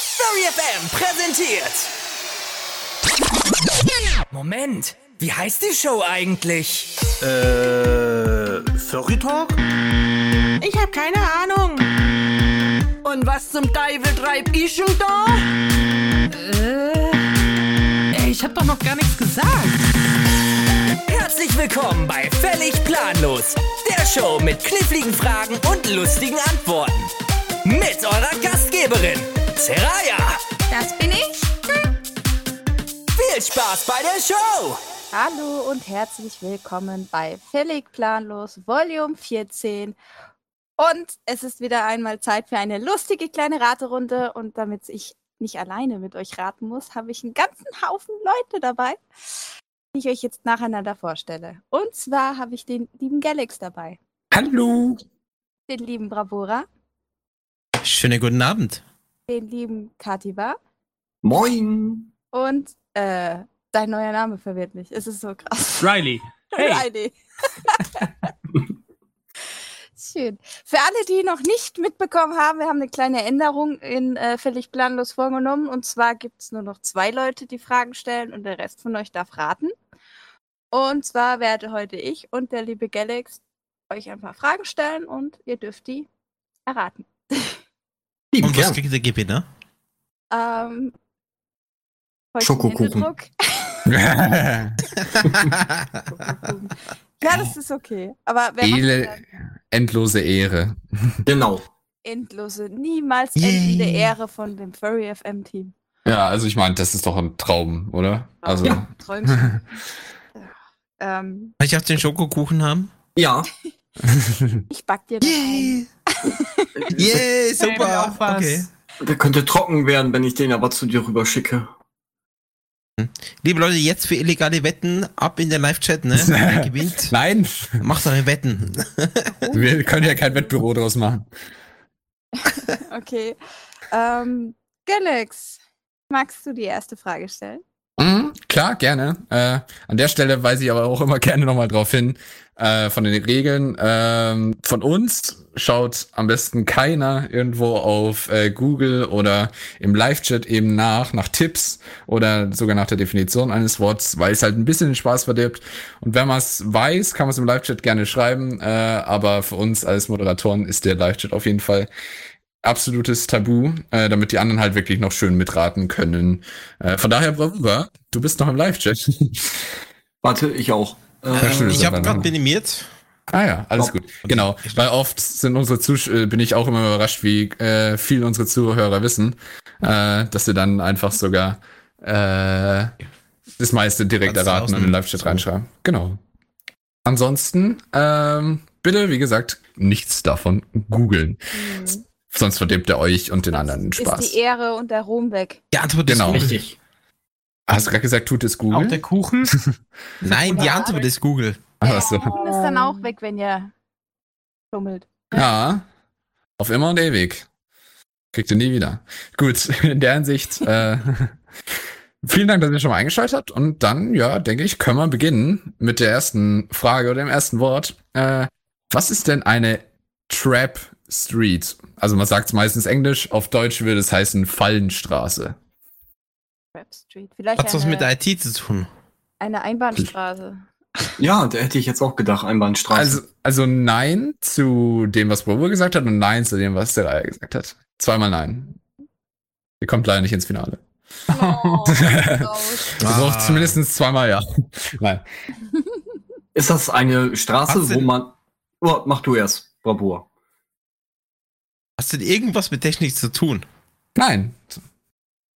Story FM präsentiert. Moment, wie heißt die Show eigentlich? Äh, Furry Talk? Ich hab keine Ahnung. Und was zum Teufel treib ich schon da? Äh, ey, ich hab doch noch gar nichts gesagt. Herzlich willkommen bei Völlig Planlos, der Show mit kniffligen Fragen und lustigen Antworten. Mit eurer Gastgeberin, Seraya. Das bin ich. Viel Spaß bei der Show. Hallo und herzlich willkommen bei Völlig Planlos Volume 14. Und es ist wieder einmal Zeit für eine lustige kleine Raterunde. Und damit ich nicht alleine mit euch raten muss, habe ich einen ganzen Haufen Leute dabei, die ich euch jetzt nacheinander vorstelle. Und zwar habe ich den lieben Galax dabei. Hallo. Den lieben Bravura. Schönen guten Abend. Den lieben Katiba. Moin. Und äh, dein neuer Name verwirrt mich. Es ist so krass. Riley. Hey. Riley. Schön. Für alle, die noch nicht mitbekommen haben, wir haben eine kleine Änderung in äh, völlig planlos vorgenommen. Und zwar gibt es nur noch zwei Leute, die Fragen stellen und der Rest von euch darf raten. Und zwar werde heute ich und der liebe Galax euch ein paar Fragen stellen und ihr dürft die erraten. Lieben und was kriegt der ne? Gewinner? Ähm, Schokokuchen. Schokokuchen. Ja, das ist okay. Aber wer Ele endlose Ehre. Genau. Endlose, niemals endende Yay. Ehre von dem Furry FM Team. Ja, also ich meine, das ist doch ein Traum, Traum. oder? Also. Ja, Träumchen. ähm. Ich darf den Schokokuchen haben? Ja. ich back dir das. Yay! Ein. Yay, super! Hey, okay. Der könnte trocken werden, wenn ich den aber zu dir rüber schicke. Liebe Leute, jetzt für illegale Wetten ab in den Live-Chat, ne? Wer gewinnt? Nein. Macht eure Wetten. Wir können ja kein Wettbüro draus machen. okay. Ähm, Galax, magst du die erste Frage stellen? Mhm, klar, gerne. Äh, an der Stelle weise ich aber auch immer gerne nochmal drauf hin. Äh, von den Regeln äh, von uns schaut am besten keiner irgendwo auf äh, Google oder im Live-Chat eben nach, nach Tipps oder sogar nach der Definition eines Wortes, weil es halt ein bisschen den Spaß verdirbt. Und wenn man es weiß, kann man es im Live-Chat gerne schreiben. äh, aber für uns als Moderatoren ist der Live-Chat auf jeden Fall absolutes Tabu, äh, damit die anderen halt wirklich noch schön mitraten können. Äh, von daher, Bravura, du bist noch im Live-Chat. Warte, ich auch. Äh, Ähm, ich habe gerade minimiert. ne? Ah ja, alles Oh, Stop. gut. Genau, weil oft sind unsere Zusch bin ich auch immer überrascht, wie äh, viel unsere Zuhörer wissen, äh, dass sie dann einfach sogar äh, das meiste direkt Ganz erraten und in den Live-Chat so. reinschreiben. Genau. Ansonsten, ähm, bitte, wie gesagt, nichts davon googeln. Mhm. Sonst verdirbt er euch und den anderen den Spaß. Hm. Ist die Ehre und der Ruhm weg. Die Antwort genau. ist richtig. Hast du gerade gesagt, tut es Google? Auch der Kuchen? Nein, die Antwort ist Google. Der Achso. Also, Kuchen ist dann auch weg, wenn ihr schummelt. Ja, auf immer und ewig. Kriegt ihr nie wieder. Gut, in der Hinsicht, äh, vielen Dank, dass ihr schon mal eingeschaltet habt. Und dann, ja, denke ich, können wir beginnen mit der ersten Frage oder dem ersten Wort. Äh, was ist denn eine Trap Street. Also man sagt es meistens Englisch, auf Deutsch würde es heißen Fallenstraße. Rap Street. Vielleicht Hat's was mit der IT zu tun? Eine Einbahnstraße. Ja, da hätte ich jetzt auch gedacht, Einbahnstraße. Also, also nein zu dem, was Bobo gesagt hat und nein zu dem, was der Reihe gesagt hat. Zweimal nein. Ihr kommt leider nicht ins Finale. Oh, Ah. also zumindest zweimal ja. nein. Ist das eine Straße, wo man... Oh, mach du erst, Bravour. Hast du irgendwas mit Technik zu tun? Nein,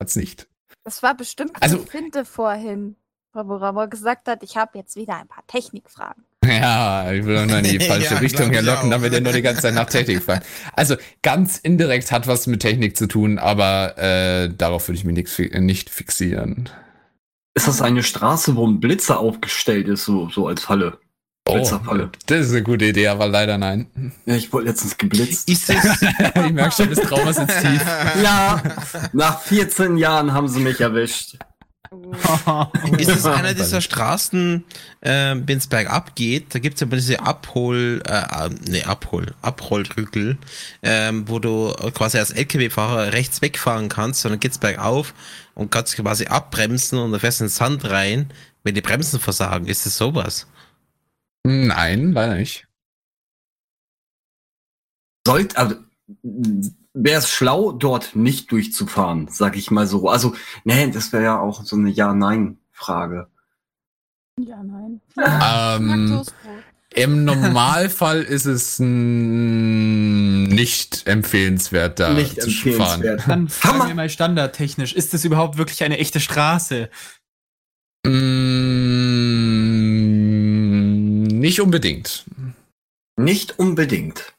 hat's nicht. Das war bestimmt also, Finde vorhin, wo Ramon gesagt hat, ich habe jetzt wieder ein paar Technikfragen. Ja, ich will doch nur in die falsche ja, Richtung herlocken, damit er nur die ganze Zeit nach Technik fragt. Also ganz indirekt hat was mit Technik zu tun, aber äh, darauf würde ich mich nix, nicht fixieren. Ist das eine Straße, wo ein Blitzer aufgestellt ist, so, so als Falle? Oh, das ist eine gute Idee, aber leider nein. Ja, ich wurde letztens geblitzt. ich merke schon, das Trauma sitzt tief. Ja, nach 14 Jahren haben sie mich erwischt. Ist es einer dieser Straßen, äh, wenn es bergab geht, da gibt es immer diese Abhol, äh, äh, nee, Abhol, Abholrückel, ähm, wo du quasi als LKW-Fahrer rechts wegfahren kannst und dann geht's bergauf und kannst quasi abbremsen und dann fährst du in den Sand rein, wenn die Bremsen versagen. Ist es sowas? Nein, leider nicht. Sollte, also, wäre es schlau, dort nicht durchzufahren, sag ich mal so. Also, nee, das wäre ja auch so eine Ja-Nein-Frage. Ja, nein. Ähm, Im Normalfall ist es mm, nicht empfehlenswert, da Nicht zu fahren. empfehlenswert. Dann fragen man- wir mal standardtechnisch. Ist das überhaupt wirklich eine echte Straße? Mm, nicht unbedingt. Nicht unbedingt.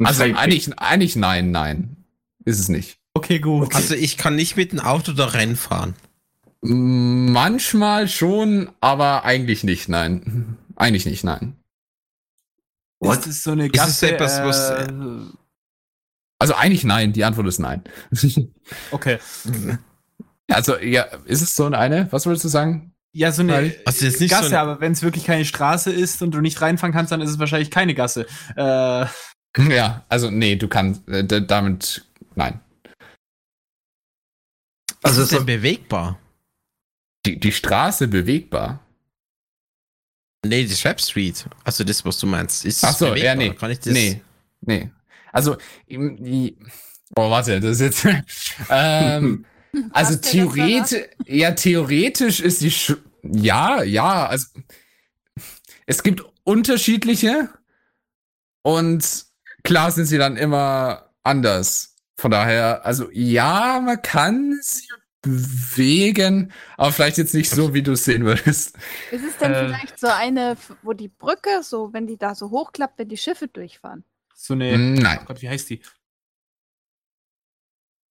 Ein Also Feldweg. eigentlich, eigentlich nein, nein. Ist es nicht. Okay, gut. Also ich kann nicht mit dem Auto da reinfahren. Mm, Manchmal schon, aber eigentlich nicht, nein. Eigentlich nicht, nein. What? Ist das so eine Ist es Gasse, etwas, was, äh, Also eigentlich nein, die Antwort ist nein. okay. also ja, ist es so eine, was würdest du sagen? Ja, so eine Weil- Also jetzt nicht Gasse, so eine- aber wenn es wirklich keine Straße ist und du nicht reinfahren kannst, dann ist es wahrscheinlich keine Gasse. Äh, Ja, also nee, du kannst äh, d- damit nein. Also Also ist es es denn bewegbar? Die, die Straße bewegbar. Nee, die Trap Street. Also das, was du meinst. Ist Ach so, bewegbar? ja, nee. Kann ich das? Nee, nee. Also, im- die- oh, warte, das ist jetzt. ähm, also, Passt dir das, theoretisch, ja, theoretisch ist die. Sch ja, ja, also. Es gibt unterschiedliche und klar sind sie dann immer anders. Von daher, also, ja, man kann sie bewegen, aber vielleicht jetzt nicht so, wie du es sehen würdest. Ist es denn Äh. vielleicht so eine, f- wo die Brücke, so wenn die da so hochklappt, wenn die Schiffe durchfahren? so Hm. eine. Nein. Oh Gott, wie heißt die?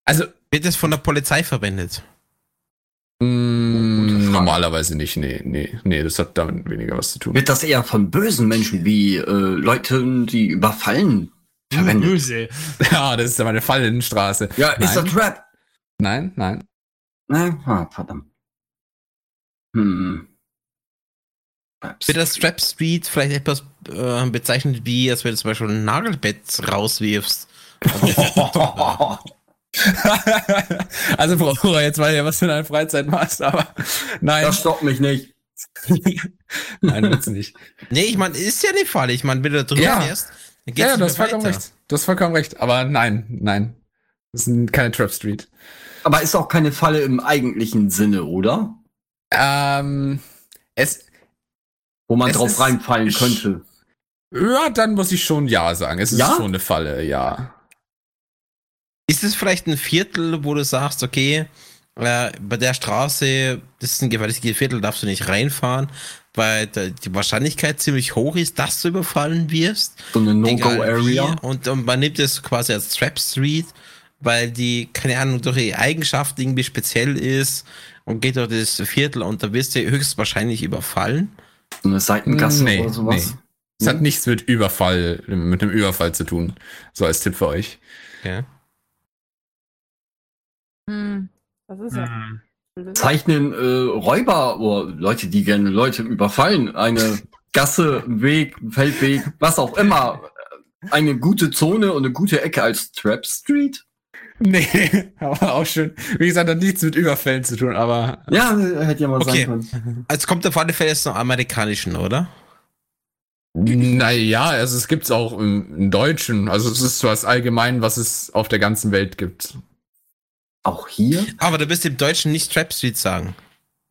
Also, Wird das von der Polizei verwendet? Gute Mm, Frage. normalerweise nicht, nee, nee, nee, das hat damit weniger was zu tun. wird das eher von bösen Menschen wie äh, Leuten, die überfallen, verwendet. Böse. Ja, das ist aber eine Fallenstraße. Ja, ist Nein. das Rap? Nein, nein. Ne? Ah, verdammt. Hm. Raps. Wird das Trap Street vielleicht etwas äh, bezeichnet wie, als wenn du zum Beispiel ein Nagelbett rauswirfst? also, Frau Hura, jetzt weiß ich ja, was du in deiner Freizeit machst, aber nein. Das stoppt mich nicht. nein, wird's nicht. Nee, ich meine, ist ja nicht Fall. Ich meine, wenn du da drüber Ja. fährst, dann geht's Ja, nicht um du hast mehr vollkommen weiter. recht. Du hast vollkommen recht, aber nein, nein. Das ist keine Trap Street. Aber ist auch keine Falle im eigentlichen Sinne, oder? Ähm, es, Wo man Es drauf ist- reinfallen könnte. ja, dann muss ich schon Ja sagen. Es ist Ja? schon eine Falle, ja. Ist es vielleicht ein Viertel, wo du sagst, okay, äh, bei der Straße, das ist ein gefährliches Viertel, darfst du nicht reinfahren, weil da die Wahrscheinlichkeit ziemlich hoch ist, dass du überfallen wirst? So eine Egal wie. No-Go-Area. Und, und man nimmt es quasi als Trap Street, weil die, keine Ahnung, durch ihre Eigenschaft irgendwie speziell ist und geht durch das Viertel und da wirst du höchstwahrscheinlich überfallen. So eine Seitengasse Nee, oder sowas. nee. Es hat Hm? nichts mit Überfall, mit einem Überfall zu tun. So als Tipp für euch. Okay. Hm. Das ist ja Hm. blöd. Zeichnen äh, Räuber oder Leute, die gerne Leute überfallen, eine Gasse, einen Weg, einen Feldweg, was auch immer, äh, eine gute Zone und eine gute Ecke als Trap Street? Nee, aber auch schön. Wie gesagt, hat nichts mit Überfällen zu tun, aber Ja, äh, hätte ja mal Okay. sein können. Also kommt auf alle Fälle jetzt noch amerikanischen, oder? naja, also es gibt's auch im, im Deutschen. Also es ist was allgemein, was es auf der ganzen Welt gibt. Auch hier? Aber du wirst im Deutschen nicht Trap Street sagen.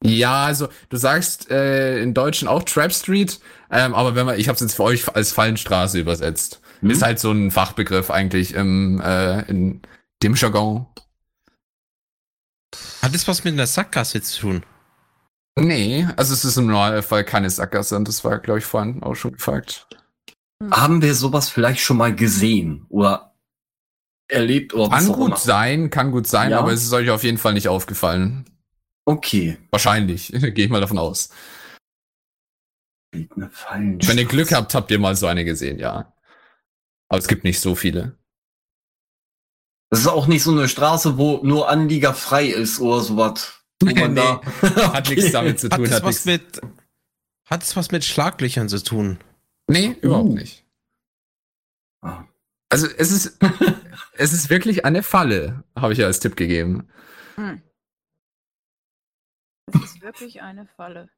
Ja, also du sagst äh, in Deutschen auch Trap Street, ähm, aber wenn man, ich habe es jetzt für euch als Fallenstraße übersetzt. Hm? Ist halt so ein Fachbegriff eigentlich im, äh, in dem Jargon. Hat das was mit einer Sackgasse zu tun? Nee, also es ist im Normalfall keine Sackgasse und das war, glaube ich, vorhin auch schon gefragt. Hm. Haben wir sowas vielleicht schon mal gesehen oder erlebt oder Kann was auch gut immer? sein, kann gut sein, Ja. aber es ist euch auf jeden Fall nicht aufgefallen. Okay. Wahrscheinlich, gehe ich mal davon aus. Eine Fallen. Wenn ihr Glück habt, habt ihr mal so eine gesehen, ja. Aber es gibt nicht so viele. Das ist auch nicht so eine Straße, wo nur Anlieger frei ist oder sowas. wo man da. Hat nichts damit zu Hat tun. es Hat was nichts. mit. Hat es was mit Schlaglöchern zu tun? Nee, Oh. überhaupt nicht. Ah. Also es ist, es ist wirklich eine Falle, habe ich ja als Tipp gegeben. Das ist wirklich eine Falle.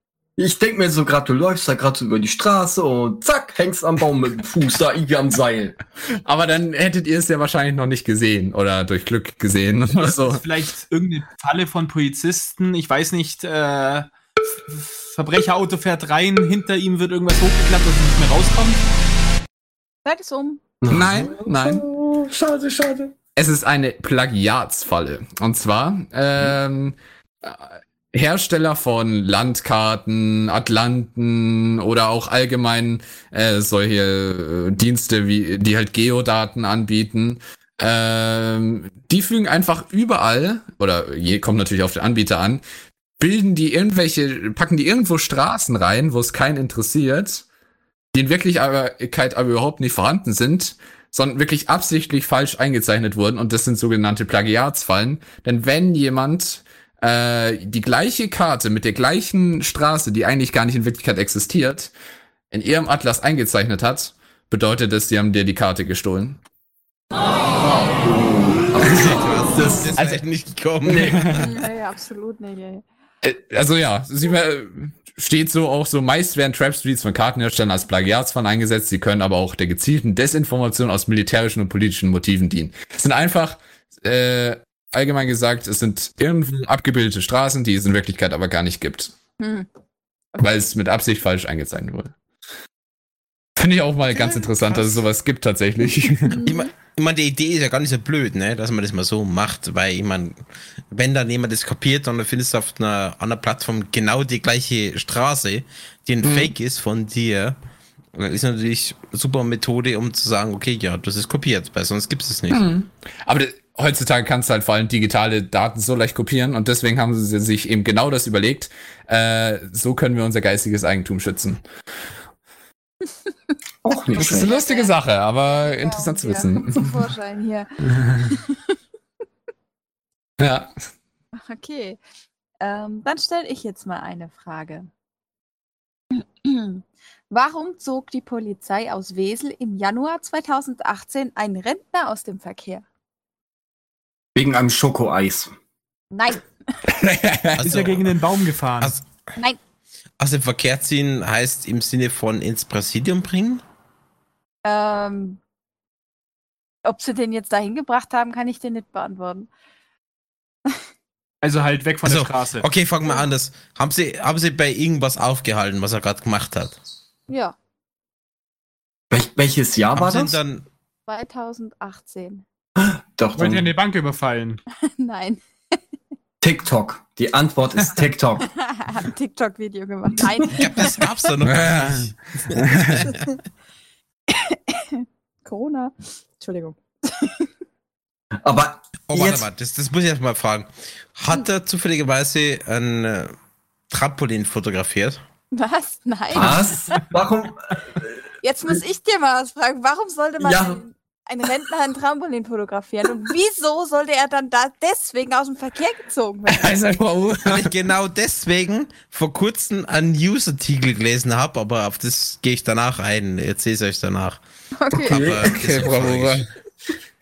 Ich denk mir so gerade, du läufst da gerade so über die Straße und zack, hängst am Baum mit dem Fuß da irgendwie am Seil. Aber dann hättet ihr es ja wahrscheinlich noch nicht gesehen oder durch Glück gesehen oder Oh. Das so. ist vielleicht irgendeine Falle von Polizisten. Ich weiß nicht, äh, Verbrecherauto fährt rein, hinter ihm wird irgendwas hochgeklappt, dass er nicht mehr rauskommt. Seid es um. Nein, nein. Oh, schade, schade. Es ist eine Plagiatsfalle. Und zwar ähm, äh, Hersteller von Landkarten, Atlanten oder auch allgemein äh, solche äh, Dienste, wie, die halt Geodaten anbieten. Ähm, die fügen einfach überall, oder je, kommt natürlich auf den Anbieter an, bilden die irgendwelche, packen die irgendwo Straßen rein, wo es keinen interessiert, die in Wirklichkeit aber überhaupt nicht vorhanden sind, sondern wirklich absichtlich falsch eingezeichnet wurden und das sind sogenannte Plagiatsfallen. Denn wenn jemand äh, die gleiche Karte mit der gleichen Straße, die eigentlich gar nicht in Wirklichkeit existiert, in ihrem Atlas eingezeichnet hat, bedeutet das, die haben dir die Karte gestohlen. Das ist also, nicht gekommen. Nee, absolut nicht. Ey. Äh, also ja, sie äh, steht so auch so, meist werden Trap-Streets von Kartenherstellern als Plagiatsfallen eingesetzt, sie können aber auch der gezielten Desinformation aus militärischen und politischen Motiven dienen. Es sind einfach, äh, allgemein gesagt, es sind irgendwie abgebildete Straßen, die es in Wirklichkeit aber gar nicht gibt. Hm. Weil es mit Absicht falsch eingezeichnet wurde. Finde ich auch mal ganz interessant, dass es sowas gibt tatsächlich. Ich meine, ich mein, die Idee ist ja gar nicht so blöd, ne? dass man das mal so macht, weil ich meine, wenn dann jemand das kopiert, dann findest du auf einer anderen Plattform genau die gleiche Straße, die Mhm. ein Fake ist von dir. Ist natürlich super Methode, um zu sagen, okay, ja, das ist kopiert, weil sonst gibt es es nicht. Mhm. Aber d- heutzutage kannst du halt vor allem digitale Daten so leicht kopieren und deswegen haben sie sich eben genau das überlegt. Äh, so können wir unser geistiges Eigentum schützen. Auch nicht Das ist eine schlecht. lustige Sache, aber interessant zu Ja, kommt Zum wissen. Vorschein hier. Ja. Okay. Ähm, dann stelle ich jetzt mal eine Frage. Warum zog die Polizei aus Wesel im Januar 2018 einen Rentner aus dem Verkehr? Wegen einem Schokoeis. Nein, Ist Also, er gegen den Baum gefahren? Also- nein. aus dem Verkehr ziehen heißt im Sinne von ins Präsidium bringen? Ähm, ob sie den jetzt dahin gebracht haben, kann ich dir nicht beantworten. Also halt weg von Also, der Straße. Okay, fangen wir an. Das, haben, sie, haben sie bei irgendwas aufgehalten, was er gerade gemacht hat? Ja, Wel welches Jahr war Haben sie ihn das? dann 2018. Doch, ähm, Wollt dann ihr eine Bank überfallen? Nein, TikTok. Die Antwort ist TikTok. hat ein TikTok-Video gemacht. Nein, Ich glaub, das gab's doch noch. gar nicht. Corona. Entschuldigung. Aber Oh, warte Jetzt- mal, das, das muss ich erst mal fragen. Hat er zufälligerweise ein äh, Trampolin fotografiert? Was? Nein. was? Warum? Jetzt muss ich dir mal was fragen. Warum sollte man Ja. einen, einen Rentner ein Trampolin fotografieren? Und wieso sollte er dann da deswegen aus dem Verkehr gezogen werden? Also, wow. Weil ich genau deswegen vor kurzem einen News-Artikel gelesen habe, aber auf das gehe ich danach ein. Erzähle es euch danach. Okay. Aber Okay, das Bravura. frage ich.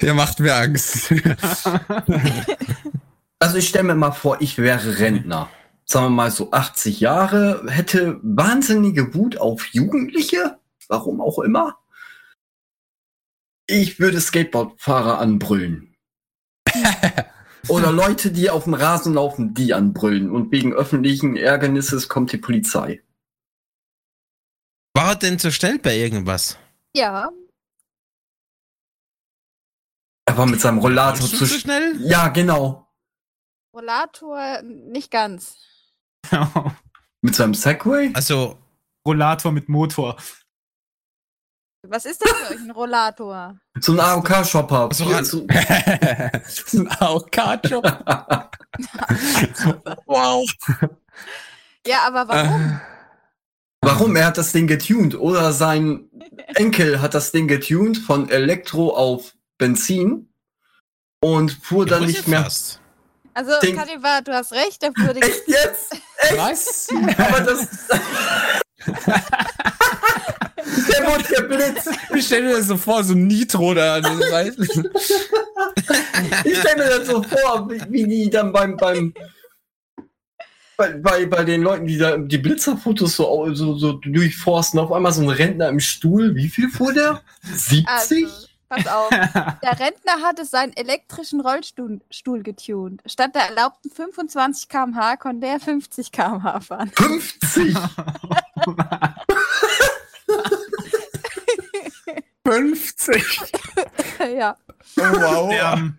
Ihr macht mir Angst. Also ich stelle mir mal vor, ich wäre Rentner. Sagen wir mal so 80 Jahre, hätte wahnsinnige Wut auf Jugendliche, warum auch immer. Ich würde Skateboardfahrer anbrüllen. Oder Leute, die auf dem Rasen laufen, die anbrüllen. Und wegen öffentlichen Ärgernisses kommt die Polizei. War er denn zu schnell bei irgendwas? Ja, Er war mit seinem Rollator Warst du zu zu schnell. schnell? Ja, genau. Rollator nicht ganz. Mit seinem Segway? Also, Rollator mit Motor. Was ist das für euch ein Rollator? So ein AOK-Shopper. So ein- So, das ist ein AOK-Job. wow. Ja, aber Äh, warum? Warum? Er hat das Ding getuned. Oder sein Enkel hat das Ding getuned von Elektro auf Benzin und fuhr dann Ja, nicht mehr. fast. Also, Ding. Kadiba, du hast recht, da wurde Echt jetzt? Echt? Was? Aber das. der wurde der Blitz. Ich stell mir das so vor, so Nitro da. so weiß- Ich stelle mir das so vor, wie, wie die dann beim, beim bei, bei, bei den Leuten, die da die Blitzerfotos so, au- so, so durchforsten, auf einmal so ein Rentner im Stuhl. Wie viel fuhr der? 70? Also, pass auf. Der Rentner hatte seinen elektrischen Rollstuhl Stuhl getunt. Statt der erlaubten 25 km/h konnte er 50 km/h fahren. 50? 50. ja. Wow. Ähm,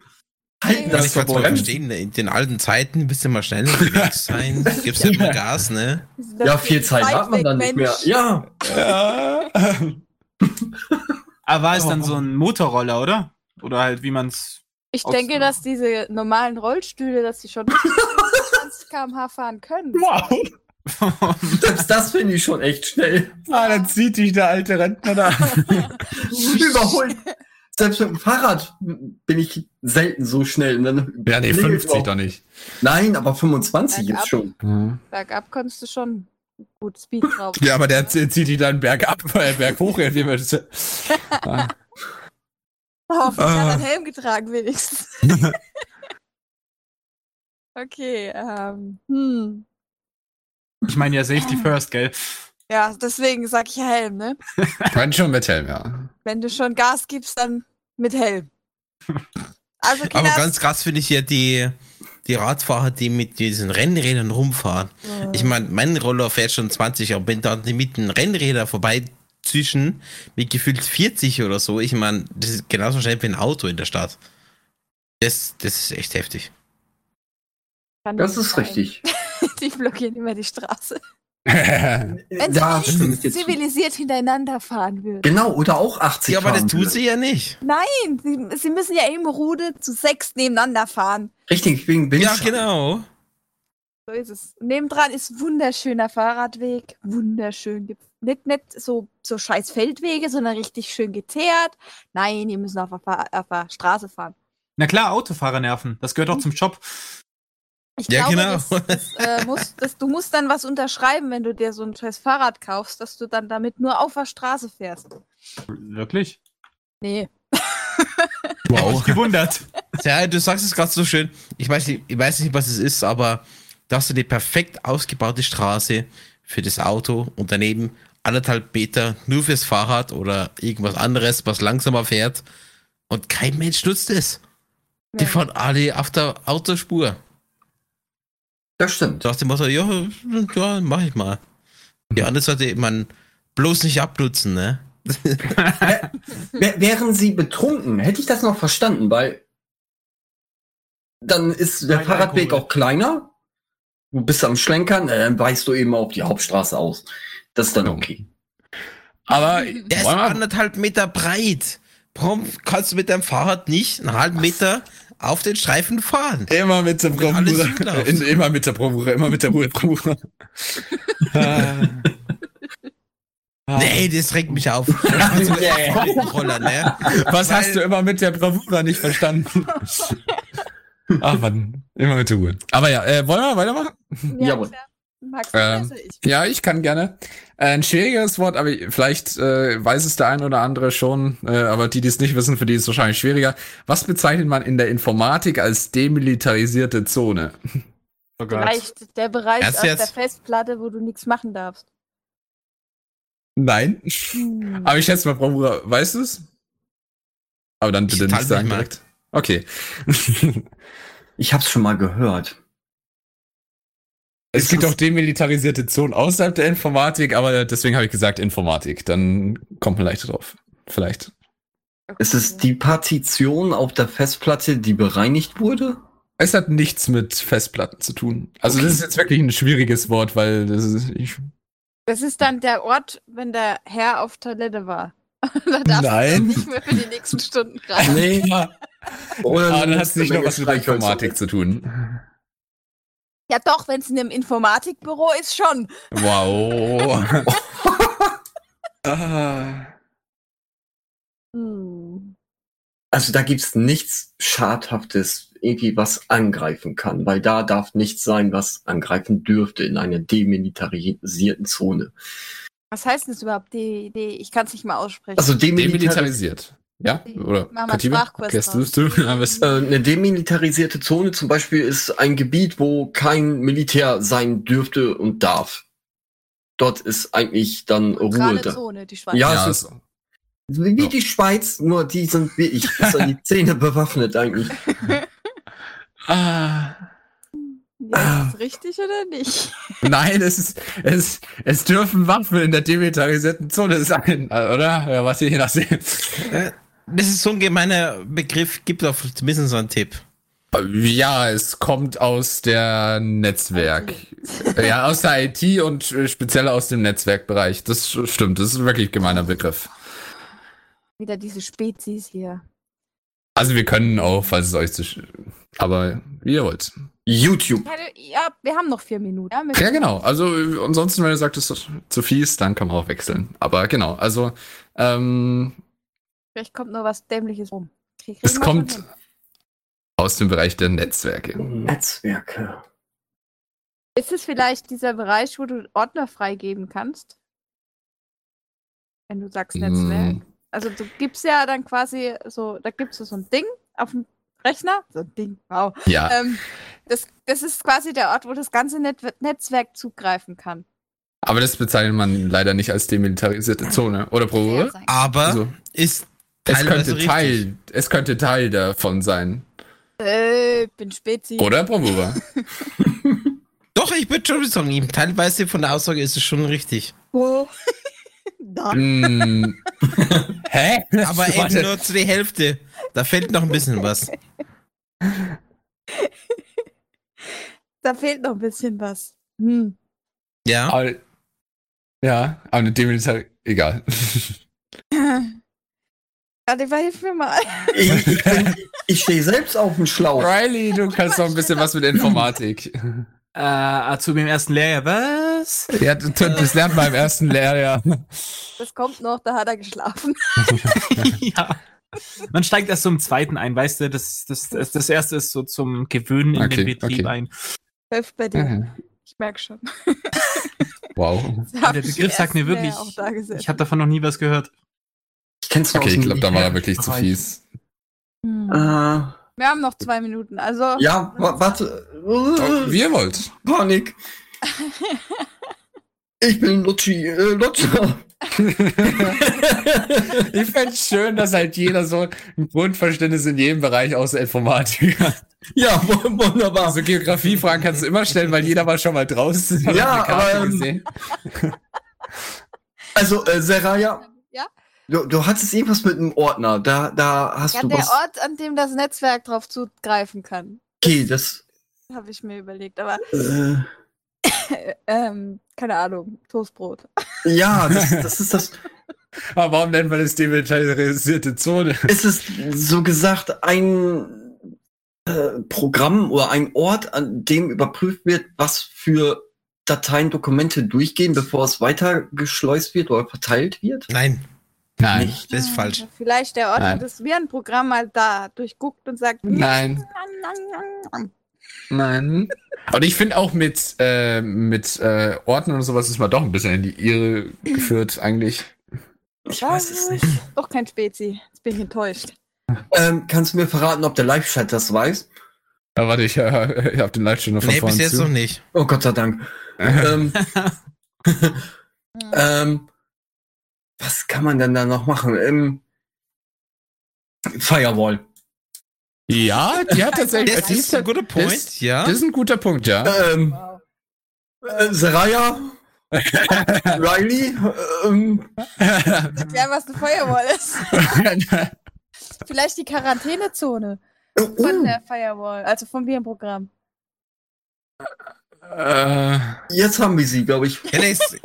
Halten Das ich das kann mal verbrennt. verstehen, ne? in den alten Zeiten ein bisschen mal schneller unterwegs sein, gibst ja immer Gas, ne? Ja, viel Zeit hat man dann nicht mehr. Ja, Ja. aber Ah, war es dann so ein Motorroller, oder? Oder halt, wie man es. Ich denke, dass diese normalen Rollstühle, dass die schon 20 km/h fahren können. Wow. selbst das finde ich schon echt schnell. Ah, dann zieht dich der alte Rentner da. Überholen. Selbst mit dem Fahrrad bin ich selten so schnell. Und dann Ja, nee, Nee, 50 überhaupt. doch nicht. Nein, aber 25 Bergab. ist schon. Mhm. Bergab konntest du schon gut Speed drauf. Ja, aber der zieht zieht die dann bergab, weil er berghoch rennt, wie man das- Ah. Hoffentlich hat Ah. er einen Helm getragen, wenigstens. okay, ähm, hm. Ich meine ja Safety First, gell? Ja, deswegen sag ich Helm, ne? Kann schon mit Helm, ja. Wenn du schon Gas gibst, dann mit Helm. Also, Aber Kinder, ganz krass finde ich ja die, die Radfahrer, die mit diesen Rennrädern rumfahren. Ich meine, mein Roller fährt schon 20, aber bin da mit den Rennrädern vorbei zwischen mit gefühlt 40 oder so. Ich meine, das ist genauso schnell wie ein Auto in der Stadt. Das, das ist echt heftig. kann Das nicht ist sein. richtig. Die blockieren immer die Straße. Wenn sie Da stimme ich dir zu. zivilisiert hintereinander fahren würden. Genau, oder auch 80 Ja, aber das fahren tut würde. sie ja nicht. Nein, sie, sie müssen ja im Rude zu sechs nebeneinander fahren. Richtig, wegen Ja, Windschatten. genau. So ist es. Nebendran ist wunderschöner Fahrradweg. Wunderschön. Gibt's Nicht, nicht so, so scheiß Feldwege, sondern richtig schön geteert. Nein, die müssen auf der, Fahr auf der Straße fahren. Na klar, Autofahrer nerven. Das gehört auch zum Job. Ich Ja, glaube, genau. das, das, äh, muss, das, du musst dann was unterschreiben, wenn du dir so ein scheiß Fahrrad kaufst, dass du dann damit nur auf der Straße fährst. Wirklich? Nee. Wow. Gewundert. Ja, du sagst es gerade so schön. Ich weiß, nicht, ich weiß nicht, was es ist, aber da hast du die perfekt ausgebaute Straße für das Auto und daneben anderthalb Meter nur fürs Fahrrad oder irgendwas anderes, was langsamer fährt. Und kein Mensch nutzt es. Die Ja. fahren alle auf der Autospur. Das stimmt. Du hast dem Motto, ja, ja, mach ich mal. Die andere sollte man bloß nicht abnutzen, ne? Wär, wären sie betrunken, hätte ich das noch verstanden, weil dann ist der Kein Fahrradweg Alkohol. auch kleiner. Du bist am Schlenkern, äh, dann weichst du eben auf die Hauptstraße aus. Das ist dann okay. Aber Der ist Wollen wir- anderthalb Meter breit. Warum kannst du mit deinem Fahrrad nicht einen halben Meter auf den Streifen fahren? immer mit der alles Bravour. hinläuft. In- Immer mit der Bravour, immer mit der Bravour. Nee, das regt mich auf. Also, mit dem Roller, ne? Was Weil- hast du immer mit der Bravura nicht verstanden? Ach Ah, Mann, immer mit der Uhr. Aber ja, äh, wollen wir weitermachen? Jawohl. klar. Magst du Ähm, besser? Also, Ich. ja, ich kann gerne. Äh, ein schwieriges Wort, aber vielleicht äh, weiß es der ein oder andere schon, äh, aber die, die es nicht wissen, für die ist es wahrscheinlich schwieriger. Was bezeichnet man in der Informatik als demilitarisierte Zone? Oh Gott. Vielleicht der Bereich Erst auf der jetzt? Festplatte, wo du nichts machen darfst. Hm. Nein. Aber ich schätze mal, Bravura weiß es? Aber dann Ich bitte teile nicht mich sagen mal. direkt. Okay. Ich hab's schon mal gehört. Es gibt auch demilitarisierte Zonen außerhalb der Informatik, aber deswegen habe ich gesagt Informatik. Dann kommt man leichter drauf. Vielleicht. Ist es die Partition auf der Festplatte, die bereinigt wurde? Es hat nichts mit Festplatten zu tun. Also das ist jetzt wirklich ein schwieriges Wort, weil das ist, ich, Das ist dann der Ort, wenn der Herr auf Toilette war. da darfst Nein. du nicht mehr für die nächsten Stunden rein. Nee. Oder ah, dann hat es nicht noch was mit der Streichhölzer. Informatik zu tun. Ja doch, wenn es in einem Informatikbüro ist, schon. Wow. Ah. Hm. Also da gibt's nichts Schadhaftes irgendwie was angreifen kann, weil da darf nichts sein, was angreifen dürfte in einer demilitarisierten Zone. Was heißt denn das überhaupt? Die, die, ich kann es nicht mal aussprechen. Also demilitarisiert. Ja? Oder? Machen wir einen Katiba? Sprachkurs Erklärst du draus. es du? Ja, was- Äh, Eine demilitarisierte Zone zum Beispiel ist ein Gebiet, wo kein Militär sein dürfte und darf. Dort ist eigentlich dann Ruhe Neutrale da. Zone, ne, die Schweiz. Ja, Ja, es ist wie die Schweiz, nur die sind wirklich bis an die Zähne bewaffnet eigentlich. Ah. Ja, ist das richtig oder nicht? Nein, es ist, es, es dürfen Waffen in der demilitarisierten Zone sein, äh, oder? Ja, was je nachdem. Äh, Das ist so ein gemeiner Begriff, gibt doch zumindest so einen Tipp. Ja, es kommt aus der Netzwerk. Ja, aus der IT und äh, speziell aus dem Netzwerkbereich. Das sch- stimmt, das ist wirklich ein gemeiner Begriff. Wieder diese Spezies hier. Also wir können auch, falls es euch zu... sch- Aber wie ihr wollt. YouTube. Ja, wir haben noch vier Minuten. Ja, mit- Ja, genau. Also äh, ansonsten, wenn ihr sagt, es ist zu fies, dann kann man auch wechseln. Aber genau, also ähm, Vielleicht kommt nur was Dämliches rum. Krieg- es kriegen wir schon kommt hin. aus dem Bereich der Netzwerke. Netzwerke. Ist es vielleicht dieser Bereich, wo du Ordner freigeben kannst? Wenn du sagst Netzwerk. Mm. Also du gibst ja dann quasi so, da gibst du so ein Ding auf dem Rechner. So ein Ding, wow. Ja. Ähm, das, das ist quasi der Ort, wo das ganze Net Netzwerk zugreifen kann. Aber das bezeichnet man leider nicht als demilitarisierte Zone. Oder Probe? Aber Also, ist es teilweise könnte richtig. Teil, es könnte Teil davon sein. Äh, bin Spezi. Oder Probe? Doch, ich würde schon sagen, ihm teilweise von der Aussage ist es schon richtig. Oh. da. hm. Hä? Aber eben Warte. nur zu der Hälfte. Da fehlt noch ein bisschen was. da fehlt noch ein bisschen was. Hm. Ja. Aber, ja, aber eine demilitar... Egal. Oliver, hilf mir mal. Ich, ich, bin- ich stehe selbst auf dem Oh. Schlauch. Riley, du kannst noch ein bisschen was mit Informatik. Äh, Azubi im ersten Lehrjahr, was? Ja, das- das lernt man im ersten Lehrjahr. Das kommt noch, da hat er geschlafen. ja. Man steigt erst zum zweiten ein, weißt du, das, das, das, das erste ist so zum Gewöhnen in Okay, den Betrieb okay. ein. Hilft bei dir. Ich merke schon. Wow. Der Begriff sagt mir wirklich, Auch da gesessen. ich habe davon noch nie was gehört. Ich kenn's nur Okay, aus ich dem glaube, da war er Militär- wirklich zu fies. Hm. Äh, Wir haben noch zwei Minuten, also ja, wa- warte. Oh, Wie ihr wollt. Panik. Ich bin Lutschi, äh, Lutscher. Ich fände schön, dass halt jeder so ein Grundverständnis in jedem Bereich außer Informatik hat. Ja, wu- wunderbar. Also Geografiefragen kannst du immer stellen, weil jeder war schon mal draußen. hat Ja, eine Karte aber, ähm, gesehen. Also, äh, Seraya, Ja? du, du hattest irgendwas mit einem Ordner. Da, da hast ja, du der was. Ort, an dem das Netzwerk drauf zugreifen kann, okay, das. habe ich mir überlegt. Aber Äh, ähm, keine Ahnung, Toastbrot. ja, das, das ist das. Aber warum nennt man das demilitarisierte Zone? Es ist so gesagt ein äh, Programm oder ein Ort, an dem überprüft wird, was für Dateien, Dokumente durchgehen, bevor es weitergeschleust wird oder verteilt wird. Nein, Nein. das ist falsch. Vielleicht der Ort, Nein. Mhm. wo das Virenprogramm mal da durchguckt und sagt, hm, Nein. Nein. Und ich finde auch mit, äh, mit äh, Orten und sowas ist man doch ein bisschen in die Irre geführt eigentlich. Ich weiß es nicht. doch kein Spezi. Jetzt bin ich enttäuscht. Ähm, kannst du mir verraten, ob der Live-Chat das weiß? Ja, warte, ich, äh, ich habe den Livestream noch von Nee, bis vorne jetzt noch zu. nicht. Oh Gott sei Dank. ähm, ähm, was kann man denn da noch machen? Ähm, Firewall. Ja, die hat tatsächlich. Das die ist ein guter Point, Das, ja. das ist ein guter Punkt, ja. Ähm, äh, Seraya? Riley? Ähm, Sag mir, was eine Firewall ist. Vielleicht die Quarantänezone von uh, der Firewall, also vom Virenprogramm. äh, jetzt haben wir sie, glaube ich. Ja, das,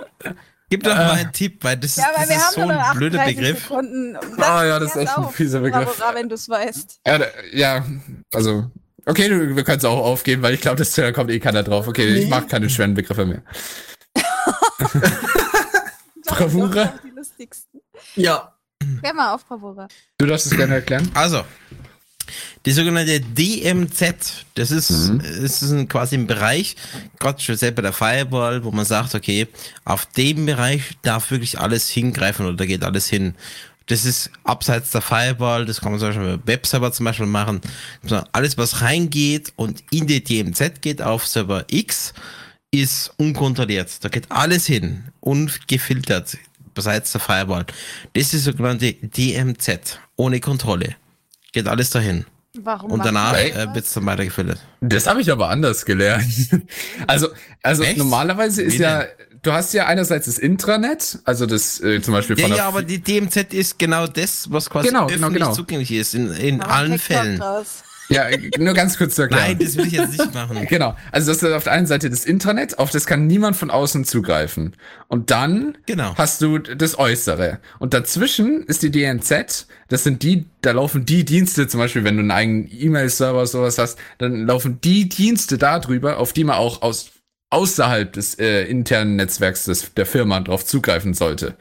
gib doch mal einen Tipp, weil das ist, Ja, aber das wir ist haben so nur noch ein blöder 38 Begriff. Sekunden. Und ah ja, das ist erst echt ein auf. fieser Begriff. Barbara, wenn du es weißt. Ja, da- ja, also. Okay, du, wir können es auch aufgeben, weil ich glaube, das da kommt eh keiner drauf. Okay, ich Nee. mache keine schweren Begriffe mehr. Doch, Bravura. das sind auch Die lustigsten. Ja. Klär mal auf, Bravura. Du darfst es gerne erklären. Also, Die sogenannte DMZ, das ist, es ist ein, quasi ein Bereich, Gott schon selber der Fireball, wo man sagt, okay, auf dem Bereich darf wirklich alles hingreifen oder da geht alles hin. Das ist abseits der Fireball, das kann man zum Beispiel mit Webserver zum Beispiel machen. Also Alles, was reingeht und in die DMZ geht auf Server X, ist unkontrolliert. Da geht alles hin, ungefiltert, beseits der Fireball. Das ist die sogenannte DMZ, ohne Kontrolle. Geht alles dahin. Warum? Und macht danach man äh, das? wird es dann weitergefiltert. Das habe ich aber anders gelernt. Also, also Echt? normalerweise ist Wie ja, du hast ja einerseits das Intranet, also das äh, zum Beispiel Ja, von ja, der aber die DMZ ist genau das, was quasi Genau, öffentlich genau, genau. zugänglich ist, in, in Warum allen TikTok Fällen. raus? Ja, äh, nur ganz kurz zu erklären. Nein, das will ich jetzt nicht machen. Genau. Also das ist auf der einen Seite das Intranet, auf das kann niemand von außen zugreifen. Und dann Genau. hast du das Äußere. Und dazwischen ist die DNZ, das sind die, da laufen die Dienste, zum Beispiel, wenn du einen eigenen E-Mail-Server oder sowas hast, dann laufen die Dienste darüber, auf die man auch aus, außerhalb des äh, internen Netzwerks des, der Firma drauf zugreifen sollte.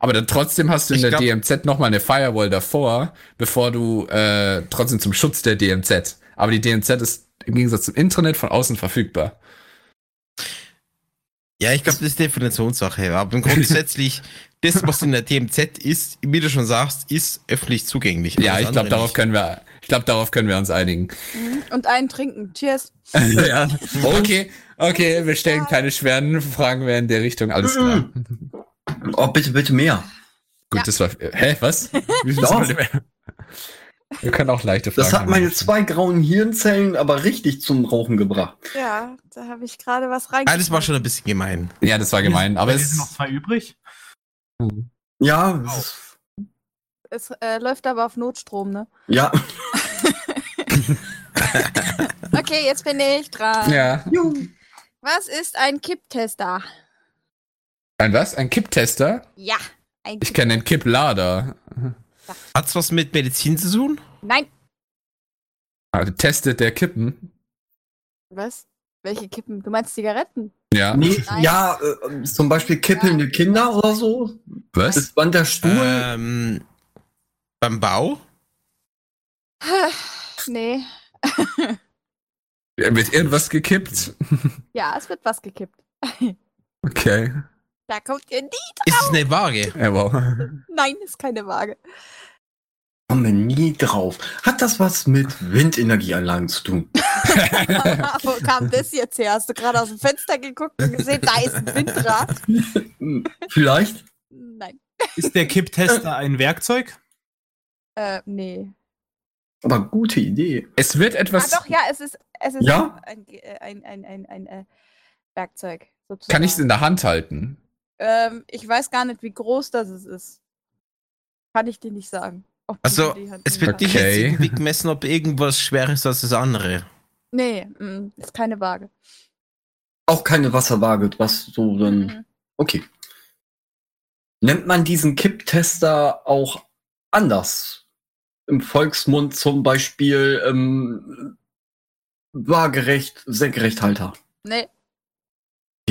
Aber dann trotzdem hast du in Ich der glaub- DMZ nochmal eine Firewall davor, bevor du äh, trotzdem zum Schutz der DMZ. Aber die DMZ ist im Gegensatz zum Intranet von außen verfügbar. Ja, ich glaube, das ist Definitionssache. Aber grundsätzlich, das, was in der DMZ ist, wie du schon sagst, ist öffentlich zugänglich. Ja, Alles ich glaube, andere darauf nicht. können wir, ich glaube, darauf können wir uns einigen. Und einen trinken. Cheers. ja. Okay, okay, wir stellen keine schweren Fragen mehr in der Richtung. Alles klar. Oh, bitte, bitte mehr. Gut, das war. Hä, was? Wie viel Doch. soll der- wir können auch leichte Fragen. Das hat meine zwei grauen Hirnzellen aber richtig zum Rauchen gebracht. Ja, da habe ich gerade was rein. Ah, das war schon ein bisschen gemein. ja, das war gemein, aber Weil hier es sind noch zwei übrig. Ja, es ist- Es äh, läuft aber auf Notstrom, ne? ja. Okay, jetzt bin ich dran. ja. Was ist ein Kipptester? Ein was? Ein Kipptester? Ja, ein Ich kenne den Kipplader. Hat's was mit Medizin zu tun? Nein. Ah, Testet der Kippen? Was? Welche Kippen? Du meinst Zigaretten? Ja. Nee, Nein. ja, äh, zum Beispiel kippelnde Kinder oder so. Was? Ist Band der Stuhl. Ähm, beim Bau? Nee. Wird irgendwas gekippt? Ja, es wird was gekippt. Okay. Da kommt ihr nie. Ist es eine Waage? Ja, wow. Nein, ist keine Waage. Komme nie drauf. Hat das was mit Windenergieanlagen zu tun? Wo kam das jetzt her? Hast du gerade aus dem Fenster geguckt und gesehen, da ist ein Windrad? Hm, Vielleicht? Nein. Ist der Kipptester ein Werkzeug? Äh, nee. Aber gute Idee. Es wird etwas. ah, doch, ja, es ist, es ist Ja? ein, Ge- äh, ein, ein, ein, ein äh, Werkzeug. Sozusagen. Kann ich es in der Hand halten? Ähm, ich weiß gar nicht, wie groß das es ist. Kann ich dir nicht sagen. Ob du Also, die Hand es wird nehmen dich jetzt Okay. irgendwie gemessen, ob irgendwas schwerer ist als das andere. kannst. Nee, mm, ist keine Waage. Auch keine Wasserwaage, was so dann. Mhm. Okay. Nennt man diesen Kipptester auch anders? Im Volksmund zum Beispiel ähm, waagerecht, Senkrechthalter. Nee.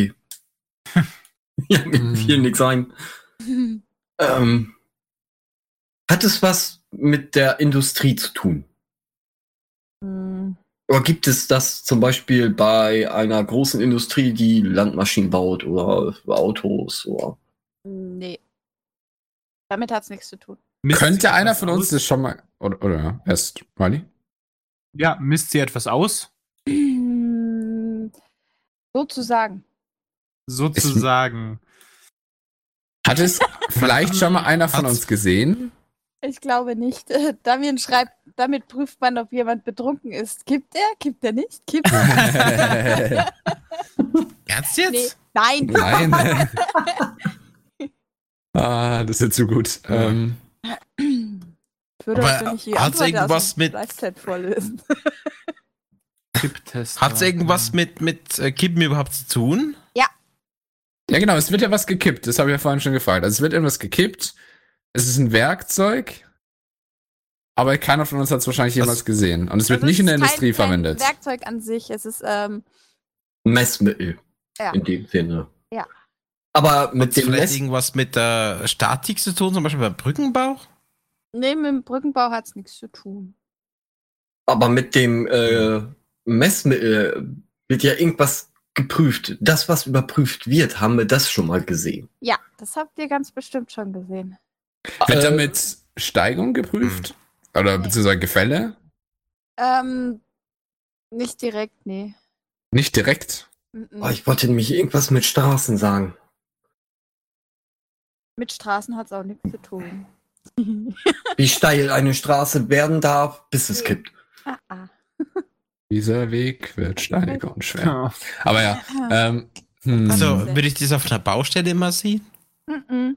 Ja, mir fiel nix ein. Ähm, hat es was mit der Industrie zu tun? Mm, Oder gibt es das zum Beispiel bei einer großen Industrie, die Landmaschinen baut oder Autos oder nee. Damit hat es nichts zu tun. Misst sie Könnte einer etwas von uns aus? das schon mal. Oder, oder erst, Mali? Ja, misst sie etwas aus? Mm, Sozusagen. Sozusagen. Hat es vielleicht schon mal einer von Hat's- uns gesehen? Ich glaube nicht. Damien schreibt, damit prüft man, ob jemand betrunken ist. Kippt er? Kippt er nicht? Kippt er? Nein. Ernst jetzt? nee. Nein. ah, das ist zu gut. Ähm, Ich würde Aber heute nicht die hat's Antwort irgendwas aus dem mit- Live-Chat vorlesen. Kipptester. Hat's irgendwas mit, mit äh, Kippen überhaupt zu tun? ja, genau, es wird ja was gekippt. Das habe ich ja vorhin schon gefragt. Also es wird irgendwas gekippt. Es ist ein Werkzeug. Aber keiner von uns hat es wahrscheinlich jemals Was- gesehen. Und es wird Also nicht es in der ist Industrie kein, verwendet. Kein Werkzeug an sich. Es ist, ähm, Messmittel Ja. in dem Sinne? Ja. Aber mit Hat's dem vielleicht Mess irgendwas mit der Statik Hm. zu tun, zum Beispiel beim Brückenbau? nee, mit dem Brückenbau hat es nichts zu tun. Aber mit dem äh, Messmittel wird ja irgendwas geprüft. Das, was überprüft wird, haben wir das schon mal gesehen. Ja, das habt ihr ganz bestimmt schon gesehen. Wird damit Steigung geprüft? Oder beziehungsweise Gefälle? Ähm, nicht direkt, nee. Nicht direkt. Mhm. Oh, ich wollte nämlich irgendwas mit Straßen sagen. Mit Straßen hat es auch nichts zu tun. Wie steil eine Straße werden darf, bis es kippt. Ah, ah. Dieser Weg wird steinig und schwer. Aber ja. Ähm, hm. Also, würde ich das auf einer Baustelle immer sehen? Mhm.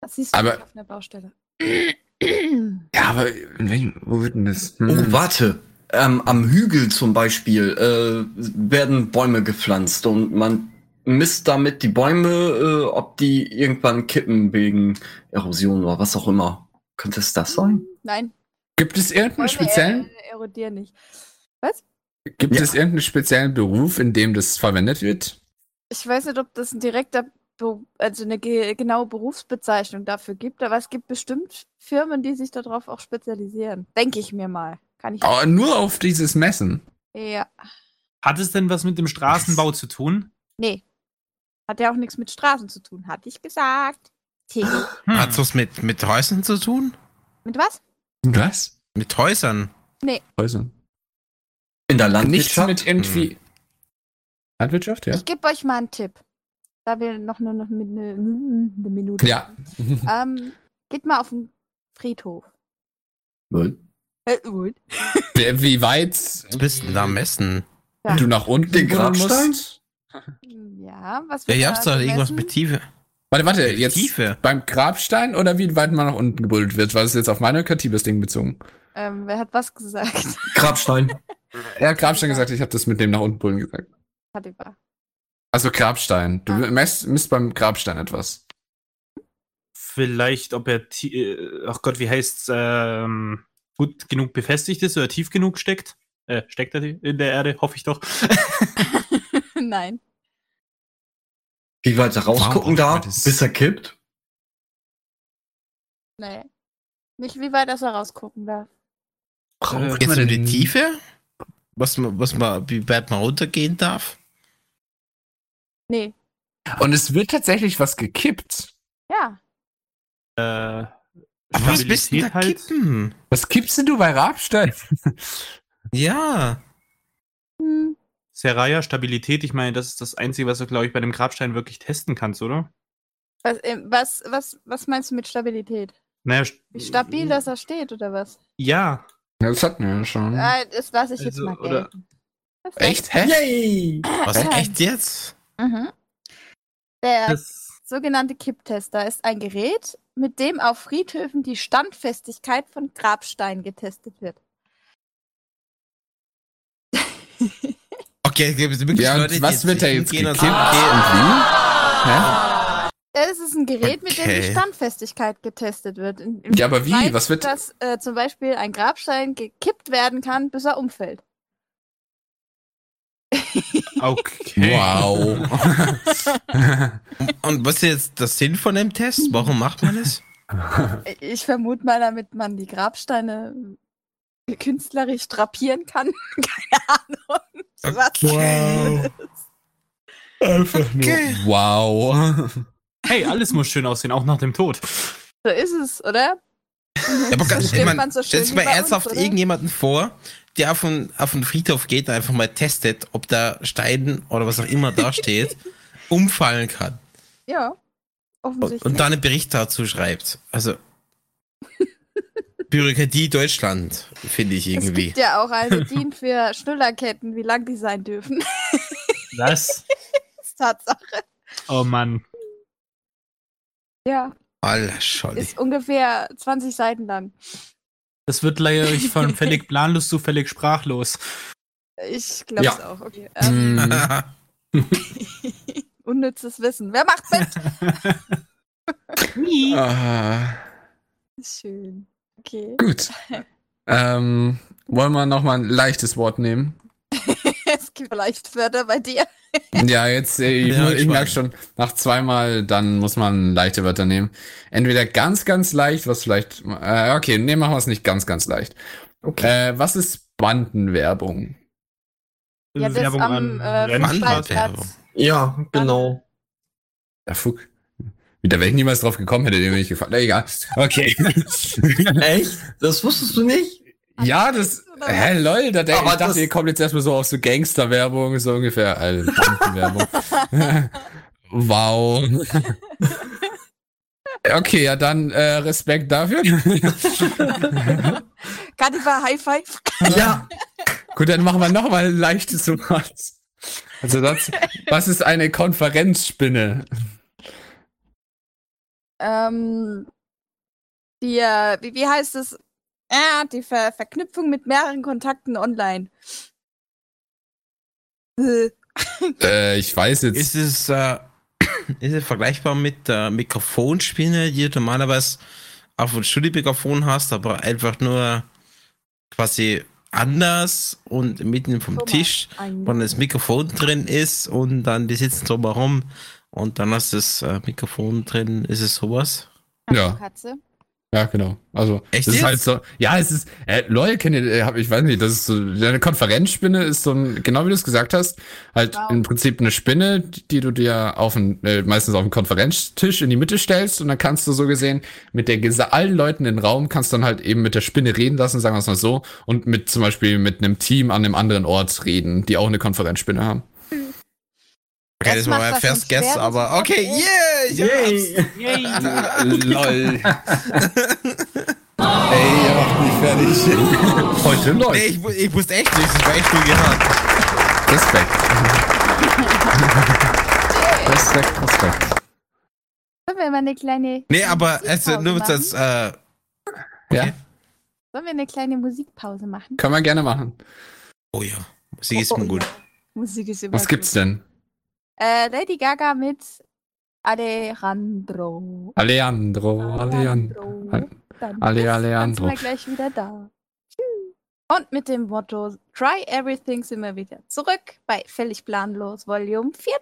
Das siehst du Aber- nicht auf einer Baustelle. ja, aber in welchem, wo wird denn das? Hm. Oh, warte. Ähm, am Hügel zum Beispiel äh, werden Bäume gepflanzt und man misst damit die Bäume, äh, ob die irgendwann kippen wegen Erosion oder was auch immer. Könnte es das sein? Nein, Gibt es irgendeinen speziellen, er- erodier nicht. gibt es irgendeinen speziellen Beruf, in dem das verwendet wird? Ich weiß nicht, ob das ein direkter, Be also eine ge genaue Berufsbezeichnung dafür gibt, aber es gibt bestimmt Firmen, die sich darauf auch spezialisieren. Denke ich mir mal. Kann ich. Aber Ah, nur auf dieses Messen. Ja. Hat es denn was mit dem Straßenbau zu tun? Nee. Hat ja auch nichts mit Straßen zu tun, hatte ich gesagt. Tee. Hm. Hat's was mit, mit Häusern zu tun? Mit was? Was? Mit Häusern? Nee. Häuser. In der Nichts Landwirtschaft? mit E- irgendwie. Hm. Landwirtschaft, ja? Ich gebe euch mal einen Tipp. Da wir noch nur noch mit ne, eine Minute. Ja. Ähm, geht mal auf den Friedhof. Äh, gut. Wer- Wie weit Was bist du denn da am Messen? Ja. du nach unten Den buddeln musst? Grabstein? Ja, was Ja, wird ihr da habt doch irgendwas gemessen? mit Tiefe. Warte, warte, jetzt Tiefe. beim Grabstein oder wie weit man nach unten gebuddelt wird? War das jetzt auf meine Katibes-Ding bezogen? Ähm, wer hat was gesagt? Grabstein. Er hat Grabstein gesagt, ich habe das mit dem nach unten buddeln gesagt. hat über. Also Grabstein. Du Ah. messt, misst beim Grabstein etwas. Vielleicht, ob er, ti- äh, ach Gott, wie heißt's, ähm, gut genug befestigt ist oder tief genug steckt. Äh, steckt er die- in der Erde, hoffe ich doch. Nein. Wie weit er rausgucken Warum darf, braucht man das? bis er kippt? Nee. Nicht wie weit das er rausgucken darf. Braucht jetzt um die Tiefe? Was, man- was man, wie weit man runtergehen darf? Nee. Und es wird tatsächlich was gekippt. Ja. Äh, Aber was bist du denn Stabilität da kippen? Was kippst denn du bei Grabstein? Ja. Hm. Seraya, Stabilität, ich meine, das ist das Einzige, was du, glaube ich, bei dem Grabstein wirklich testen kannst, oder? Was, ähm, was, was, was meinst du mit Stabilität? Naja, st- Wie stabil dass er steht, oder was? Ja. Ja, das hatten wir ja schon. Ah, das lasse ich jetzt Also, mal oder- gelten. Das Echt? Hä? Yay! Was, echt jetzt? Mhm. Der Das, sogenannte Kipptester ist ein Gerät, mit dem auf Friedhöfen die Standfestigkeit von Grabsteinen getestet wird. Okay, es gibt also wirklich Ja, und Leute, die was wird da jetzt hingehen und gekippt? sagen, ah, Es ist ein Gerät, mit dem Okay. die Standfestigkeit getestet wird. In- Ja, aber wie? inwieweit, Was wird- Dass äh, zum Beispiel ein Grabstein gekippt werden kann, bis er umfällt. okay. Wow. "Okay." "Ah, Und was ist jetzt der Sinn von dem Test? Warum macht man das? Ich vermute mal, damit man die Grabsteine künstlerisch drapieren kann. Keine Ahnung. Was Äh, Wow. Einfach nur. Wow. Hey, alles muss schön aussehen, auch nach dem Tod. So ist es, oder? Ja, aber ganz, ich stimmt mein, man so schön stellst du wie mal bei uns, ernsthaft oder? irgendjemanden vor, der auf den, auf den Friedhof geht und einfach mal testet, ob da Stein oder was auch immer da steht, umfallen kann. Ja. Und, Offensichtlich. und dann einen Bericht dazu schreibt. Also, Bürokratie Deutschland, finde ich es irgendwie. gibt ja auch eine DIN für Schnullerketten, wie lang die sein dürfen. Das Was? ist Tatsache. Oh Mann. Ja, Aller Scholle. ist ungefähr 20 Seiten lang. Das wird leider ich von völlig planlos zu völlig sprachlos. Ich glaube es auch. Okay. Ähm, Hm. unnützes Wissen. Wer macht's mit? Ah, Schön. Okay. gut. Ähm, wollen wir nochmal ein leichtes Wort nehmen? Es gibt vielleicht Wörter bei dir. Ja, jetzt, äh, ich, Ja, mu- ich ich merke weiß. schon, nach zweimal, dann muss man leichte Wörter nehmen. Entweder ganz, ganz leicht, was vielleicht, äh, okay, nee, machen wir es nicht ganz, ganz leicht. Äh, was ist Bandenwerbung? Ja, das Werbung am, an- äh, Rennen- Fußballplatz. Ja, genau. Ja, fuck. Da wäre ich niemals drauf gekommen, hätte den mir nicht gefallen. Na, egal. Okay. Echt? Das wusstest du nicht? Ja, das. Hä, lol, da denk, Aber ich das- dachte, ihr kommt jetzt erstmal so auf so Gangster-Werbung, so ungefähr. Also, Bandenwerbung. wow. okay, ja, dann äh, Respekt dafür. Kadifa, High Five. Ja. Gut, dann machen wir nochmal ein leichtes Wort. Also, das, was ist eine Konferenzspinne? Ähm, die, äh, wie, wie heißt es? Ah, die Ver Verknüpfung mit mehreren Kontakten online. Äh, Äh, ich weiß jetzt. Ist es, äh, ist es vergleichbar mit der Mikrofonspinne, die du normalerweise auf dem Studiomikrofon hast, aber einfach nur quasi anders und mitten vom Thomas, Tisch, ein- wo dann das Mikrofon drin ist und dann die sitzen drumherum und dann hast du das äh, Mikrofon drin. Ist es sowas? Ja. Katze. Ja, genau. Also, Echt das ist jetzt? halt so. Ja, es ist. Äh, Leute kennt ihr, äh, hab- ich weiß nicht, das ist so. Eine Konferenzspinne ist so ein, genau wie du es gesagt hast, halt im Prinzip eine Spinne, die du dir auf den, äh, meistens auf den Konferenztisch in die Mitte stellst und dann kannst du so gesehen mit der gesa- allen Leuten im Raum kannst dann halt eben mit der Spinne reden lassen, sagen wir es mal so, und mit zum Beispiel mit einem Team an einem anderen Ort reden, die auch eine Konferenzspinne haben. Okay, Das das, war macht mein das First nicht Guess, schwer, das aber macht okay, das yeah! Ich hab's. Lol. Ey, ihr macht mich fertig. Heute Nee, läuft. ich, wu- ich wusste echt nicht, das war echt nur gehört. Respekt. Respekt, Respekt. Sollen wir mal eine kleine. Nee, aber Musikpause also, nur machen? das, äh, Ja, Sollen wir eine kleine Musikpause machen? kann man gerne machen. oh ja, Musik ist Oh, mir oh, gut. Musik ist immer Was gibt's denn? Äh, Lady Gaga mit Alejandro. Alejandro, Alejandro. Dann Ale- bis dann Alejandro. Sind wir gleich wieder da. Tschüss. Und mit dem Motto Try Everything sind wir wieder zurück bei Völlig Planlos Volume 14.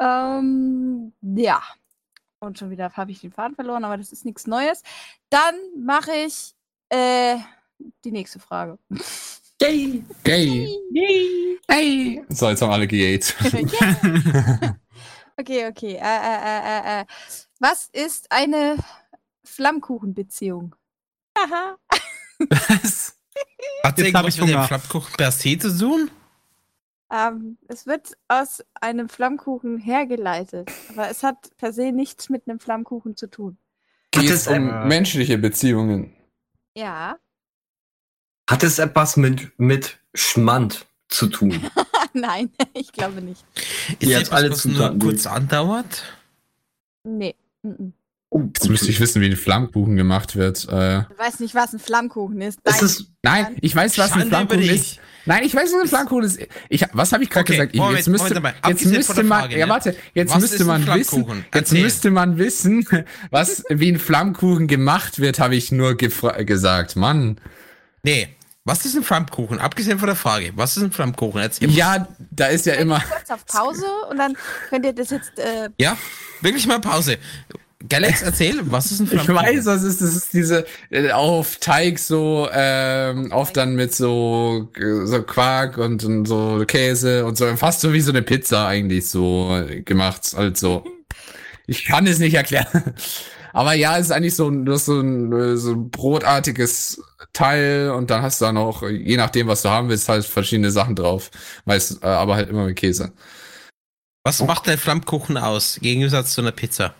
Ähm, ja. Und schon wieder habe ich den Faden verloren, aber das ist nichts Neues. Dann mache ich äh, die nächste Frage. Yay. Gay. Ey. So, jetzt haben alle gejagt. Yeah. okay, okay. Äh, äh, äh, äh, äh. Was ist eine Flammkuchenbeziehung? Aha. Hat Was? Jetzt hab irgendwas ich mit dem Hunger. Flappkuchen per se zu tun? Ähm, es wird aus einem Flammkuchen hergeleitet, aber es hat per se nichts mit einem Flammkuchen zu tun. Geht es Hat es um menschliche Beziehungen? Ja. Hat es etwas mit, mit Schmand zu tun? Nein, ich glaube nicht. Ist Ja, etwas, alle was Zutaten nur kurz andauert? Nee. mhm. Jetzt müsste ich wissen, wie ein Flammkuchen gemacht wird. Äh, Du weißt nicht, was ein Flammkuchen ist. Es Nein. ist, nein, ich weiß, was Schande ein über Flammkuchen dich. ist. Nein, ich weiß, was ein Flammkuchen ist. Ich, was habe ich gerade Okay, gesagt? Ich, Moment, jetzt müsste, Moment mal. jetzt Abgesehen von müsste der man, Frage, ja ne? warte, jetzt Was ist müsste ein man wissen, Flammkuchen? jetzt Erzähl. müsste man wissen, was wie ein Flammkuchen gemacht wird, habe ich nur gefra- gesagt, Mann. Nee. Was ist ein Flammkuchen? Abgesehen von der Frage, was ist ein Flammkuchen? Erzähl. Ja, da ist ja immer. Kurz auf Pause und dann könnt ihr das jetzt. Äh, Ja, wirklich mal Pause. Galax, erzähl, was ist ein Ich Flammkuchen? weiß, was ist, das ist diese äh, auf Teig so, ähm, oft dann mit so, äh, so Quark und, und so Käse und so, fast so wie so eine Pizza eigentlich so äh, gemacht. Also, ich kann es nicht erklären. Aber ja, es ist eigentlich so, ein- du hast so ein, äh, so ein brotartiges Teil und dann hast du da noch, je nachdem, was du haben willst, halt verschiedene Sachen drauf. Meist, äh, aber halt immer mit Käse. Was macht ein Flammkuchen aus, im Gegensatz zu einer Pizza?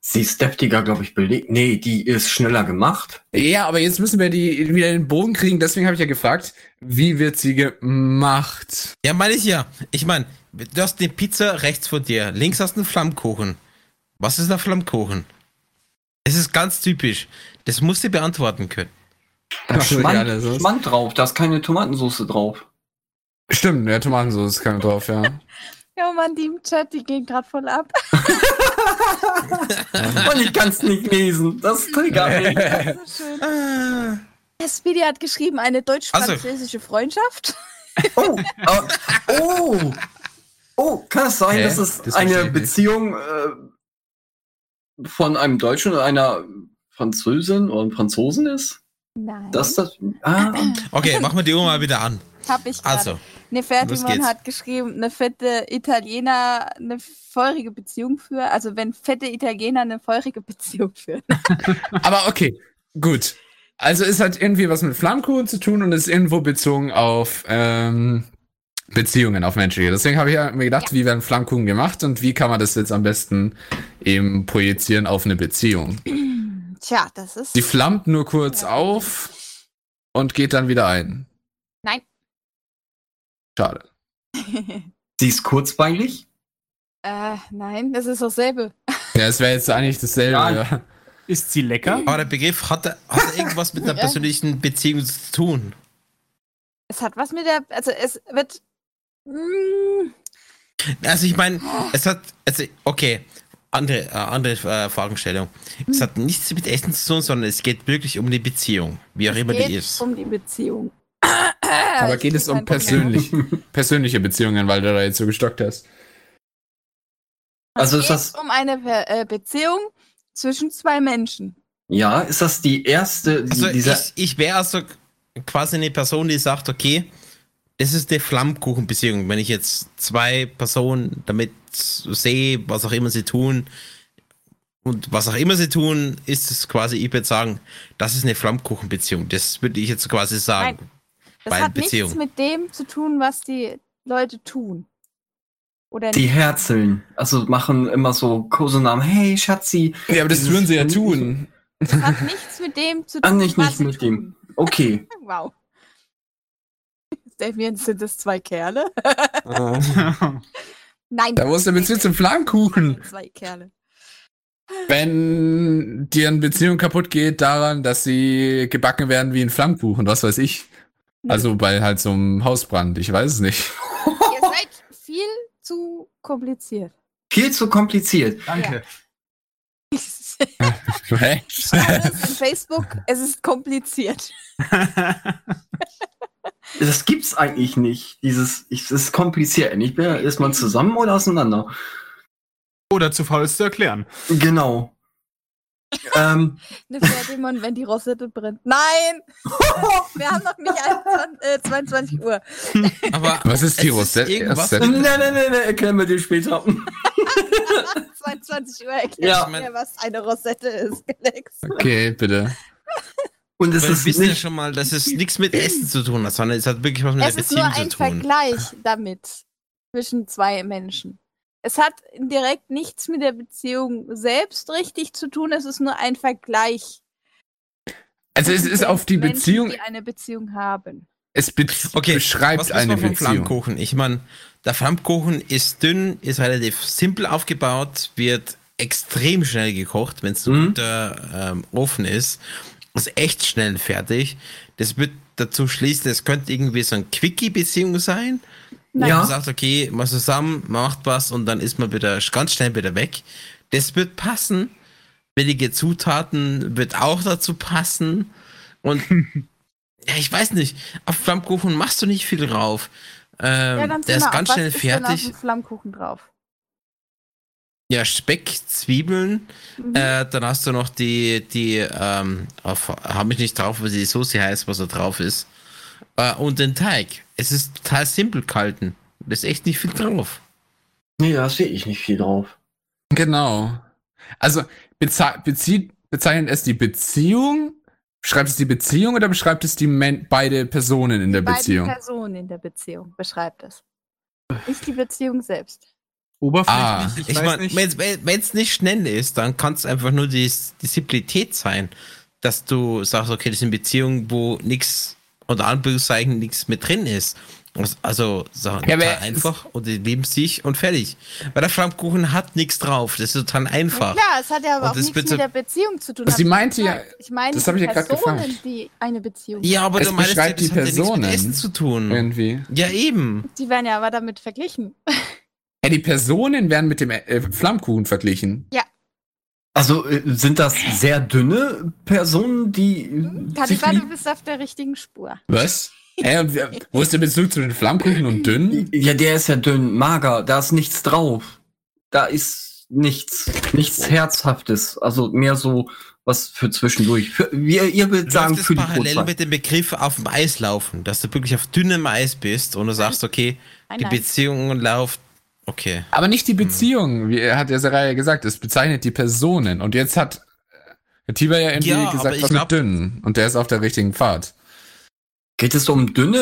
sie ist deftiger, glaube ich, belegt. Nee, die ist schneller gemacht. Ja, aber jetzt müssen wir die wieder in den Bogen kriegen. Deswegen habe ich ja gefragt, wie wird sie gemacht? Ja, meine ich ja. Ich meine, du hast eine Pizza rechts vor dir, links hast du einen Flammkuchen. Was ist ein Flammkuchen? Es ist ganz typisch. Das musst du beantworten können. Da ist Ach, so, ja, Schmand, das ist- Schmand drauf, da ist keine Tomatensauce drauf. Stimmt, ja, Tomatensauce ist keine drauf, ja. ja, Mann, die im Chat, die gehen gerade voll ab. Und ich kann es nicht lesen. Das triggert mich. So schön. Der Speedy hat geschrieben, eine Also, deutsch-französische Freundschaft. Oh, äh, oh, oh, kann es sein, Hä? dass es Das verstehe eine ich nicht. Beziehung äh, von einem Deutschen und einer Französin oder ein Franzosen ist? Nein. Das, das, ah, Okay, machen wir die Uhr mal wieder an. Hab ich grad. Also, los Nefertimon geht's. hat geschrieben, eine fette Italiener eine feurige Beziehung führen. Also wenn fette Italiener eine feurige Beziehung führen. Aber okay, gut. Also es hat irgendwie was mit Flammkuchen zu tun und ist irgendwo bezogen auf ähm, Beziehungen, auf menschliche. Deswegen habe ich ja mir gedacht, wie werden Flammkuchen gemacht und wie kann man das jetzt am besten eben projizieren auf eine Beziehung. Tja, das ist. Die flammt nur kurz auf und geht dann wieder ein. Nein. Schade. Sie ist kurzbeinig? äh, nein, das ist dasselbe. Ja, es wäre jetzt eigentlich dasselbe. Ja. Ja. Ist sie lecker? aber der Begriff hat, hat irgendwas mit einer Ja. persönlichen Beziehung zu tun. Es hat was mit der. Also es wird. Mm, Also ich meine, es hat, also okay, andere, äh, andere äh, Fragestellung. Es hat nichts mit Essen zu tun, sondern es geht wirklich um die Beziehung, wie auch immer die geht ist. um die Beziehung. Aber Ich geht es krieg um kein Problem. persönlich, persönliche Beziehungen, weil du da jetzt so gestockt hast? Also ist Es das, geht um eine Ver- äh, Beziehung zwischen zwei Menschen. ja, ist das die erste, die, Also dieser, ich, ich wäre also quasi eine Person, die sagt, okay, es ist eine Flammkuchenbeziehung. Wenn ich jetzt zwei Personen damit sehe, was auch immer sie tun, und was auch immer sie tun, ist es quasi, ich würde sagen, das ist eine Flammkuchenbeziehung. Das würde ich jetzt quasi sagen. Das Bei hat Beziehung. nichts mit dem zu tun, was die Leute tun. Oder die Herzeln. Also machen immer so Kosenamen. Hey, Schatzi. Ja, aber das würden sie ja tun. Das hat nichts mit dem zu Ah, tun, nicht, was nicht sie mit tun. dem. Okay. Wow. Damien, sind das zwei Kerle? Nein. Da wo ist der Bezug zum Hm. Flammkuchen? Zwei Kerle. Wenn dir eine Beziehung kaputt geht daran, dass sie gebacken werden wie ein Flammkuchen, was weiß ich. Also bei halt so einem Hausbrand, ich weiß es nicht. Ihr seid viel zu kompliziert. Viel zu kompliziert. Danke. Alles Hä? in Facebook, es ist kompliziert. Das gibt's eigentlich nicht. Dieses, ich, es ist kompliziert. Entweder ist man zusammen oder auseinander. Oder zu Oh, faul es zu erklären. Genau. ähm, Eine Ferdemon, wenn die Rosette brennt. Nein! Wir haben noch nicht 21, äh, 22 Uhr. Aber Was ist die es Rosette? irgendwas- Rosette? nein, nein, nein, nein, erklären wir dir später. 22 Uhr erklärt Ja. mir, was eine Rosette ist, Alex. Okay, bitte. Und es Weil wir ist wissen ja nicht. schon mal, dass es nichts mit Essen zu tun hat, sondern es hat wirklich was mit Es der ist nur Beziehung ein zu tun. Vergleich damit zwischen zwei Menschen. Es hat direkt nichts mit der Beziehung selbst richtig zu tun. Es ist nur ein Vergleich. Also es ist auf die Menschen, Beziehung, die eine Beziehung haben. es be Okay, was beschreibt wissen eine wir vom Beziehung. Flammkuchen? Ich meine, der Flammkuchen ist dünn, ist relativ simpel aufgebaut, wird extrem schnell gekocht, wenn es so Mhm. unter ähm, Ofen ist. Ist echt schnell fertig. Das wird dazu schließen, es könnte irgendwie so ein Quickie-Beziehung sein. Nein. Man Ja, sagt, okay, mal zusammen, man macht was und dann ist man wieder ganz schnell wieder weg. Das wird passen. Billige Zutaten wird auch dazu passen. Und ja, ich weiß nicht, auf Flammkuchen machst du nicht viel drauf. Ähm, Ja, der sind wir ist auf- ganz was schnell ist denn auf fertig. dem Flammkuchen drauf. Ja, Speck, Zwiebeln. Mhm. Äh, dann hast du noch die, die, ähm, auf, hab mich nicht drauf, was die Soße heißt, was da drauf ist. Äh, und den Teig. Es ist total simpel gehalten. Da ist echt nicht viel drauf. nee, da sehe ich nicht viel drauf. Genau. Also beza- bezieht, bezeichnet es die Beziehung? Beschreibt es die Beziehung oder beschreibt es die Men beide Personen in der Beziehung? Beide Personen in der Beziehung beschreibt es. Nicht die Beziehung selbst. Ah, Oberflächlich, ich, Ich weiß meine, nicht. wenn es nicht schnell ist, dann kann es einfach nur die S- die Simplität sein, dass du sagst, okay, das sind Beziehungen, wo nichts unter Anführungszeichen nichts mit drin ist. Was- Also sagen Ja, aber total es- einfach und die lieben sich und fertig. Weil der Flammkuchen hat nichts drauf. Das ist total Ja, einfach. klar, es hat ja aber Und auch das nichts bitte- mit der Beziehung zu tun. hab Also Sie ich meinte ja- gesagt. ich meine, das hab die ich ja grad Personen, gefragt. die eine Beziehung Ja, aber Es du meinst, ja, beschreibt die das hat ja nichts mit Personen. Essen zu Hm. tun. Irgendwie. Ja, eben. Die werden ja aber damit verglichen. Ja, die Personen werden mit dem äh, Flammkuchen verglichen. Also äh, sind das sehr dünne Personen, die. sich Kannibale, du lieb- bist auf der richtigen Spur. Was? Hä, und wer- wo ist der Bezug zwischen Flammkuchen und dünn? ja, der ist ja dünn, mager, da ist nichts drauf. Da ist. nichts. Nichts Herzhaftes. Also mehr so was für zwischendurch. Für, wie ihr würdet sagen, das für die parallel Brotzeit. mit dem Begriff auf dem Eis laufen, dass du wirklich auf dünnem Eis bist und du sagst, okay, Nein, die nein. Beziehung läuft, okay. Aber nicht die Beziehung, wie er hat ja Saraya gesagt, es bezeichnet die Personen. Und jetzt hat äh, Tiber ja irgendwie Ja, aber gesagt, ich was glaub- mit dünn. Und der ist auf der richtigen Pfad. Geht es um dünne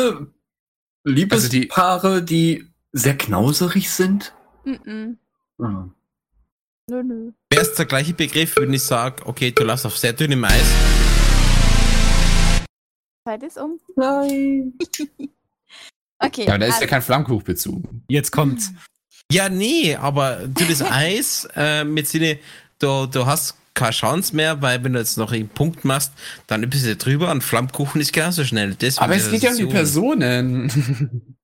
Also die- Liebespaare, die sehr knauserig sind? Mhm. Ah. Nö, nö. Wäre es der gleiche Begriff, wenn ich sage, okay, du läufst auf sehr dünnem Eis. Zeit ist um. Nein. Okay. Ja, aber da ist also, ja kein Flammkuchbezug. Jetzt kommt's. Ja, nee, aber dünnes Eis äh, mit Sinne, du, du hast keine Chance mehr, weil wenn du jetzt noch einen Punkt machst, dann bist du drüber und Flammkuchen ist gar so schnell. Deswegen Aber es ist geht ja um die so- Personen.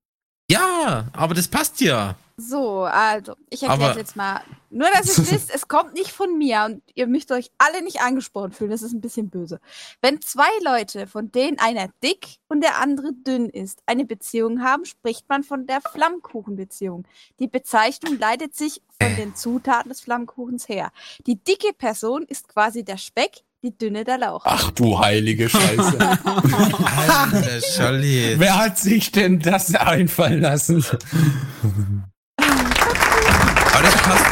Ja, aber das passt ja. so, also, ich erkläre Aber- es jetzt mal. Nur, dass ihr wisst, es kommt nicht von mir und ihr müsst euch alle nicht angesprochen fühlen. Das ist ein bisschen böse. Wenn zwei Leute, von denen einer dick und der andere dünn ist, eine Beziehung haben, spricht man von der Flammkuchenbeziehung. Die Bezeichnung leitet sich von den Zutaten des Flammkuchens her. Die dicke Person ist quasi der Speck, die dünne der Lauch. Ach du heilige Scheiße. Alter, Scholli. Wer hat sich denn das einfallen lassen? Aber das passt,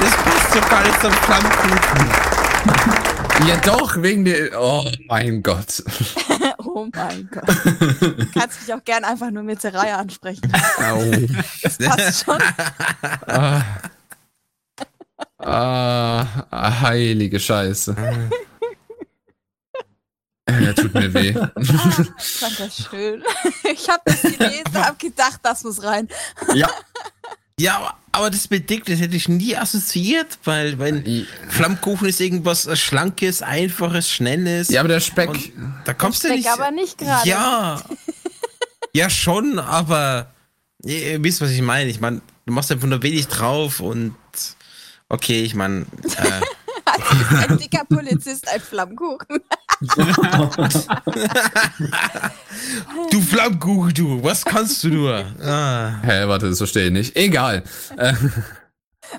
das passt so gar nicht zum Flammkuchen. Ja doch, wegen der... Oh mein Gott. Oh mein Gott. Kannst mich auch gern einfach nur mit Seraya ansprechen. Au. Passt schon. ah. ah, heilige Scheiße. Ja, tut mir weh. Ich fand das schön. Ich habe das gelesen, habe gedacht, das muss rein. Ja, Ja, aber- aber das mit dick, das hätte ich nie assoziiert, weil wenn Flammkuchen ist irgendwas äh, Schlankes, Einfaches, Schnelles. Ja, aber der Speck. und da kommst du Speck nicht. aber nicht gerade. Ja. ja, schon, aber ihr, ihr wisst, was ich meine. Ich meine, du machst einfach nur wenig drauf und okay, ich meine, äh, Ein dicker Polizist, ein Flammkuchen. du Flammkuchen, du, was kannst du nur? Ah. Hä, warte, das verstehe ich nicht. Egal. Äh,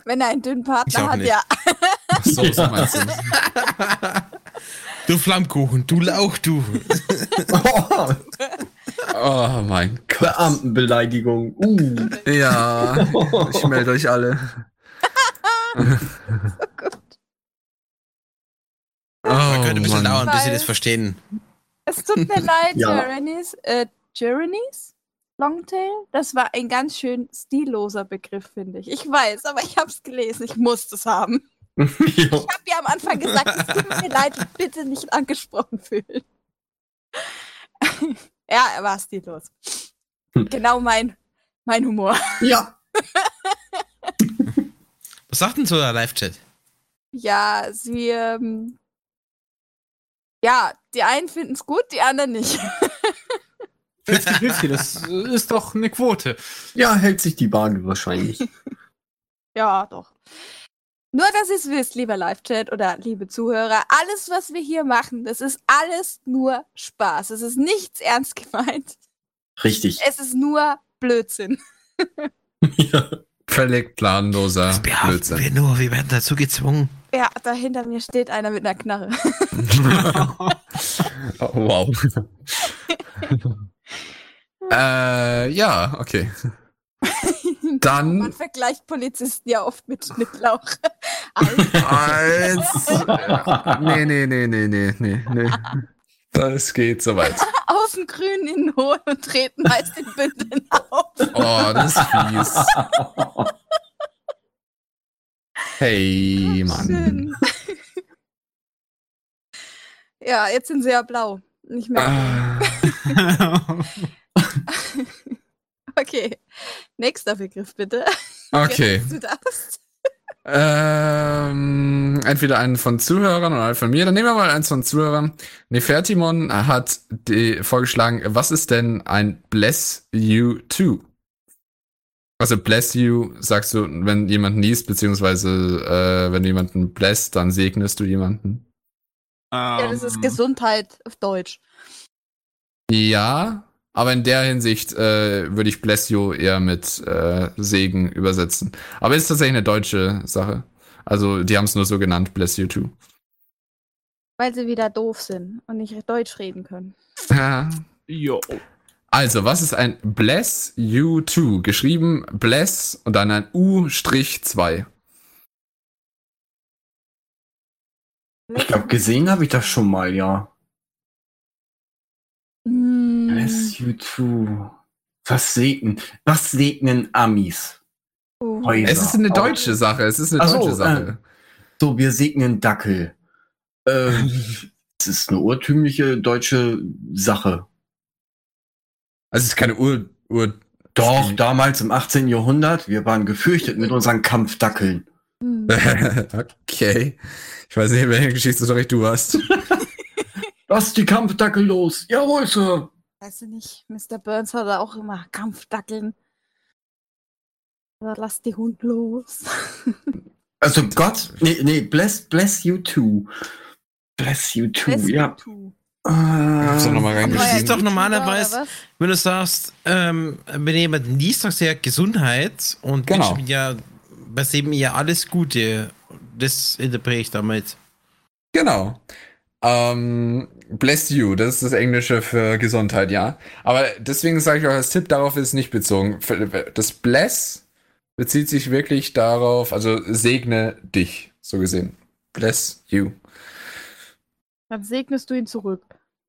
Wenn er einen dünnen Ich Partner auch hat, nicht. ja. so so meinst du. Du Flammkuchen, du Lauch, du. Oh, Oh mein Gott. Beamtenbeleidigung. Uh. Ja, ich melde euch alle. Oh, Man könnte ein bisschen Mann. dauern, bis sie Weil- das verstehen. Es tut mir leid, Ja. Jeremy's. Äh, Jeremy's? Longtail? Das war ein ganz schön stilloser Begriff, finde ich. Ich weiß, aber ich habe es gelesen. Ich musste es haben. ja. Ich habe ja am Anfang gesagt, es tut mir leid, bitte nicht angesprochen fühlen. ja, er war stillos. Genau mein, mein Humor. ja. Was sagt denn so der Live-Chat? Ja, sie. Ähm, ja, die einen finden es gut, die anderen nicht. 50-50, das ist doch eine Quote. Ja, hält sich die Waage wahrscheinlich. ja, doch. Nur, dass ihr es wisst, lieber Live-Chat oder liebe Zuhörer, alles, was wir hier machen, das ist alles nur Spaß. Es ist nichts ernst gemeint. Richtig. Es ist nur Blödsinn. Ja. Völlig planloser Das behaupten Blödsinn. wir nur, wir werden dazu gezwungen. Ja, da hinter mir steht einer mit einer Knarre. Oh, wow. äh, ja, okay. Man Dann vergleicht Polizisten ja oft mit Schnittlauch. Also, als. Nee, nee, nee, nee, nee, nee, nee. Das geht soweit. außen grün, innen hohl und treten meist den Bündeln auf. Oh, das ist fies. Hey, Mann. Schön. ja, jetzt sind sie ja blau. Nicht mehr. Ah, grün. Okay. Nächster Begriff, bitte. Ah, Okay. Jetzt Du darfst. Ähm, entweder einen von Zuhörern oder einen von mir. Dann nehmen wir mal eins von Zuhörern. Nefertimon hat die vorgeschlagen, was ist denn ein Bless You Too? Also Bless You sagst du, wenn jemand niest, beziehungsweise äh, wenn du jemanden bless, dann segnest du jemanden. Ja, das ist Ähm, Gesundheit auf Deutsch. Ja, aber in der Hinsicht äh, würde ich Bless You eher mit äh, Segen übersetzen. Aber ist tatsächlich eine deutsche Sache. Also die haben es nur so genannt, Bless You Too. Weil sie wieder doof sind und nicht Deutsch reden können. Ah. Jo. Also, was ist ein Bless You Too? Geschrieben Bless und dann ein U-2. Ich glaube, gesehen habe ich das schon mal, ja. Bless you too. Was segnen? Was segnen Amis? Häuser. Es ist eine deutsche Sache. Es ist eine Genau. Ach so, deutsche äh, Sache. So, wir segnen Dackel. Ähm, Es ist eine urtümliche deutsche Sache. Also es ist keine Ur... Ur Doch, damals im 18. Jahrhundert, wir waren gefürchtet mit unseren Kampfdackeln. Hm, okay. Ich weiß nicht, in welcher Geschichtsunterricht du warst. Ähm, Lass die Kampfdackel los. Jawohl, Sir. Weißt du nicht, Mr. Burns hat da auch immer Kampfdackeln. Oder lass die Hund los. Also Gott, nee, nee, bless, bless you too. Bless you too, Bless you ja. too. hab's doch noch mal Ähm, reingeschrieben. das Das ist doch Oder normalerweise, was? wenn du sagst, ähm, wenn jemand liest, sagst du ja Gesundheit und Genau. wünsche mir ja, was eben ja alles Gute. Das interpretiere ich damit. Genau. Ähm, bless you, das ist das Englische für Gesundheit, ja. Aber deswegen sage ich euch als Tipp, darauf ist es nicht bezogen. Für- Das Bless bezieht sich wirklich darauf, also segne dich, so gesehen. Bless you. Dann segnest du ihn zurück.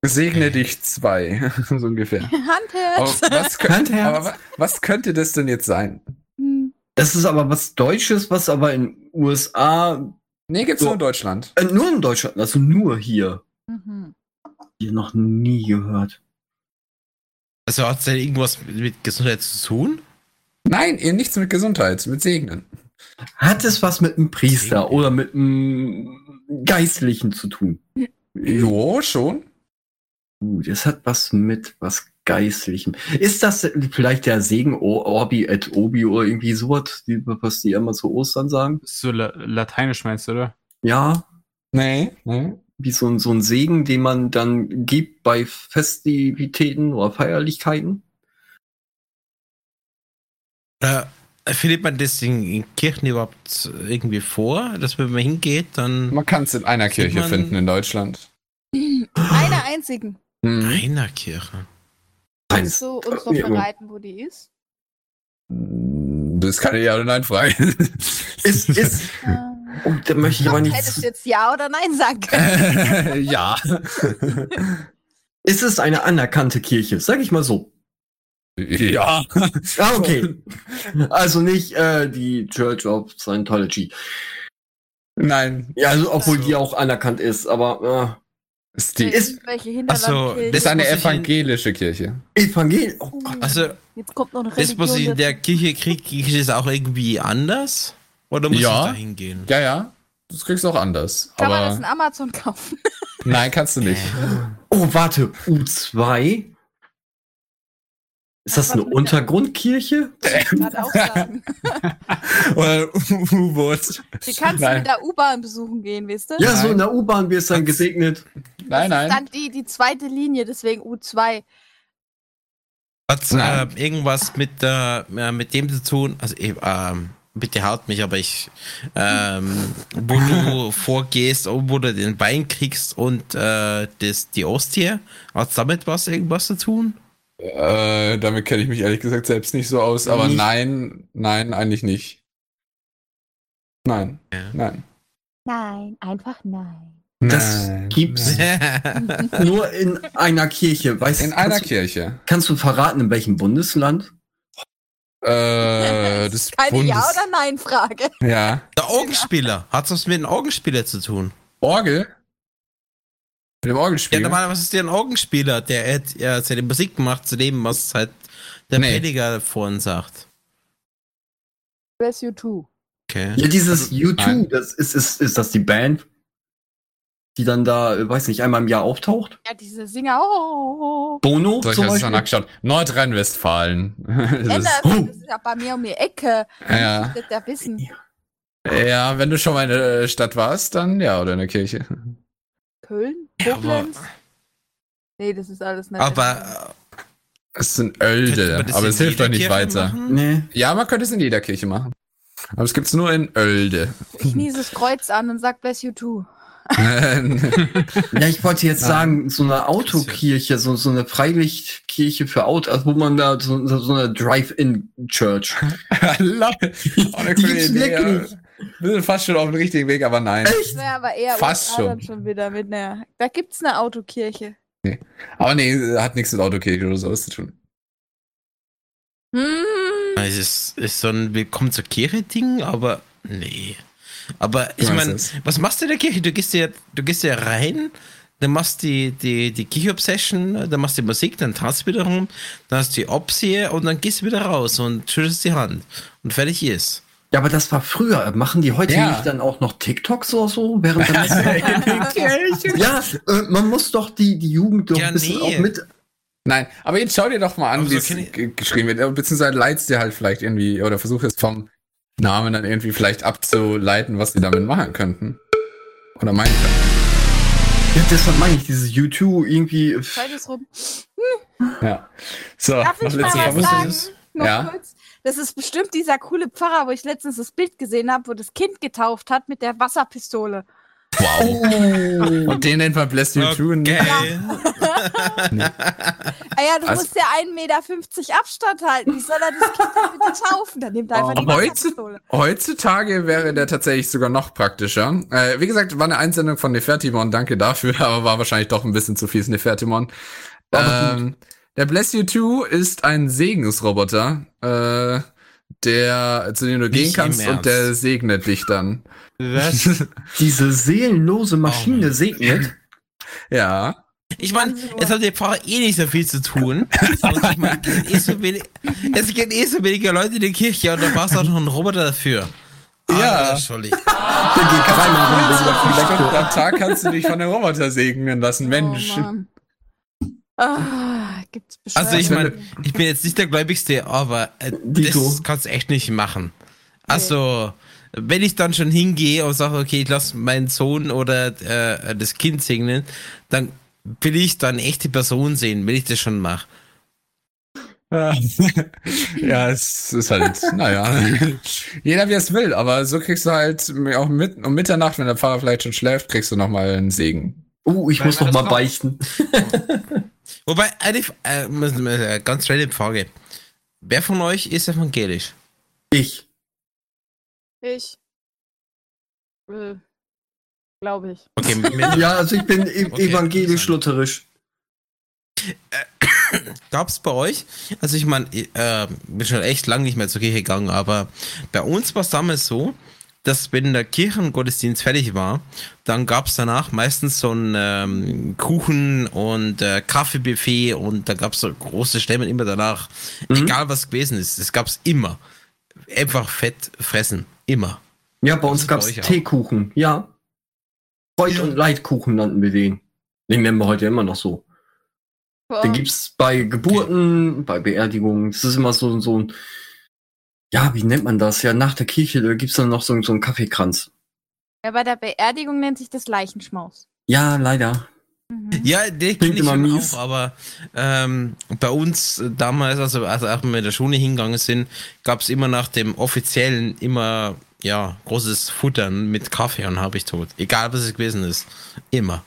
Segne dich zwei, so ungefähr. Aber Handherz! Hand was, könnte, her. aber wa- was könnte das denn jetzt sein? Hm. Das ist aber was Deutsches, was aber in USA, Nee, gibt's So. nur in Deutschland. äh, nur in Deutschland, also nur hier, Mhm. hier noch nie gehört. Also hat es denn irgendwas mit Gesundheit zu tun? Nein, eben nichts mit Gesundheit, mit Segnen. Hat es was mit einem Priester oder mit einem Geistlichen zu tun? Jo, schon. Uh, das hat was mit was Geistlichem. Ist das vielleicht der Segen O- Orbi et Obi oder irgendwie sowas, die- was die immer zu Ostern sagen? So la lateinisch meinst du, oder? Ja, Nee, nee. wie so ein, so ein Segen, den man dann gibt bei Festivitäten oder Feierlichkeiten. Oder findet man das in, in Kirchen überhaupt irgendwie vor, dass wenn man hingeht, dann Man kann es in einer Sieht Kirche man- finden in Deutschland. Einer einzigen. Hm. einer Kirche? Kannst du uns noch Ja. verraten, wo die ist? Das kann ich ja oder nein frei. Ist, ist, Ähm, oh, da möchte ich aber nicht. hättest du jetzt Ja oder Nein sagen Äh, können. ja. Ist es eine anerkannte Kirche? Sag ich mal so. ja. Ah, okay. Also nicht äh, die Church of Scientology. Nein. Ja, also, obwohl die auch anerkannt ist, aber Ist Die die Ist- irgendwelche Ach so, Hinterlandkirchen. ist eine muss ich in- evangelische Kirche. äh, Evangel. Oh Gott. Also, Jetzt kommt noch eine das, was ich Religion. in der Kirche kriege, kriege ich das auch irgendwie anders? Oder muss Ja. ich da hingehen? Ja, ja. Das kriegst du auch anders. Kann man das in aber Amazon kaufen? nein, kannst du nicht. Oh, warte. U2? Ist das Was eine mit der- Untergrundkirche? Ich grad auch sagen. Oder U-Boot. Die kannst du Nein. mit der U-Bahn besuchen gehen, weißt du? Ja, so Nein. in der U-Bahn wird es dann gesegnet. Nein, Dann nein. die, die zweite Linie, deswegen U2. Hat äh, Nein. irgendwas mit, äh, äh, mit dem zu tun? Also, eh, ähm, bitte haut mich, aber ich, ähm, wo du vorgehst, oh, wo du den Bein kriegst und äh, das, die Ostie, hat damit was irgendwas zu tun? Äh, damit kenne ich mich ehrlich gesagt selbst nicht so aus, aber Nicht? nein, nein, eigentlich nicht. Nein, nein. Nein, einfach nein. Das Nein, gibt's nein. nur in einer Kirche. Weißt, In du, einer kannst, Kirche. Du, kannst du verraten, in welchem Bundesland? Äh, das Keine Bundes Ja- oder Nein-Frage. Ja. Der Augenspieler. Hat was mit dem Augenspieler zu tun? Orgel? Mit dem Ja, Orgelspiel? normalerweise ist der ein Augenspieler. Der hat ja seine Musik gemacht zu dem, was halt der Nee. Prediger vorhin sagt. Bless you too. Okay. Ja, dieses U2, nein. das ist, ist, ist das die Band, die dann da, äh, weiß nicht, einmal im Jahr auftaucht? also Ja, diese Singer. Oh, oh, oh. Bono so, ich zum habe es mal Beispiel? nachgeschaut. Nordrhein-Westfalen. Das Ändert ist- sich, das ist ja bei mir um die Ecke. ja. Das ja wissen. ja, wenn du schon mal in der äh, Stadt warst, dann ja, oder in der Kirche. Köln? Ja, aber- Koblenz? nee, das ist alles nicht. Aber Es sind äh, könnte Ölde, man das aber in es hilft jeder doch nicht Kirche weiter. machen? Nee. Ja, man könnte es in jeder Kirche machen. Aber es gibt's nur in Oelde. Ich niese das Kreuz an und sag bless you too. ja, ich wollte jetzt Nein. sagen, so eine Autokirche, so, so eine Freilichtkirche für Autos, also wo man da so, so so eine Drive-In-Church. Love it. Oh, eine Die coole gibt's Idee, wirklich. ja. Wir sind fast schon auf dem richtigen Weg, aber nein. Das wäre aber eher Fast USA dann schon wieder mit einer. Da gibt's eine Autokirche. Aber nee, hat nichts mit Autokirche oder sowas zu tun. Hm, Ah, Es ist, ist so ein Willkommen zur Kirche-Ding, aber nee. Aber ich Du meinst meine, es. was machst du in der Kirche? Du gehst ja, du gehst ja rein, dann machst die, die, die Kirche-Obsession, dann machst du die Musik, dann tanzt du wieder rum, dann hast du die Obsie und dann gehst du wieder raus und schüttelst die Hand. Und fertig ist. Ja, aber das war früher. Machen die heute Ja. nicht dann auch noch TikToks oder so? Während der ja, äh, man muss doch die, die Jugend doch Ja, ein bisschen nee. auch mit. Nein, aber jetzt schau dir doch mal an, Aber wie so es kenn ich- ge- geschrieben wird. Äh, Beziehungsweise leit's dir halt vielleicht irgendwie oder versuch es vom Namen dann irgendwie vielleicht abzuleiten, was sie damit machen könnten. Oder meinen könnten. Ja, deshalb meine ich dieses U2 irgendwie. Zeit ist rum. Ja. So, Darf ich mal was Frage? Vermutung. sagen? ist es? Noch Ja. kurz. Das ist bestimmt dieser coole Pfarrer, wo ich letztens das Bild gesehen habe, wo das Kind getauft hat mit der Wasserpistole. Wow. Und den nennt man Bless You ne? True. Okay. Ah ja, du Also- musst ja 1,50 Meter Abstand halten. Wie soll er das Kind dann bitte taufen? Dann nimmt er einfach die Aber heute- Wasserpistole. Heutzutage wäre der tatsächlich sogar noch praktischer. Äh, wie gesagt, war eine Einsendung von Nefertimon, danke dafür, aber war wahrscheinlich doch ein bisschen zu fies Nefertimon. Aber Ähm, der Bless You 2 ist ein Segensroboter, äh, der, zu dem du gehen im kannst und Ernst. der segnet dich dann. Was? Diese seelenlose Oh Maschine segnet. Ja. Ich meine, jetzt haben die Pfarrer eh nicht so viel zu tun. Und ich mein, es, gehen eh so wenig, es gehen eh so wenige Leute in die Kirche und da brauchst du auch noch einen Roboter dafür. Ja. Ah, Scholli. Der geht dreimal rum. Stunden am Tag kannst du dich von einem Roboter segnen lassen, Mensch. Oh, Mann. Ah, gibt's bestimmt. Also ich wenn meine, ich bin jetzt nicht der Gläubigste, aber äh, Dito. das kannst du echt nicht machen. Also, wenn ich dann schon hingehe und sage, okay, ich lasse meinen Sohn oder äh, das Kind segnen, dann will ich dann echt die Person sehen, wenn ich das schon mache. ja, es ist halt, naja. Jeder wie es will, aber so kriegst du halt auch mit, um Mitternacht, wenn der Pfarrer vielleicht schon schläft, kriegst du nochmal einen Segen. Oh, ich Weil muss man noch das mal braucht. beichten. Wobei, eine F- äh, muss- muss- äh, ganz random Frage. Wer von euch ist evangelisch? Ich. Ich. Äh, Glaube ich. Okay, mit mir- Ja, also ich bin e- Okay, also- evangelisch-lutherisch. Gab's bei euch? Also ich meine, ich, äh, bin schon echt lange nicht mehr zur Kirche gegangen, aber bei uns war es damals so, dass wenn der Kirchengottesdienst fertig war, dann gab's danach meistens so ein ähm, Kuchen und äh, Kaffeebuffet und da gab's so große Stemmen immer danach. Egal was gewesen ist, es gab's immer. Einfach fett fressen. Immer. Ja, bei uns bei gab's euch auch. Teekuchen. Ja. Freud- und Leidkuchen nannten wir den. Den nennen wir heute immer noch so. Oh. Den gibt's bei Geburten, bei Beerdigungen. Das ist immer so, so ein, ja, wie nennt man das? Ja, nach der Kirche, da gibt's dann noch so, so einen Kaffeekranz. ja, bei der Beerdigung nennt sich das Leichenschmaus. Mhm. Ja, leider. Ja, den Klingt kenne ich immer schon mies. auch, aber ähm, bei uns damals, also als wir mit der Schule hingegangen sind, gab es immer nach dem offiziellen immer ja großes Futtern mit Kaffee und habe ich tot. Egal was es gewesen ist. Immer.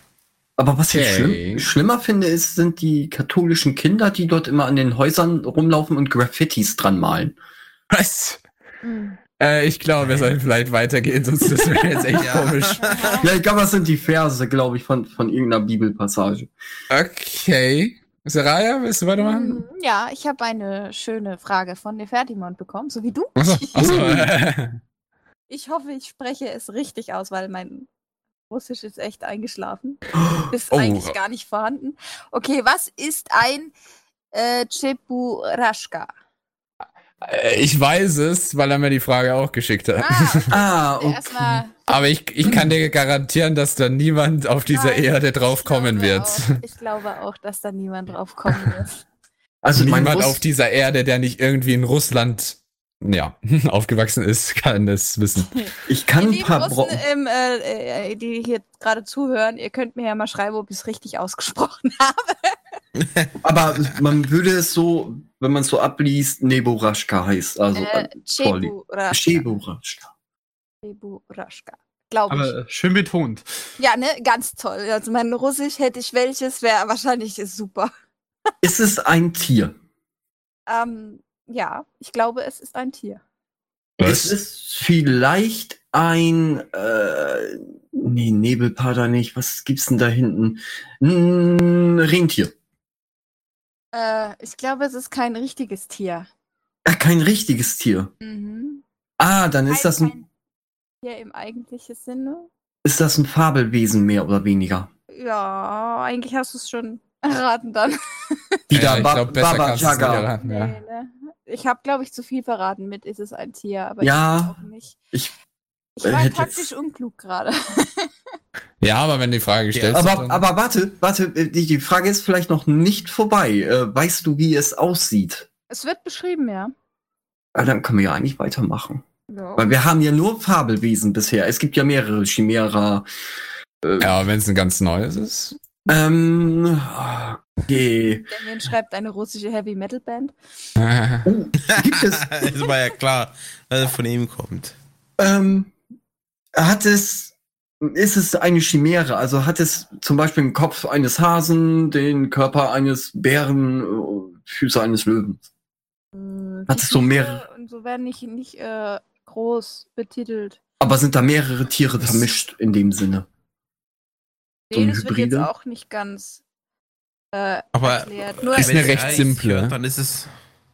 Aber was ich Okay. schlimm, schlimmer finde, ist, sind die katholischen Kinder, die dort immer an den Häusern rumlaufen und Graffitis dran malen. Was? Oh, mm, Äh, ich glaube, wir sollten vielleicht weitergehen, sonst ist mir jetzt echt komisch. Ja, ich glaube, das sind die Verse, glaube ich, von, von irgendeiner Bibelpassage. Okay. Saraya, willst du weitermachen? Mhm. Ja, ich habe eine schöne Frage von Nefertimon bekommen, so wie du. Achso, achso. äh, Ich hoffe, ich spreche es richtig aus, weil mein Russisch ist echt eingeschlafen. Ist Oh. eigentlich gar nicht vorhanden. Okay, was ist ein äh, Cheburashka? Äh, ich weiß es, weil er mir die Frage auch geschickt hat. Ah, Ah, okay. erstmal. Aber ich, ich kann dir garantieren, dass da niemand auf dieser Nein, Erde ich drauf kommen glaube wird. Auch, ich glaube auch, dass da niemand drauf kommen wird. also mein Niemand Russ- auf dieser Erde, der nicht irgendwie in Russland ja, aufgewachsen ist, kann es wissen. ich kann ein Die paar Bro Russen, im, äh, äh, die hier gerade zuhören, ihr könnt mir ja mal schreiben, ob ich es richtig ausgesprochen habe. Aber man würde es so, wenn man es so abliest, Neburaschka heißt. Also Äh, Polly. Cheburaschka. Cheburaschka. Cheburaschka. Glaube ich. Aber schön betont. Ja, ne? Ganz toll. Also mein Russisch hätte ich welches, wäre wahrscheinlich super. Es ist ein Tier. Ähm, ja, ich glaube, es ist ein Tier. Es ist vielleicht ein äh, nee, Nebelpader nicht. Was gibt's denn da hinten? Ein Rentier. Äh, ich glaube, es ist kein richtiges Tier. Ah, kein richtiges Tier. Mhm. Ah, dann ist das ein, Tier im eigentlichen Sinne? ist das ein Fabelwesen mehr oder weniger. Ja, eigentlich hast du es schon erraten dann. Wieder ich Ba- glaube, besser Baba kannst du es nicht Yaga. erraten. Ja. Nee, ne? Ich habe, glaube ich, zu viel verraten mit, ist es ein Tier, aber Ja. ich weiß auch nicht. Ich, Ich äh, war hätte taktisch unklug gerade. ja, aber wenn die Frage gestellt wird, aber, dann- aber warte, warte, äh, die, die Frage ist vielleicht noch nicht vorbei. Äh, weißt du, wie es aussieht? Es wird beschrieben, ja. Ah, dann können wir ja eigentlich weitermachen. Ja. Weil wir haben ja nur Fabelwesen bisher. Es gibt ja mehrere Chimera. ja, aber wenn es ein ganz neues ist. Ähm, okay. Damien schreibt eine russische Heavy Metal Band. Oh, gibt es, Es war ja klar, dass er von ihm kommt. ähm, hat es, ist es eine Chimäre? Also hat es zum Beispiel den Kopf eines Hasen, den Körper eines Bären, äh, Füße eines Löwen? Hat Hattest du mehrere? Und so werden nicht, nicht äh, groß betitelt. Aber sind da mehrere Tiere vermischt in dem Sinne? So Nee, ein das wird jetzt Hybride? auch nicht ganz äh, Aber erklärt. Nur Ist es, eine Wenn recht er eins simple. hört, Dann ist es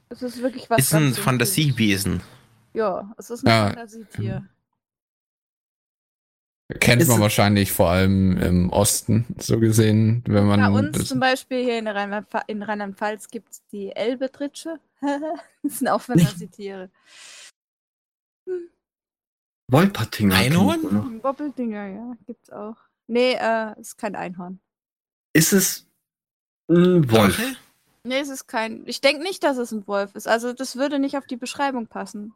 es ist wirklich was ist ein ganz Simples. Fantasiewesen. Ja, es ist ein Ja. genau, Fantasietier. Kennt Ist man es- wahrscheinlich vor allem im Osten, so gesehen, wenn man. Bei uns zum Beispiel hier in Rheinland-Pfalz in Rheinland gibt es die Elbe-Tritsche. das sind auch Fantasietiere. Wolpertinger. Einhorn? kennt man noch. Bobbeldinger, ja, gibt's auch. Nee, äh, ist kein Einhorn. Ist es ein Wolf? Drache? Nee, es ist kein. Ich denke nicht, dass es ein Wolf ist. Also, das würde nicht auf die Beschreibung passen.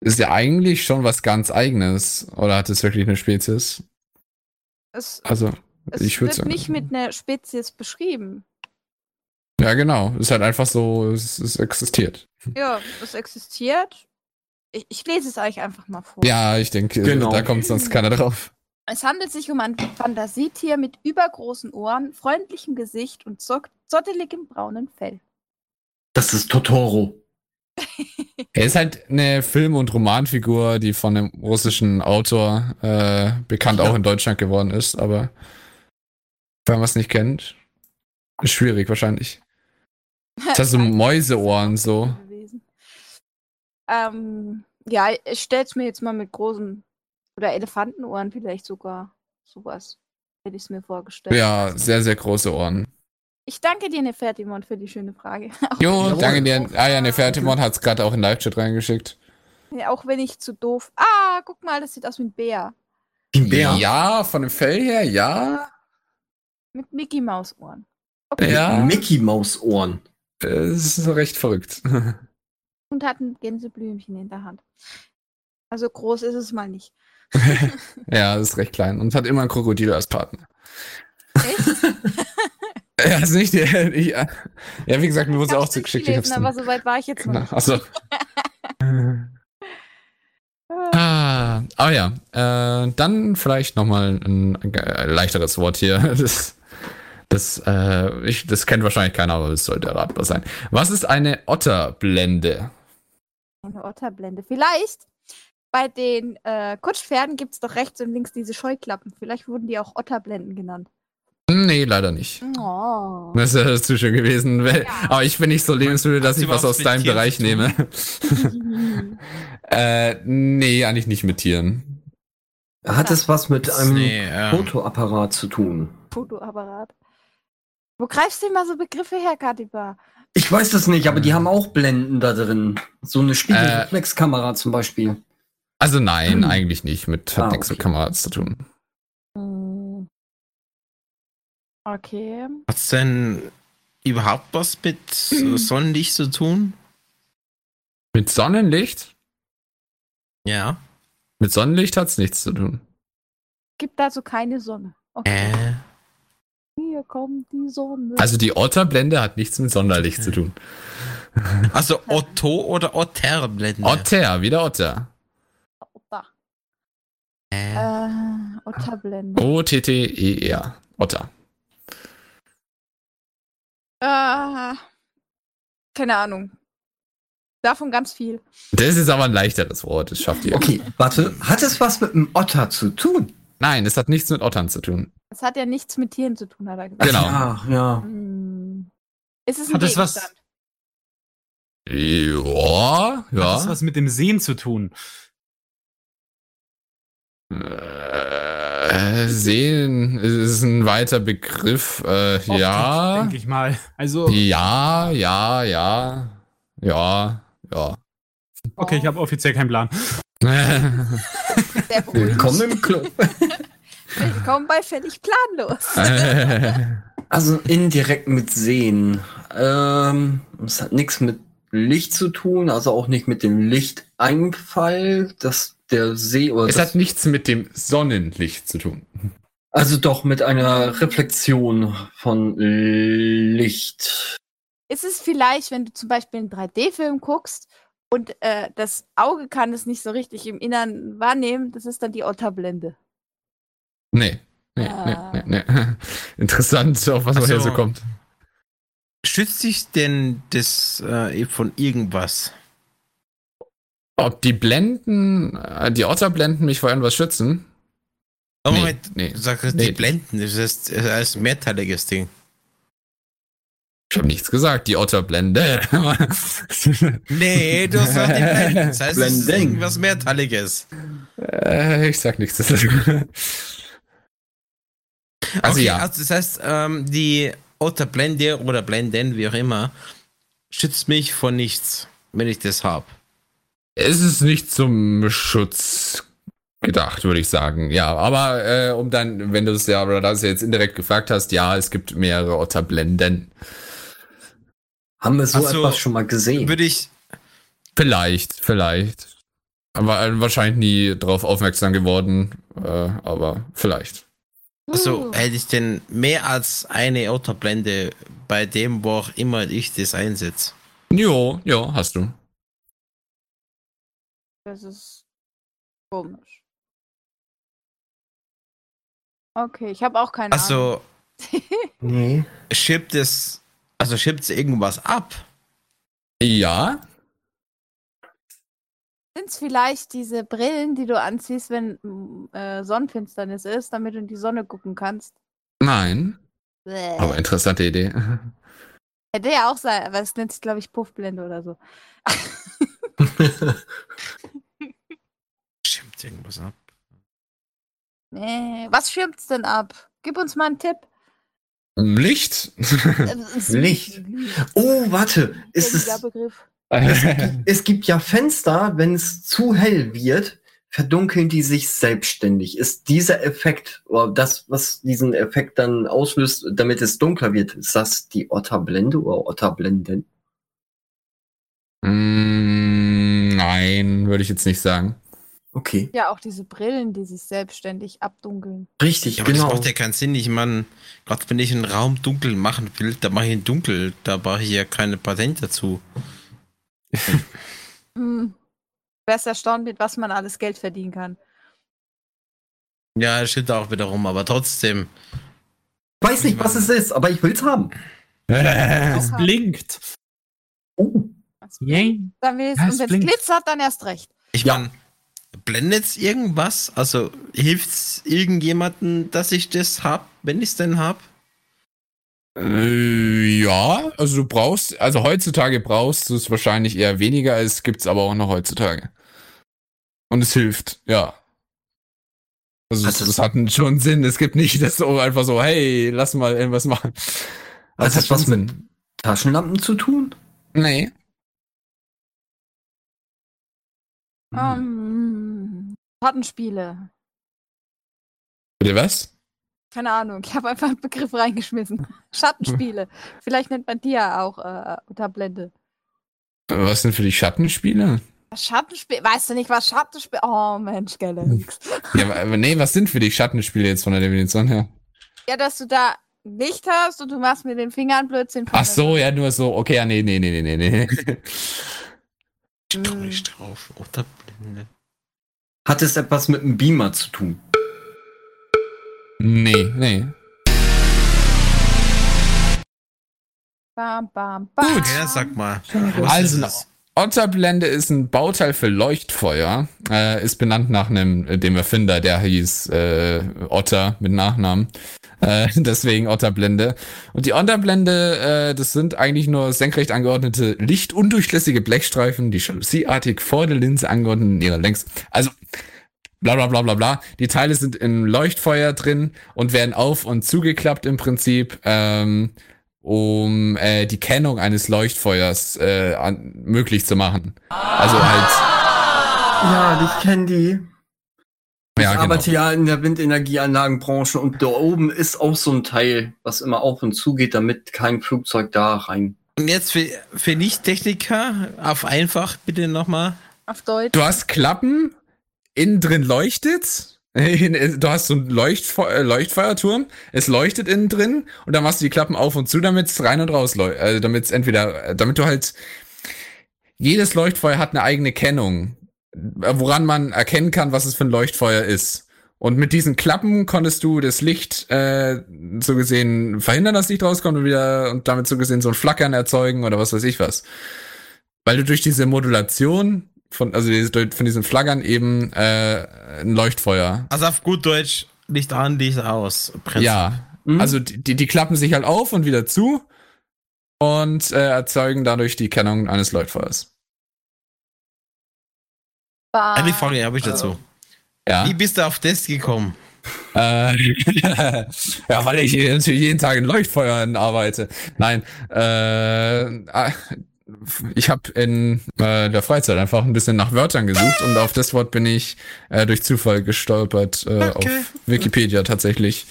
ist ja eigentlich schon was ganz eigenes. Oder hat es wirklich eine Spezies? Es, Also, es ich würde wird sagen. nicht mit einer Spezies beschrieben. Ja, genau. Ist halt einfach so, es, es existiert. Ja, es existiert. Ich, ich lese es euch einfach mal vor. Ja, ich denke, Genau. da kommt sonst keiner drauf. Es handelt sich um ein Fantasietier mit übergroßen Ohren, freundlichem Gesicht und zot- zotteligem braunem Fell. Das ist Totoro. Er ist halt eine Film- und Romanfigur, die von einem russischen Autor äh, bekannt auch in Deutschland geworden ist, aber wenn man es nicht kennt, ist schwierig wahrscheinlich. Das hat so Mäuseohren so. gewesen. Ähm, ja, ich stell's mir jetzt mal mit großen oder Elefantenohren vielleicht sogar sowas. Hätte ich es mir vorgestellt. Ja, sehr, sehr große Ohren. Ich danke dir, Nefertimon, für die schöne Frage. Auch Jo, wenn ich- danke dir. Ah ja, Nefertimon hat es gerade auch in Live-Chat reingeschickt. Ja, auch wenn ich zu doof. Ah, guck mal, das sieht aus wie ein Bär. Die Bär. Ja, von dem Fell her, ja. Mit Mickey Maus Ohren. Ja. Mickey Maus Ohren. Es Äh, ist recht verrückt. Und hat ein Gänseblümchen in der Hand. Also groß ist es mal nicht. ja, es ist recht klein und hat immer ein Krokodil als Partner. Echt? Ja, ist nicht der. Ich, äh, ja, wie gesagt, mir wurde es Hab's auch zugeschickt. Ich durchgelesen, hab's aber so weit war ich jetzt noch Genau, nicht. also. ah, ah ja, äh, dann vielleicht nochmal ein, äh, leichteres Wort hier. Das, das, äh, ich, das kennt wahrscheinlich keiner, aber es sollte erratbar sein. Was ist eine Otterblende? Eine Otterblende. Vielleicht bei den äh, Kutschpferden gibt es doch rechts und links diese Scheuklappen. Vielleicht wurden die auch Otterblenden genannt. Nee, leider nicht. Oh. Das wäre zu schön gewesen. weil- Aber ich bin nicht so lebensmüde, dass Hat's ich was überhaupt aus mit deinem Tieren Bereich zu tun? nehme. äh, nee, eigentlich nicht mit Tieren. Hat es was mit einem Nee, ähm, Fotoapparat zu tun? Fotoapparat. Wo greifst du immer so Begriffe her, Katiba? Ich weiß das nicht, aber die haben auch Blenden da drin. So eine Spiegelreflexkamera zum Beispiel. Also nein, eigentlich nicht. Mit hat Hm. Ah, nichts mit okay. Kameras zu tun. Hm. Okay. Hat's denn überhaupt was mit Mhm. Sonnenlicht zu tun? Mit Sonnenlicht? Ja. Mit Sonnenlicht hat's nichts zu tun. Gibt dazu keine Sonne. Okay. Äh. Hier kommt die Sonne. Also die Otterblende hat nichts mit Sonderlicht zu tun. Also Otto oder Otterblende? Otter, wieder Otter. Otter. Äh, Otterblende. O-T-T-E-R. E Otter. Äh, keine Ahnung. Davon ganz viel. Das ist aber ein leichteres Wort, das schafft ihr. Okay, warte, hat es was mit einem Otter zu tun? Nein, es hat nichts mit Ottern zu tun. Es hat ja nichts mit Tieren zu tun, hat er gesagt. Genau. Ach, ja. Hm. Ist es ein Hat es was- Gegenstand? Ja, Hat das ja. was mit dem Sehen zu tun? Äh, sehen ist ein weiter Begriff. Äh, ja, Denke ich mal. Also, ja, ja, ja, ja, ja. okay, ich habe offiziell keinen Plan. Sehr beruhigend. Willkommen im Club. Willkommen bei Völlig Planlos. Also indirekt mit Sehen. Ähm, es hat nichts mit Licht zu tun, also auch nicht mit dem Lichteinfall, dass der See oder es das, hat nichts mit dem Sonnenlicht zu tun. also doch mit einer Reflexion von Licht. Ist es vielleicht, wenn du zum Beispiel einen 3D-Film guckst und äh, das Auge kann es nicht so richtig im Innern wahrnehmen, das ist dann die Otterblende. Nee. Nee, Ah. nee, nee, nee. Interessant, auf was man Ach hier so so. kommt. Schützt dich denn das äh, von irgendwas? Ob die Blenden, äh, die Otterblenden mich vor irgendwas schützen? Oh, Nee, Moment, nee. du sagst, Nee. die Blenden, das ist, das ist ein mehrteiliges Ding. Ich habe nichts gesagt, die Otterblende. Nee, du hast gesagt, die Blenden. Das heißt, es ist Blending. irgendwas mehrteiliges. äh, ich sag nichts dazu. Also Okay, ja. Also das heißt, ähm, die Otterblende oder Blenden, wie auch immer, schützt mich vor nichts, wenn ich das habe. Es ist nicht zum Schutz gedacht, würde ich sagen. Ja, aber äh, um dann, wenn du es ja, oder das ja jetzt indirekt gefragt hast, ja, es gibt mehrere Otterblenden. Haben wir so Ach so. etwas schon mal gesehen? Würde ich, Vielleicht, vielleicht. Aber äh, wahrscheinlich nie drauf aufmerksam geworden. Äh, aber vielleicht. also hätte ich denn mehr als eine Otterblende bei dem, wo auch immer ich das einsetze. Jo, jo, hast du. Das ist komisch. Okay, ich habe auch keine Ahnung. Also Nee. schiebt es, also schiebt es irgendwas ab. Ja? Sind es vielleicht diese Brillen, die du anziehst, wenn mm, äh, Sonnenfinsternis ist, damit du in die Sonne gucken kannst? Nein. Bäh. Aber interessante Idee. Hätte ja auch sein, aber es nennt sich, glaube ich, Puffblende oder so. Schiebt irgendwas ab. Nee, was schirmt's denn ab? Gib uns mal einen Tipp. Licht? Ähm, es- Licht. Oh, warte. Ist Gängiger es, Begriff. es gibt ja Fenster, wenn es zu hell wird, verdunkeln die sich selbstständig. Ist dieser Effekt, oder das, was diesen Effekt dann auslöst, damit es dunkler wird, ist das die Otterblende oder Otterblenden? Mm, Nein, würde ich jetzt nicht sagen. Okay. Ja, auch diese Brillen, die sich selbstständig abdunkeln. Richtig, Ja, aber das genau. macht ja keinen Sinn. Ich meine, gerade wenn ich einen Raum dunkel machen will, dann mache ich ihn dunkel. Da brauche ich ja keine Patent dazu. Hm. Wärst erstaunt, mit was man alles Geld verdienen kann. Ja, das stimmt auch wiederum, aber trotzdem. Ich weiß nicht, was es ist, aber ich will's haben. Es blinkt. Oh. Yay. Dann will es, Ja, und es wenn es blinkt. glitzert, dann erst recht. Ich Ja. meine, blendet's irgendwas? Also hilft's irgendjemanden, dass ich das hab, wenn ich's denn hab? Äh, ja, also du brauchst, also heutzutage brauchst du es wahrscheinlich eher weniger, es gibt's aber auch noch heutzutage. Und es hilft, ja. Also es, Also- es hat einen schon Sinn, es gibt nicht das so einfach so, hey, lass mal irgendwas machen. Also Hat das was mit? Taschenlampen zu tun? Nee. Mhm. Ähm, Kartenspiele. Bitte was? Keine Ahnung, ich habe einfach einen Begriff reingeschmissen. Schattenspiele. Vielleicht nennt man die ja auch äh, Unterblende. Was sind für die Schattenspiele? Schattenspiel, weißt du nicht, was Schattenspiel? Oh Mensch, Galax. Ja, aber- aber nee, was sind für die Schattenspiele jetzt von der Definition her? Ja, dass du da nicht hast und du machst mit den Fingern Blödsinn. Ach so, ja, nur so. Okay, ja, nee, nee, nee, nee, nee. nee. Ich komme nicht drauf. Oder Blinde. Hat es etwas mit einem Beamer zu tun? Nee, nee. Bam, bam, bam. Gut. Ja, sag mal. Was Also, ist eine es? Otterblende ist ein Bauteil für Leuchtfeuer. Äh, ist benannt nach einem, dem Erfinder, der hieß äh, Otter mit Nachnamen. Äh, deswegen Otterblende. Und die Otterblende, äh, das sind eigentlich nur senkrecht angeordnete, lichtundurchlässige Blechstreifen, die jalusieartig vor der Linse angeordnet in ihrer Längs... Also, bla bla bla bla bla. Die Teile sind im Leuchtfeuer drin und werden auf und zugeklappt im Prinzip, ähm, um äh, die Kennung eines Leuchtfeuers äh, an, möglich zu machen. Also halt, Ja, ich kenne die. Ich ja genau. arbeite ja in der Windenergieanlagenbranche und da oben ist auch so ein Teil, was immer auf und zu geht, damit kein Flugzeug da rein. Und jetzt für, für Nicht-Techniker, auf einfach bitte nochmal. Auf Deutsch. Du hast Klappen, innen drin leuchtet. Äh, Du hast so einen Leuchtfe äh, Leuchtfeuerturm, es leuchtet innen drin und dann machst du die Klappen auf und zu, damit es rein und raus leuchtet. Also damit es entweder, äh, damit du halt. Jedes Leuchtfeuer hat eine eigene Kennung, äh, woran man erkennen kann, was es für ein Leuchtfeuer ist. Und mit diesen Klappen konntest du das Licht äh, so gesehen verhindern, dass Licht rauskommt und wieder und damit so gesehen so ein Flackern erzeugen oder was weiß ich was weil du durch diese Modulation von, also diese- durch- von diesen Flaggern eben äh, ein Leuchtfeuer. Also auf gut Deutsch, Licht an, Licht aus. Prinzip. Ja. Mhm. Also die, die- die klappen sich halt auf und wieder zu und äh, erzeugen dadurch die Kennung eines Leuchtfeuers. Bam. Eine Frage habe ich dazu. Ja. Wie bist du auf das gekommen? Äh, ja, weil ich hier natürlich jeden Tag in Leuchtfeuern arbeite. Nein, äh, ah, ich habe in äh, der Freizeit einfach ein bisschen nach Wörtern gesucht und auf das Wort bin ich äh, durch Zufall gestolpert äh, auf Wikipedia tatsächlich.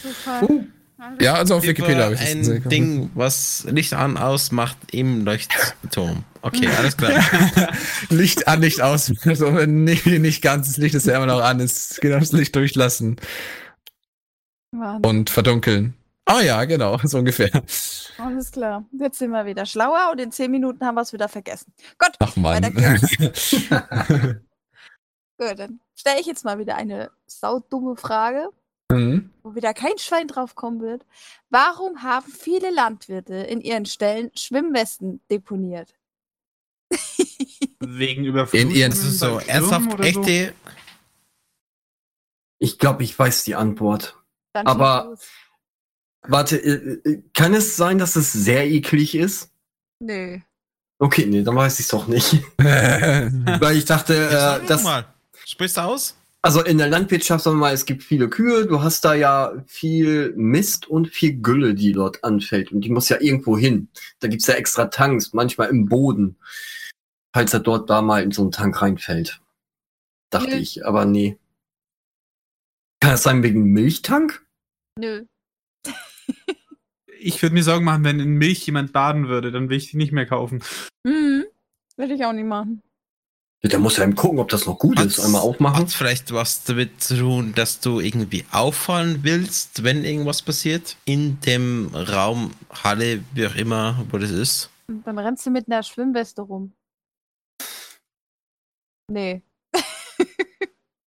Ja, also auf Wikipedia habe ich das ein gesehen. Ding, was Licht an, aus macht im Leuchtturm. Okay, alles klar. Licht an, Licht aus. Also, wenn nicht, nicht ganz, das Licht ist ja immer noch an. Es geht ums Licht durchlassen Mann, und verdunkeln. Ah ja, genau, so ungefähr. alles klar. Jetzt sind wir wieder schlauer und in zehn Minuten haben wir es wieder vergessen. Gut, Ach weiter man. geht's. Gut, dann stelle ich jetzt mal wieder eine saudumme Frage, Mhm. wo wieder kein Schwein drauf kommen wird. Warum haben viele Landwirte in ihren Ställen Schwimmwesten deponiert? Wegen Überflutung. In ihren Das ist so ernsthaft echte. äh, Ich glaube, ich weiß die Antwort. Dann Aber- schieß los. Warte, äh, äh, kann es sein, dass es sehr eklig ist? Nö. Okay, nee, dann weiß ich es doch nicht. Weil ich dachte, Ja, äh, sag das, mal. Sprichst du aus? also in der Landwirtschaft, sagen wir mal, es gibt viele Kühe, du hast da ja viel Mist und viel Gülle, die dort anfällt. Und die muss ja irgendwo hin. Da gibt's ja extra Tanks, manchmal im Boden. Falls er dort da mal in so einen Tank reinfällt. Dachte Nö. ich, aber nee. Kann es sein wegen Milchtank? Nö. Ich würde mir Sorgen machen, wenn in Milch jemand baden würde, dann will ich die nicht mehr kaufen. Mhm. Würde ich auch nicht machen. Ja, der muss ja eben gucken, ob das noch gut ist. Einmal aufmachen. Hat vielleicht was damit zu tun, dass du irgendwie auffallen willst, wenn irgendwas passiert? In dem Raum, Halle, wie auch immer, wo das ist. Und dann rennst du mit einer Schwimmweste rum. Nee.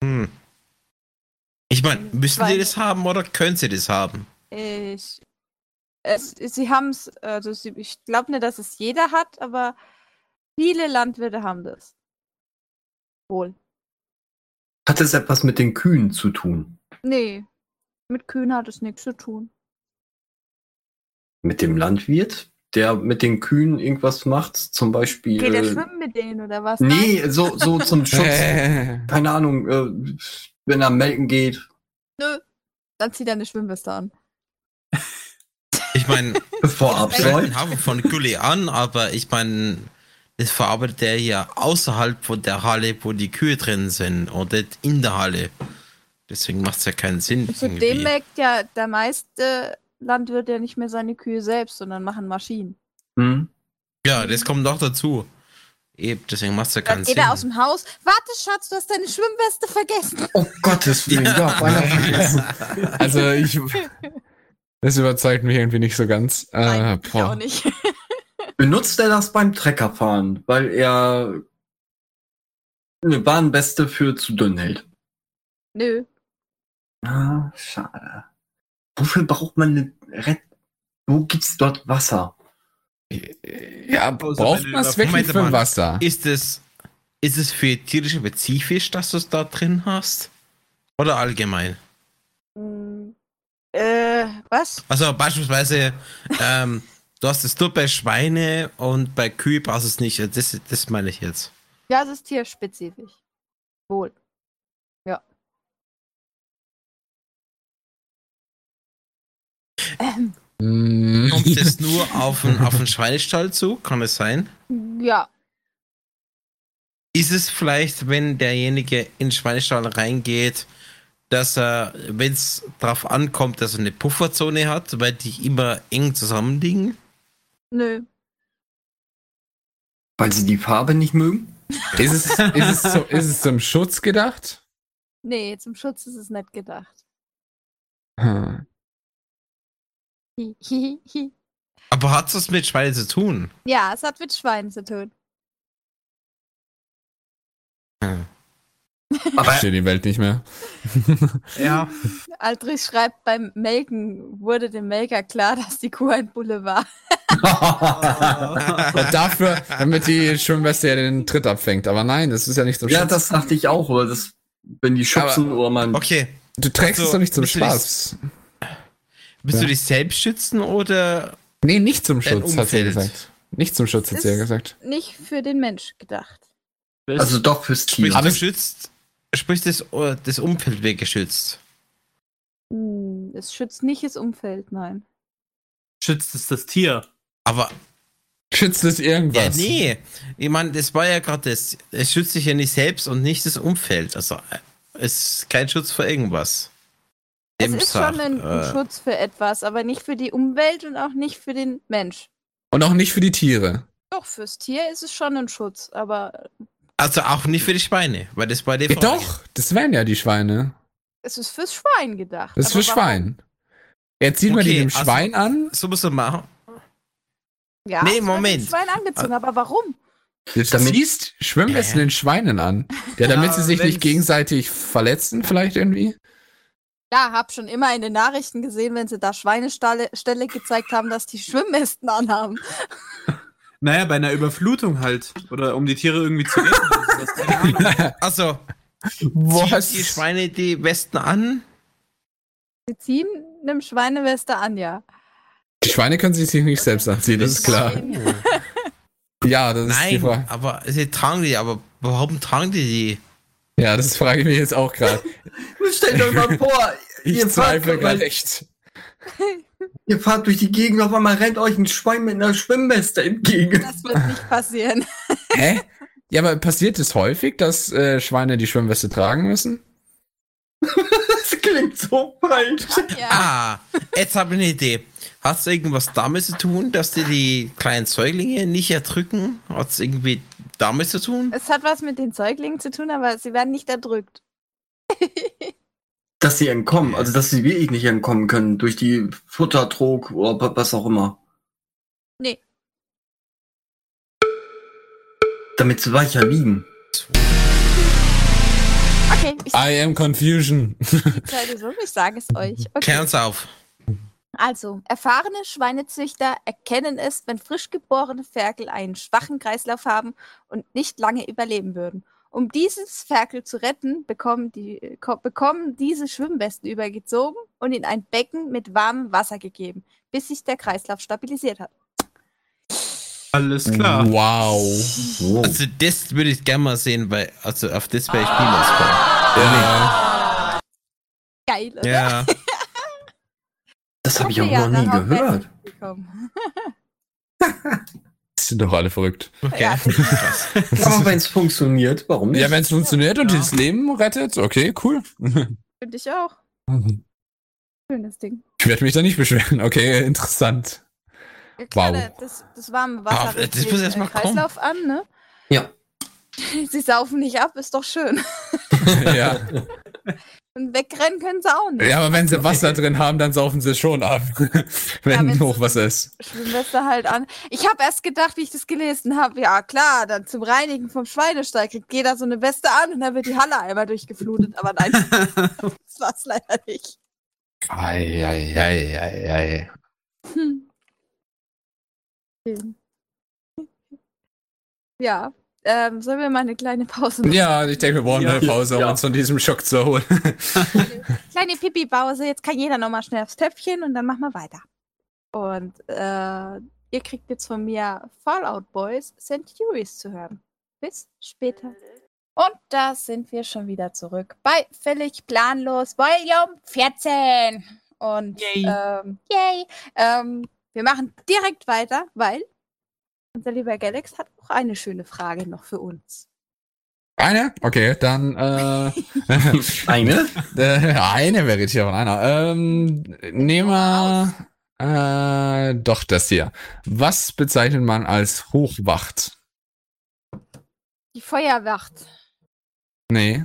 Hm. Ich meine, müssen Weil- die das haben oder können sie das haben? Ich, es, sie haben es, also sie, ich glaube nicht, dass es jeder hat, aber viele Landwirte haben das. Wohl. Hat es etwas mit den Kühen zu tun? Nee, mit Kühen hat es nichts zu tun. Mit dem Landwirt, der mit den Kühen irgendwas macht? Zum Beispiel. Geht er schwimmen mit denen oder was? Nein. Nee, so, so zum Schutz. Äh. Keine Ahnung, äh, wenn er melken geht. Nö. Dann zieht er eine Schwimmweste an. Ich meine, Bevor er Ich meine, absäuft. haben von Gülle an, aber ich meine, das verarbeitet er ja außerhalb von der Halle, wo die Kühe drin sind und nicht in der Halle. Deswegen macht es ja keinen Sinn. Zudem irgendwie. melkt ja der meiste Landwirt ja nicht mehr seine Kühe selbst, sondern machen Maschinen. Hm? ja, das kommt noch dazu. Eben, deswegen macht es ja Dann keinen geht Sinn. er aus dem Haus. Warte, Schatz, du hast deine Schwimmweste vergessen. Oh Gottes Willen, ja, beinahe vergessen. Also ich, Das überzeugt mich irgendwie nicht so ganz. Äh, Nein, ich boah. auch nicht. Benutzt er das beim Treckerfahren, weil er eine Bahnbeste für zu dünn hält? Nö. Ah, schade. Wofür braucht man eine Red? Wo gibt's dort Wasser? Ja, braucht man es wirklich für mal, Wasser? Ist es, ist es für tierische spezifisch, dass du es da drin hast? Oder allgemein? Hm. Äh, was? Also beispielsweise, ähm, du hast es nur bei Schweine und bei Kühe brauchst du es nicht. Das, das meine ich jetzt. Ja, es ist tierspezifisch. Wohl. Ja. Ähm, Hm. Kommt es nur auf einen, auf einen Schweinestall zu? Kann es sein? ja. Ist es vielleicht, wenn derjenige in den Schweinestall reingeht, dass er, wenn es darauf ankommt, dass er eine Pufferzone hat, weil die immer eng zusammenliegen? Nö. Weil sie die Farbe nicht mögen? Ist es, ist es, so, ist es zum Schutz gedacht? Nee, zum Schutz ist es nicht gedacht. Hm. Hi, hi, hi, hi. Aber hat es mit Schweine zu tun? Ja, es hat mit Schweinen zu tun. Ich verstehe die Welt nicht mehr. Ja. Aldrich schreibt, beim Melken wurde dem Melker klar, dass die Kuh ein Bulle war. Und dafür, damit die Schwimmweste ja den Tritt abfängt. Aber nein, das ist ja nicht zum Ja, Schutz. das dachte ich auch, aber das, wenn die schubsen oder man. Okay. du trägst es Also, doch nicht zum bist du dich- Spaß. Willst Ja. du dich selbst schützen oder Nee, nicht zum Dein Schutz, hat sie ja Umfeld. gesagt. Nicht zum Schutz, hat sie ja Ist- gesagt. Nicht für den Mensch gedacht. Also doch fürs Tier. sprichst du geschützt? Sprichst das, äh, das Umfeld wird geschützt? Hm, es schützt nicht das Umfeld, nein. Schützt es das Tier. Aber Schützt es ja, irgendwas? nee, ich meine, das war ja gerade das. Es schützt sich ja nicht selbst und nicht das Umfeld. Also äh, es ist kein Schutz vor irgendwas. Es Dem ist sagt, schon ein, ein äh, Schutz für etwas, aber nicht für die Umwelt und auch nicht für den Mensch. Und auch nicht für die Tiere. Doch, fürs Tier ist es schon ein Schutz, aber Also auch nicht für die Schweine, weil das war die Ja, Frage. doch, das wären ja die Schweine. es ist fürs Schwein gedacht. Das ist aber für warum- Schwein. Jetzt sieht man die Okay, dem also- Schwein an. So musst du machen. Ja, Nee, es wird dem Moment. Ah. Schwein angezogen, aber warum? Das Damit- ziehst Schwimmwesten den Schweinen an. Ja, damit sie sich nicht wenn's- gegenseitig verletzen, vielleicht irgendwie. Ja, hab schon immer in den Nachrichten gesehen, wenn sie da Schweinestalle Ställe gezeigt haben, dass die Schwimmwesten anhaben. Naja, bei einer Überflutung halt. Oder um die Tiere irgendwie zu retten. Das ist das. Keine Ahnung. Also, Was? zieht die Schweine die Westen an? Sie ziehen einem Schweineweste an, ja. Die Schweine können sich sich nicht selbst anziehen, das ist klar. Nein. Ja, das ist die Nein, Frage. aber sie tragen die, aber warum tragen die die? Ja, das frage ich mich jetzt auch gerade. Stellt euch mal vor, Ich ihr, fahrt, zweifle gerade echt. ihr fahrt durch die Gegend, auf einmal rennt euch ein Schwein mit einer Schwimmweste entgegen. Das wird nicht passieren. Hä? Ja, aber passiert es häufig, dass äh, Schweine die Schwimmweste tragen müssen? Das klingt so falsch. Ja. Ah, jetzt habe ich eine Idee. Hat es irgendwas damit zu tun, dass die die kleinen Säuglinge nicht erdrücken? Hat es irgendwie damit zu tun? Es hat was mit den Säuglingen zu tun, aber sie werden nicht erdrückt. Dass sie entkommen, also dass sie wirklich nicht entkommen können durch die Futtertrog oder wa- was auch immer. Nee. Damit sie weicher liegen. Okay, ich I am confusion. die Zeit ist um, ich sage es euch. Klär Okay. uns auf. Also, erfahrene Schweinezüchter erkennen es, wenn frisch geborene Ferkel einen schwachen Kreislauf haben und nicht lange überleben würden. Um dieses Ferkel zu retten, bekommen, die, ko- bekommen diese Schwimmwesten übergezogen und in ein Becken mit warmem Wasser gegeben, bis sich der Kreislauf stabilisiert hat. Alles klar. Wow. Also das würde ich gerne mal sehen, weil also auf das wäre ich niemals Ah. kommen. Ja. Geil, oder? Ja. Das habe ich Okay, auch noch nie darauf wäre ich gehört. nicht gekommen. Sind doch alle verrückt. Okay. Ja, Aber wenn es funktioniert, warum nicht? Ja, wenn es funktioniert und das Leben rettet, okay, cool. Finde ich auch. Ich Schönes Ding. werde mich da nicht beschweren. Okay, interessant. Ja, klar, Wow. Das, das warme Wasser Ah, das regt muss den, erst mal äh, Kreislauf an, ne? Ja. Sie saufen nicht ab, ist doch schön. ja. Und wegrennen können sie auch nicht. Ja, aber wenn sie Wasser drin haben, dann saufen sie schon ab. wenn wenn's- Hochwasser ist. Schwimmweste halt an. Ich habe erst gedacht, wie ich das gelesen habe, ja klar, dann zum Reinigen vom Schweinestall kriegt jeder so eine Weste an und dann wird die Halle einmal durchgeflutet. Aber nein, das war's leider nicht. Ei, ei, ei, ei, ei. Hm. Ja, ähm, sollen wir mal eine kleine Pause machen? Ja, ich denke, wir brauchen Ja, eine Pause, um ja. uns von diesem Schock zu erholen. Kleine Pipi-Pause, jetzt kann jeder nochmal schnell aufs Töpfchen und dann machen wir weiter. Und äh, ihr kriegt jetzt von mir Fallout Boys Centuries zu hören. Bis später. Und da sind wir schon wieder zurück bei Völlig Planlos Volume 14. Und Yay. Ähm, yay. Ähm, wir machen direkt weiter, weil unser lieber Galax hat auch eine schöne Frage noch für uns. Eine? Okay, dann äh, Eine? äh, eine wäre ich ja von einer. Ähm, nehmen wir äh, doch das hier. Was bezeichnet man als Hochwacht? Die Feuerwacht. Nee.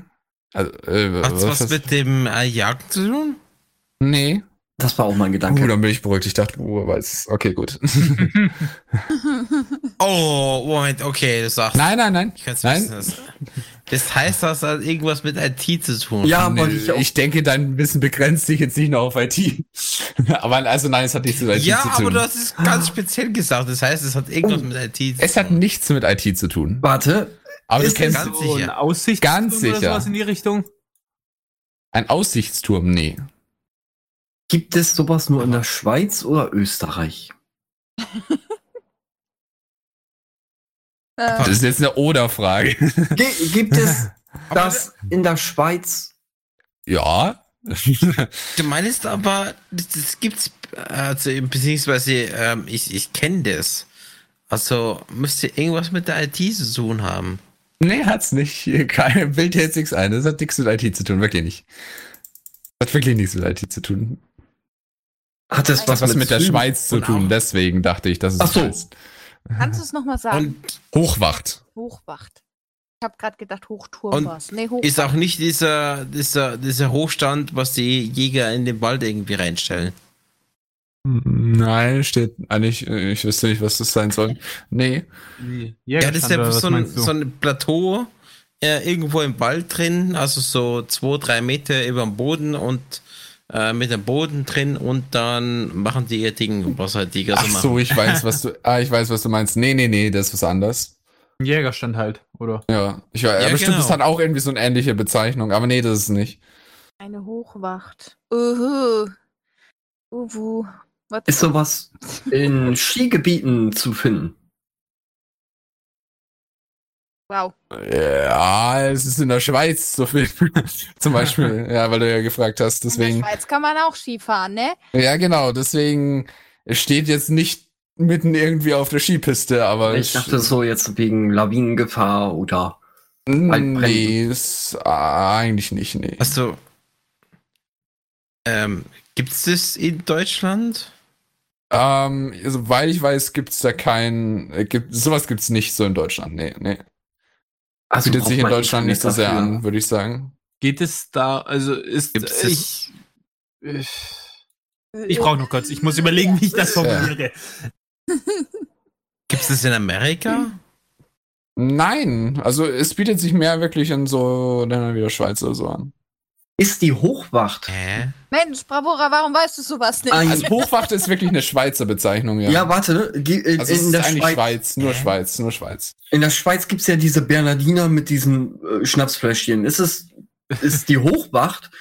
Also, äh, Hat's was, ist- mit dem äh, Jagen zu tun? Nee. Das war auch mein Uh, Gedanke. dann bin ich beruhigt. Ich dachte, uh, weiß. Okay, gut. Oh, Moment, okay, du sagst. nein, nein, nein. Ich kann's Nein. wissen. Das, das heißt, das hat irgendwas mit IT zu tun. Ja, Nee, wollte ich auch. ich denke, dein Wissen begrenzt sich jetzt nicht nur auf IT. aber also nein, es hat nichts mit IT Ja, zu tun. Oh, aber du hast es ganz speziell gesagt. Das heißt, es hat irgendwas mit IT zu es hat tun. nichts mit IT zu tun. Warte. Aber du Ist kennst es- Ganz So ein sicher. Aussichtsturm Ganz oder sicher. sowas in die Richtung. ein Aussichtsturm, nee. Gibt es sowas nur in der Schweiz oder Österreich? Ähm, Äh, Das ist jetzt eine Oder-Frage. Ge- gibt es das in der Schweiz? ja. Du meinst aber, das, das gibt's, also, beziehungsweise, ähm, ich, ich kenne das. Also müsste irgendwas mit der IT zu tun haben. nee, hat's nicht. Kein Bild jetzt nichts ein. Das hat nichts mit IT zu tun, wirklich nicht. Hat wirklich nichts mit IT zu tun. Hat das Das hat was mit der Süden- Schweiz zu und tun, auch- deswegen dachte ich, dass es Ach so. heißt. kannst du es nochmal sagen? Und Hochwacht. Hochwacht. Ich habe gerade gedacht, Und Hochturm war's. Nee, Hoch ist auch nicht dieser, dieser, dieser Hochstand, was die Jäger in den Wald irgendwie reinstellen. Nein, steht eigentlich, äh, ich wüsste nicht, was das sein soll. Nee. Ja, das ist ja so ein, so ein Plateau äh, irgendwo im Wald drin, also so zwei, drei Meter über dem Boden und äh, mit dem Boden drin und dann machen die ihr Ding, was halt Jäger so Ach machen. so, ich weiß, was du, ah, ich weiß, was du meinst. Nee, nee, nee, das ist was anderes. ein Jägerstand halt, oder? Ja, ich weiß, Ja, ja, bestimmt, genau. das hat auch irgendwie so eine ähnliche Bezeichnung, aber nee, das ist es nicht. eine Hochwacht. Uhu. Uhu. What Ist sowas in Skigebieten zu finden? wow. Ja, es ist in der Schweiz so viel. Zum Beispiel, ja, weil du ja gefragt hast. In Deswegen. der Schweiz kann man auch Skifahren, ne? Ja, genau, deswegen es steht jetzt nicht mitten irgendwie auf der Skipiste, aber Ich dachte so jetzt wegen Lawinengefahr oder. nee, ist ah, eigentlich nicht, nee. Also, ähm, gibt's das in Deutschland? Ähm, soweit ich weiß, gibt's da kein, äh, gibt, sowas gibt's nicht so in Deutschland, nee, nee. Also Bietet braucht sich in man Deutschland nicht so Internet sehr dafür. an, würde ich sagen. Geht es da, also ist. Gibt's das? ich ich, ich brauche noch kurz, ich muss überlegen, wie ich das formuliere. Gibt's das in Amerika? Nein, also es bietet sich mehr wirklich in so Ländern wie der Schweiz oder so an. Ist die Hochwacht? Hä? Mensch, Bravura, warum weißt du sowas Ah, Ein- nicht? Also Hochwacht ist wirklich eine Schweizer Bezeichnung, ja. Ja, warte. die- In, also es in, ist der eigentlich Schweiz, Schweiz, nur Hä? Schweiz, nur Schweiz. in der Schweiz gibt es ja diese Bernardiner mit diesen äh, Schnapsfläschchen. Ist es ist die Hochwacht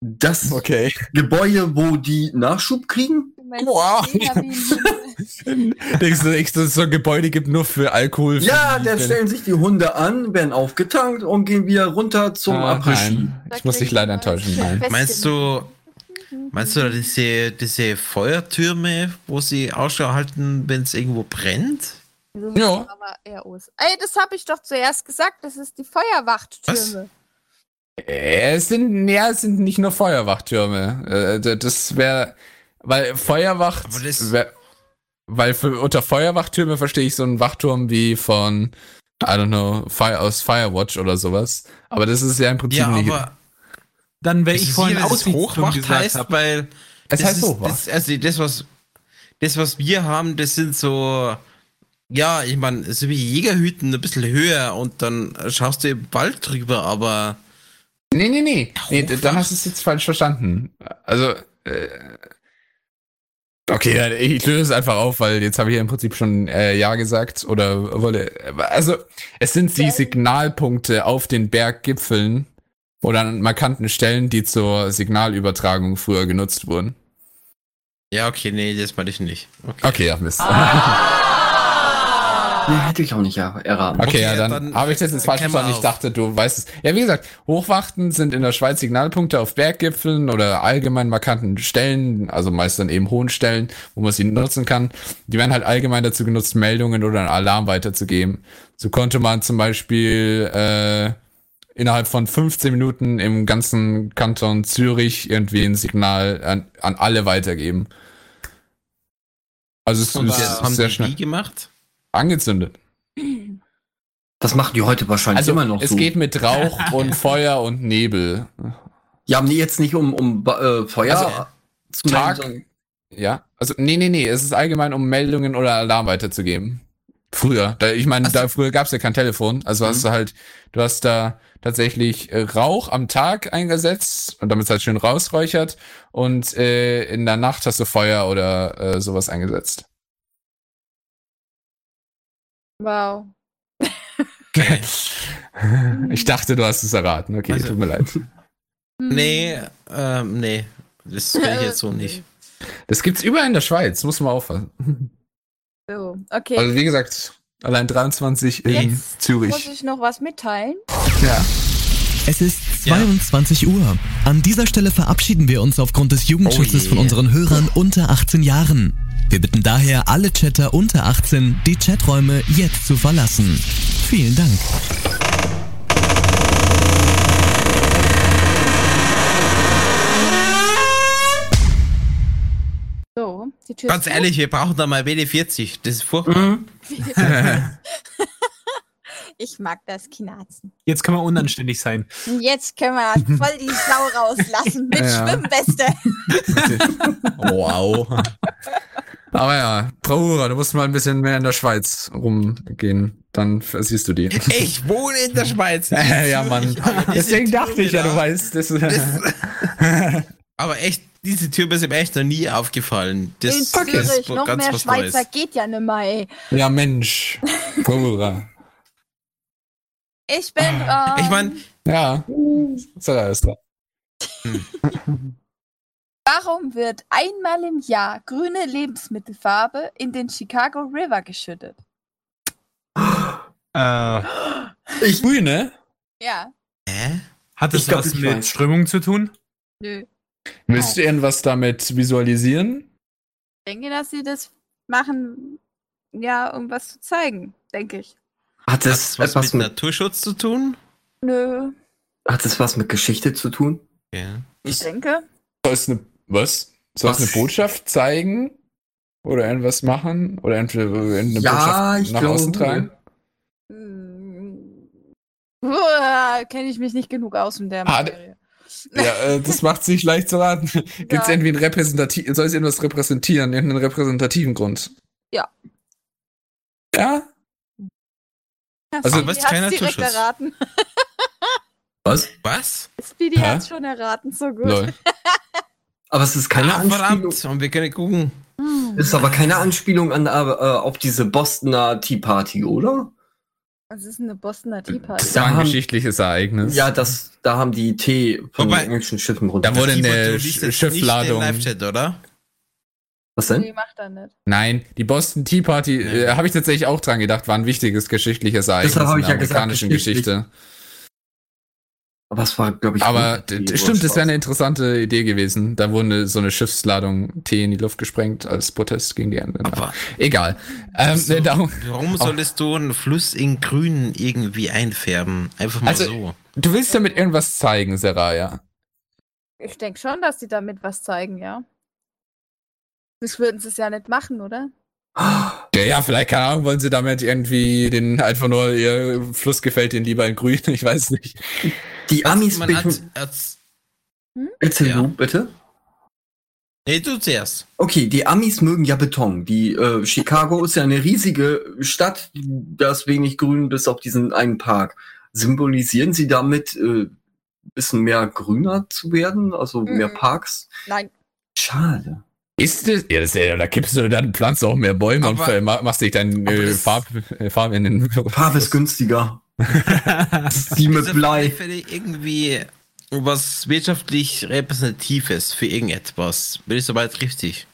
das Okay. Gebäude, wo die Nachschub kriegen? Mensch, wow. Lena, wie- Denkst du echt, dass es so ein Gebäude gibt nur für Alkohol? Ja, da der stellen sich die Hunde an, werden aufgetankt und gehen wieder runter zum Ah, Abwischen. nein, ich muss dich leider enttäuschen. Nein. Festchen. Meinst du, meinst du diese, diese Feuertürme, wo sie Ausschau halten, wenn es irgendwo brennt? Also, Ja. Aber eher OS. Ey, das habe ich doch zuerst gesagt. Das ist die Feuerwachttürme. Äh, Es sind, ja, es sind nicht nur Feuerwachtürme. Äh, d- Das wäre, weil Feuerwacht, Aber das- wär, weil für, unter Feuerwachtürme verstehe ich so einen Wachturm wie von, I don't know, Fire, aus Firewatch oder sowas. Aber das ist ja im Prinzip Ja, nicht. aber Dann wäre ich vorhin das Hochmacht heißt, hab. weil Es heißt ist, Hochmacht. Das, also das was, das, was wir haben, das sind so, ja, ich meine, so wie Jägerhüten, ein bisschen höher und dann schaust du im Wald drüber, aber Nee, nee, nee. nee d- dann hast du es jetzt falsch verstanden. Also, äh, okay, dann- ich löse es einfach auf, weil jetzt habe ich ja im Prinzip schon äh, Ja gesagt oder wolle. Also, es sind die Signalpunkte auf den Berggipfeln oder an markanten Stellen, die zur Signalübertragung früher genutzt wurden. ja, okay, nee, das meine ich nicht. Okay, Okay, ja, Mist. Nee, hätte ich auch nicht er- erraten. Okay, ja, dann, dann habe ich das jetzt falsch kennen wir verstanden. Ich auf. dachte, du weißt es. Ja, wie gesagt, Hochwachten sind in der Schweiz Signalpunkte auf Berggipfeln oder allgemein markanten Stellen, also meist dann eben hohen Stellen, wo man sie nutzen kann. Die werden halt allgemein dazu genutzt, Meldungen oder einen Alarm weiterzugeben. So konnte man zum Beispiel äh, innerhalb von 15 Minuten im ganzen Kanton Zürich irgendwie ein Signal an, an alle weitergeben. Also es Und ist, das haben sehr die schnell wie gemacht? angezündet. Das machen die heute wahrscheinlich Also immer noch es so. geht mit Rauch und Feuer und Nebel. ja, aber nee, jetzt nicht um, um ba- äh, Feuer Also, zu Tag- sondern- Ja, also nee, nee, nee, es ist allgemein, um Meldungen oder Alarm weiterzugeben. Früher, da, ich meine, da früher gab's ja kein Telefon, also hast du halt, du hast da tatsächlich äh, Rauch am Tag eingesetzt und damit halt schön rausräuchert und äh, in der Nacht hast du Feuer oder äh, sowas eingesetzt. Wow. ich dachte, du hast es erraten. Okay, Also- tut mir leid. Nee, ähm, nee, das kann ich jetzt so nicht. Das gibt's überall in der Schweiz, muss man aufpassen. So, okay. Also wie gesagt, allein 23 in Jetzt Zürich. Muss ich noch was mitteilen? Ja. Es ist 22 Uhr. An dieser Stelle verabschieden wir uns aufgrund des Oh Jugendschutzes je. von unseren Hörern unter 18 Jahren. Wir bitten daher alle Chatter unter 18, die Chaträume jetzt zu verlassen. Vielen Dank. So, die Tür Ganz ist ehrlich, wir brauchen da mal WD-40, das ist furchtbar. Mhm. zu. ich mag das Kinazen. Jetzt können wir unanständig sein. Und Jetzt können wir halt voll die Sau rauslassen mit Ja. Schwimmweste. Wow. Aber ja, Bravura, du musst mal ein bisschen mehr in der Schweiz rumgehen. Dann f- siehst du die. Ich wohne in der Schweiz. ja, Mann. Deswegen dachte ich ja, du Kilometer. weißt. Das Aber echt, diese Tür ist mir echt noch nie aufgefallen. Das In ist Zürich, wo- noch ganz mehr was Schweizer Neues. geht ja nimmer, ey. ja, Mensch. Bravura. Ich bin. Ähm, Ah. Ich meine, Ja. So, da ist er. warum wird einmal im Jahr grüne Lebensmittelfarbe in den Chicago River geschüttet? Äh, Ich grüne. Ja, hä? Hat das Ich glaub, was ich mit weiß. Strömung zu tun? nö. Willst du irgendwas damit visualisieren? Ich denke, dass sie das machen, ja, um was zu zeigen, denke ich. Hat Hat das das was etwas mit mit, Naturschutz zu tun? Nö, hat das was mit Geschichte zu tun? Ja. ich denke. Soll es eine. Was? Soll es Was? eine Botschaft zeigen? Oder irgendwas machen? Oder entweder eine Ja, Botschaft ich nach außen glaube. tragen? Hm. Uah, Kenne ich mich nicht genug aus mit der Ah, Materie. Ja, äh, das macht sich leicht zu raten. Gibt es Ja. irgendwie einen repräsentativen, soll es irgendwas repräsentieren, irgendeinen repräsentativen Grund? Ja. Ja? also, Speedy was, hat's keiner direkt Zuschuss? erraten. Was? Was? Speedy Hä? hat schon erraten, so gut. Lol. Aber es ist keine Ah, Anspielung. verdammt. Und wir können gucken. Es ist aber keine Anspielung an äh, äh, auf diese Bostoner Tea Party, oder? Das ist eine Bostoner Tea Party. Das war ein haben- geschichtliches Ereignis. Ja, das, da haben die Tee von Wobei- den englischen Schiffen runter. Da wurde Tibor, eine du Sch- liest jetzt nicht Schiffladung. den Live-Chat, oder? Was denn? Nee, macht er nicht. Nein, die Boston Tea Party, äh, habe ich tatsächlich auch dran gedacht, war ein wichtiges geschichtliches Ereignis Deshalb hab in ich der ja gesagt, amerikanischen geschichtlich. Geschichte. Aber es war, glaube ich, Aber Tee d- d- oder stimmt, das Spaß. wäre eine interessante Idee gewesen. Da wurde so eine Schiffsladung Tee in die Luft gesprengt als Protest gegen die anderen. Aber- Egal. Ähm, So, nee, darum, Warum solltest du einen Fluss in Grün irgendwie einfärben? Einfach mal Also- so. du willst damit irgendwas zeigen, Seraya. Ich denke schon, dass die damit was zeigen, ja. Das würden sie es ja nicht machen, oder? Ja, ja, vielleicht, keine Ahnung, wollen sie damit irgendwie den einfach nur ihr Fluss gefällt den lieber in grün, ich weiß nicht. Die Amis Also, Man hat, beten, hat's- Hm? Erzähl Ja. du, bitte. Nee, du zuerst. Okay, die Amis mögen ja Beton. Die äh, Chicago ist ja eine riesige Stadt, da ist wenig Grün bis auf diesen einen Park. Symbolisieren sie damit, äh, bisschen mehr grüner zu werden, also mehr Parks? Nein. Schade. Ist das, ja, das, ist ja- da kippst du, dann pflanzt du auch mehr Bäume und Aber- ver- ma- machst dich dann äh, Farb, äh, Farbe in den Farbe ist günstiger. die Ist mit auf Blei. alle Fälle irgendwie was wirtschaftlich repräsentatives für irgendetwas. Bin ich soweit richtig?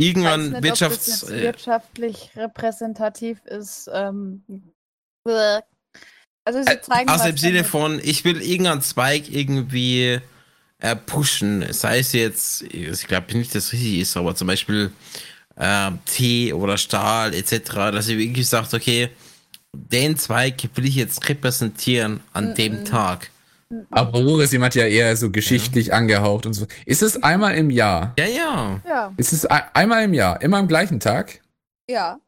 Irgendwann weiß nicht, ob das Wirtschafts. äh, jetzt wirtschaftlich repräsentativ ist. Ähm, bleh. also sie zeigen Also im was Sinne damit. von, ich will irgendeinen Zweig irgendwie äh, pushen. Sei es jetzt, ich glaube nicht, dass es richtig ist, aber zum Beispiel äh, Tee oder Stahl etc., dass ihr wirklich sagt, okay, den Zweig will ich jetzt repräsentieren Mm, an dem Tag. Aber Rure ist jemand ja eher so geschichtlich angehaucht und so. Ist es einmal im Jahr? Ja, ja. Ja. Ist es ei- einmal im Jahr? Immer am gleichen Tag? Ja.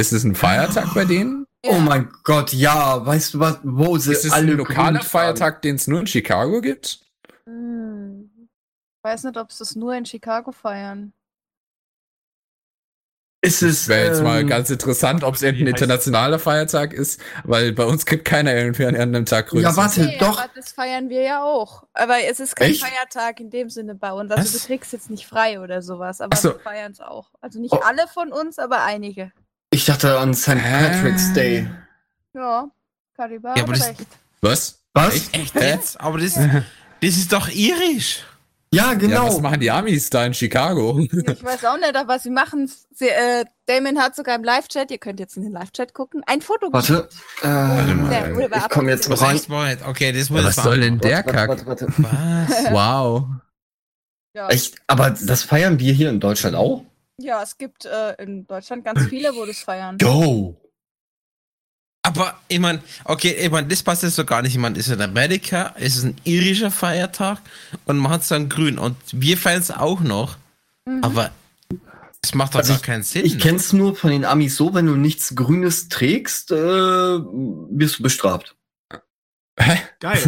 Ist es ein Feiertag bei denen? Oh mein Gott, ja. Weißt du was? Wo sie Ist es alle ein lokaler grün Feiertag, den es nur in Chicago gibt? Hm. Ich weiß nicht, ob sie das nur in Chicago feiern. Ist es. Wäre jetzt mal ähm, ganz interessant, ob es irgendein heißt- internationaler Feiertag ist, weil bei uns gibt keiner irgendwie an irgendeinem Tag Ja, Äh, warte, Nee, Aber das feiern wir ja auch. Aber es ist kein Echt? Feiertag in dem Sinne bei uns. Also Was? du kriegst jetzt nicht frei oder sowas, aber Ach so. wir feiern es auch. Also Oh. nicht alle von uns, aber einige. Ich dachte an St. Patrick's Day. Ja, Kariba Ja, ja, aber das- recht. Was? Was? Echt jetzt? Aber das, das ist doch irisch. Ja, genau. was machen die Amis da in Chicago? Ich weiß auch nicht, aber sie machen sie, äh, Damon hat sogar im Live-Chat, ihr könnt jetzt in den Live-Chat gucken, ein Foto Warte. Äh, Der wurde ich komme jetzt Was rein. heißt Moment? Okay, das muss was jetzt soll denn der Warte, warte, Kack? warte, warte. Wow. Ja. Echt? Aber das feiern wir hier in Deutschland auch? Ja, es gibt äh, in Deutschland ganz viele, wo das feiern. Yo! Aber ich meine, okay, ich meine, das passt jetzt so gar nicht. Ich meine, es ist in Amerika, es ist ein irischer Feiertag und man hat es dann grün. Und wir feiern es auch noch. Aber es macht doch Also gar keinen Sinn. Ich kenn's nur von den Amis so, wenn du nichts Grünes trägst, äh, wirst du bestraft. Geil.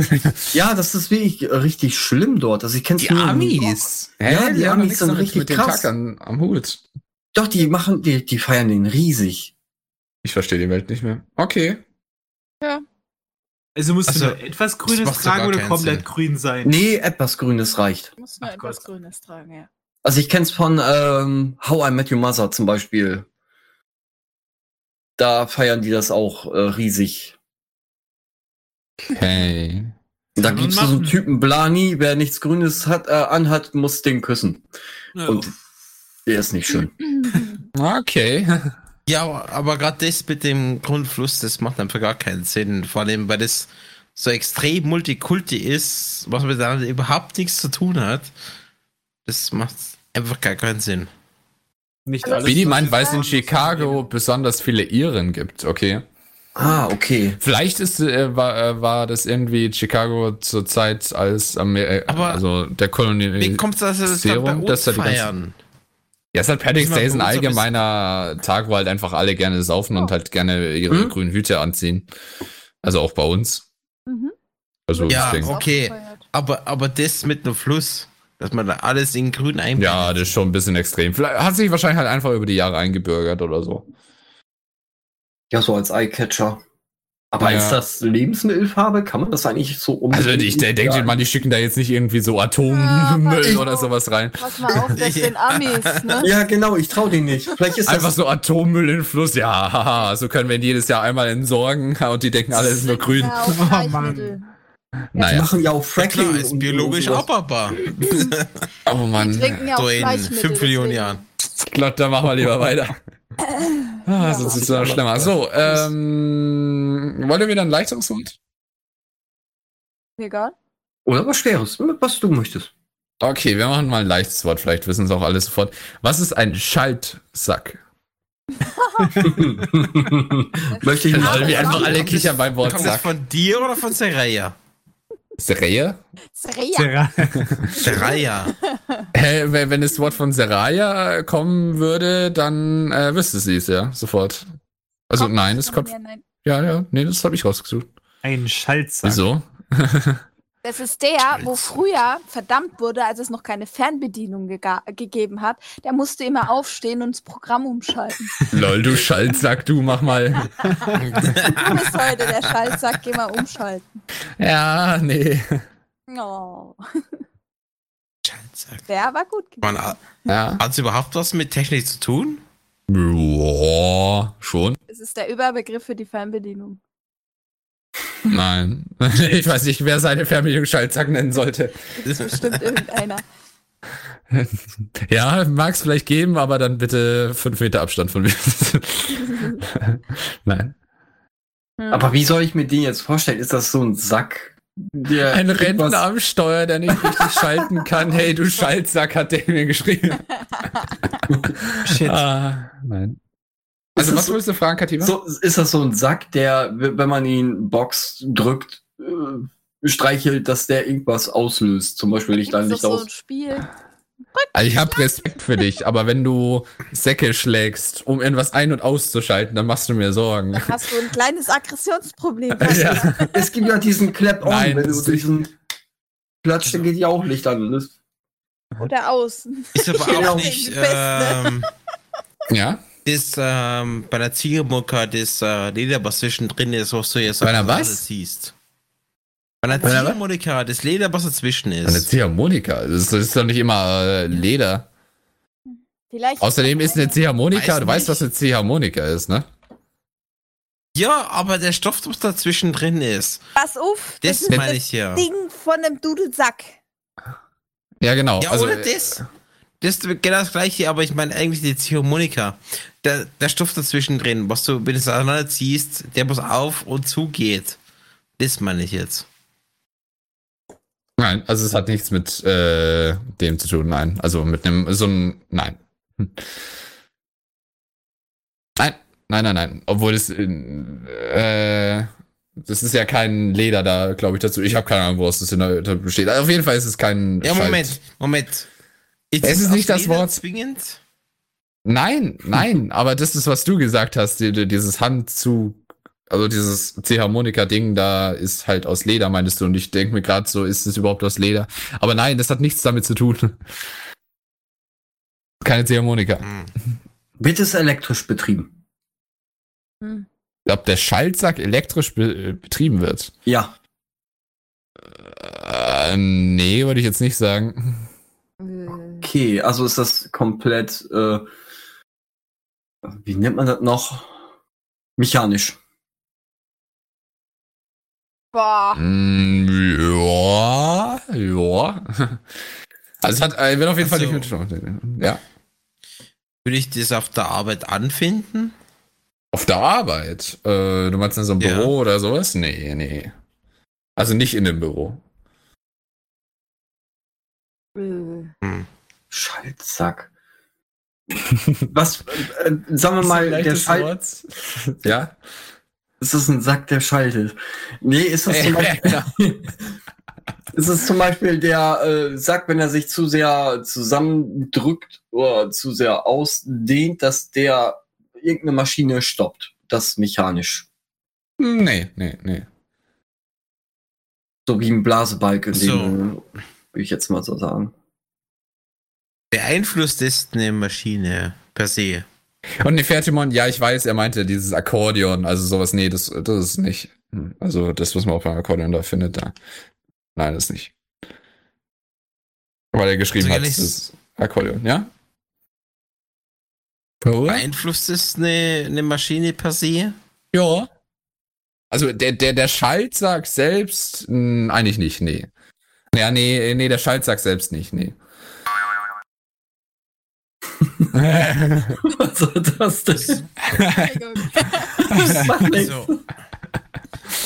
ja, das ist wirklich äh, richtig schlimm dort. Also ich kenn's Die nur. Amis? Hä? Ja, die, Die haben doch Amis nichts sind damit- richtig mit dem krass. Tag an- am Hut. Doch, die machen, die, die feiern den riesig. Ich verstehe die Welt nicht mehr. Okay. Ja. Also musst Also, du nur etwas das Grünes macht so tragen gar oder keinen komplett Sinn. grün sein? Nee, etwas Grünes reicht. Muss nur etwas Grünes tragen, ja. Also ich kenn's von ähm, How I Met Your Mother zum Beispiel. Da feiern die das auch äh, riesig. Okay. Da Kann man gibt's so einen machen. Typen Blani, wer nichts Grünes hat, äh, anhat, muss den küssen. Ja. Und der ist nicht schön. Okay. Ja, aber, aber gerade das mit dem Grundfluss, das macht einfach gar keinen Sinn. Vor allem, weil das so extrem Multikulti ist, was mit dann überhaupt nichts zu tun hat. Das macht einfach gar keinen Sinn. Nicht Wie die meint, weil es in Chicago besonders viele Iren gibt, okay. Ah, okay. Vielleicht ist, äh, war, äh, war das irgendwie Chicago zur Zeit als Amer äh, Aber also der Kolonisierung. Wie kommt es, dass wir das gerade bei uns dass da die ganzen- feiern? Ja, St. Patrick's Ist mal Day ist bei uns ein ein bisschen- allgemeiner Tag, wo halt einfach alle gerne saufen und halt gerne ihre Hm? grünen Hüte anziehen. Also auch bei uns. Mhm. Also ja, deswegen- okay. Aber, aber das mit dem Fluss, dass man da alles in grün einbaut. Ja, das ist schon ein bisschen extrem. Vielleicht hat sich wahrscheinlich halt einfach über die Jahre eingebürgert oder so. Ja, so als Eyecatcher. Aber Ja. ist das Lebensmittelfarbe? Kann man das eigentlich so um? Also ich de denke mal, die schicken da jetzt nicht irgendwie so Atommüll oder sowas rein. Pass mal auf, das sind Amis, ne? Ja, genau, ich trau den nicht. Vielleicht ist Einfach das so Atommüll in den Fluss. Ja, haha, so können wir ihn jedes Jahr einmal entsorgen und die denken, alles ist nur grün. Ja, auch Oh, Bleichmittel. Die Naja. machen ja auch Fracking. Klar, ist und- biologisch und sowas. abbaubar. Oh Mann. trinken ja auch so in Fleischmittel, 5 Millionen deswegen. Jahren. Ich glaube, da machen wir lieber weiter. Ah, sonst ist es noch schlimmer. So, ähm, wollen wir dann einen Leistungswund? Egal. Oder was Schweres, was du möchtest. Okay, wir machen mal ein leichtes Wort, vielleicht wissen es auch alle sofort. Was ist ein Schaltsack? Möchte ich Lol, nicht. Also, wir einfach Kommt alle das- kichern beim Wort Kommt das Sack. von dir oder von Seraya? Seraya? Seria. Seraya. Hä, wenn wenn das Wort von Seraya kommen würde, dann äh, wüsste sie es ja sofort. Also Kommt nein, nicht es von kommt. mir, nein. Ja, ja, nee, das habe ich rausgesucht. Ein Schaltsack. Wieso? Das ist der, wo früher verdammt wurde, als es noch keine Fernbedienung gega- gegeben hat. Der musste immer aufstehen und das Programm umschalten. Lol, du Schaltsack, du, mach mal. Du bist heute der Schaltsack, geh mal umschalten. ja, nee. Oh. Schaltsack. Der war gut. Man, hat Ja. es überhaupt was mit Technik zu tun? Boah, schon? Das ist der Überbegriff für die Fernbedienung. Nein. Ich weiß nicht, wer seine Fernbedienung Schaltsack nennen sollte. Bestimmt irgendeiner. Ja, mag es vielleicht geben, aber dann bitte fünf Meter Abstand von mir. Nein. Aber wie soll ich mir den jetzt vorstellen? Ist das so ein Sack? Der Ein irgendwas- Rentner am Steuer, der nicht richtig schalten kann. Hey, du Schaltsack, hat der mir geschrieben. Shit. Ah, nein. Also, was wolltest du fragen, Katima? So, ist das so ein Sack, der, w- wenn man ihn boxt, drückt, äh, streichelt, dass der irgendwas auslöst? Zum Beispiel Licht an, Das ist Licht doch so aus. ein Spiel. Also ich habe Respekt für dich, aber wenn du Säcke schlägst, um irgendwas ein- und auszuschalten, dann machst du mir Sorgen. Dann hast du ein kleines Aggressionsproblem. Ja. Es gibt ja diesen Clap-On, Nein, wenn das du ist durch einen klatscht, dann geht ja auch Licht an. ne? Das Oder aus. Ist aber auch nicht. Die Besten. Ähm, Ja? das ähm, bei der Ziegelmucker, das äh, Leder, was zwischendrin ist, was du jetzt Bei einer auf was? Nadel siehst. Bei der Bei einer was? Ziegelmucker, das Leder, was dazwischen Eine ist. Ziehharmonika. Das ist, das ist doch nicht immer äh, Leder. Vielleicht Außerdem ist eine Ziehharmonika, Weiß du weißt, was eine Ziehharmonika ist, ne? Ja, aber der Stoff, was dazwischen drin ist, Pass auf, das, das, ist meine das ich ja. Ding von einem Dudelsack. Ja, genau. Ja, also, oder das? Das ist genau das gleiche, aber ich meine eigentlich die Ziehharmonika. Der, der Stoff dazwischen drin, was du, wenn du es auseinanderziehst, der muss auf und zugeht. Das meine ich jetzt. Nein, also es hat nichts mit äh, dem zu tun, nein. Also mit einem, so einem, nein. Hm. Nein, nein, nein, nein. Obwohl es, äh, das ist ja kein Leder da, glaube ich, dazu. Ich habe keine Ahnung, woraus das hinter- da besteht. Also auf jeden Fall ist es kein Ja, Schalt. Moment, Moment. Halt. Es ist auf nicht das Leder Wort. Zwingend? Nein, nein, aber das ist, was du gesagt hast, die, die, dieses Handzug, also dieses C-Harmonika-Ding da ist halt aus Leder, meintest du, und ich denke mir gerade so, ist es überhaupt aus Leder? Aber nein, das hat nichts damit zu tun. Keine C-Harmonika. Hm. wird es elektrisch betrieben. Ob der Schaltsack elektrisch be äh, betrieben wird? Ja. Äh, nee, würde ich jetzt nicht sagen. Okay, also ist das komplett, äh, wie nennt man das noch? Mechanisch. Boah. Mm, ja, ja. Also es hat, äh, wird auf jeden Fall Ach so. nicht mit Schaltsack- Ja. Würde ich das auf der Arbeit anfinden? Auf der Arbeit? Äh, du meinst in so einem Ja. Büro oder sowas? Nee, nee. Also nicht in dem Büro. Äh. Schaltsack. Was, äh, äh, sagen wir mal, der Schalt, ja? ist das ein Sack, der schaltet? Nee, ist das zum Beispiel, ist es zum Beispiel der äh, Sack, wenn er sich zu sehr zusammendrückt oder zu sehr ausdehnt, dass der irgendeine Maschine stoppt. Das mechanisch. Nee, nee, nee. So wie ein Blasebalg, in So. dem, äh, würde ich jetzt mal so sagen. Beeinflusst ist eine Maschine per se. Und Nefertimon, ja, ich weiß, er meinte dieses Akkordeon, also sowas, nee, das, das ist nicht. Hm, Also das, was man auf einem Akkordeon da findet, da. Nein, das ist nicht. Weil er geschrieben Also hat, gar das nichts. ist Akkordeon, ja? Oder? Beeinflusst ist eine, eine Maschine per se? Ja. Also der, der, der Schaltsack selbst, mh, eigentlich nicht, nee. Ja, nee, nee, der Schaltsack selbst nicht, nee. Was soll das denn? So. Also,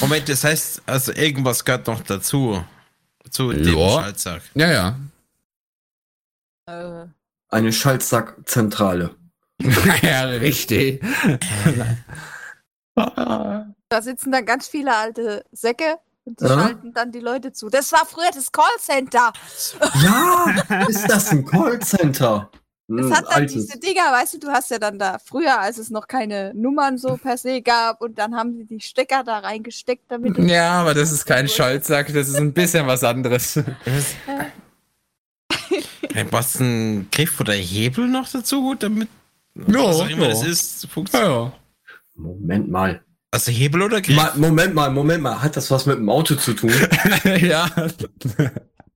Moment, das heißt, also irgendwas gehört noch dazu. Zu dem Ja. Schaltsack. ja, ja. Äh. Eine Schaltsackzentrale. ja, richtig. Da sitzen dann ganz viele alte Säcke und die Ja. schalten dann die Leute zu. Das war früher das Callcenter. Ja, ist das ein Callcenter? Es hat dann Hm, altes. diese Dinger, weißt du, du hast ja dann da früher, als es noch keine Nummern so per se gab, und dann haben sie die Stecker da reingesteckt, damit. du- Ja, aber das ist kein Schaltsack, das ist ein bisschen was anderes. Ja. Hey, brauchst du einen Griff oder Hebel noch dazu, gut, damit Ja, was auch immer ja. das ist, funktioniert. Ja. Moment mal. Also Hebel oder Griff? Ma- Moment mal, Moment mal. Hat das was mit dem Auto zu tun? ja.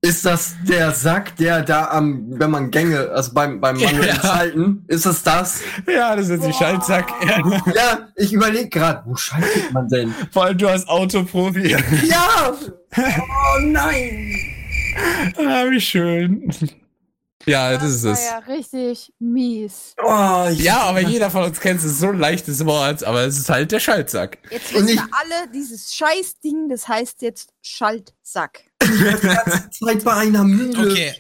Ist das der Sack, der da am, wenn man Gänge, also beim, beim manuellen Ja. Schalten, ist das das? Ja, das ist ein Schaltsack. Ja, ich überlege gerade, wo schaltet man denn? Vor allem du als Autoprofi. Ja! Oh nein! ah, wie schön. Ja, das ist War es. ja richtig mies. Oh, ich- Ja, aber jeder von uns kennt es so ein leichtes Wort, aber es ist halt der Schaltsack. Jetzt Und wissen wir alle, dieses Scheißding, das heißt jetzt Schaltsack. Seid bei einer müde. Okay,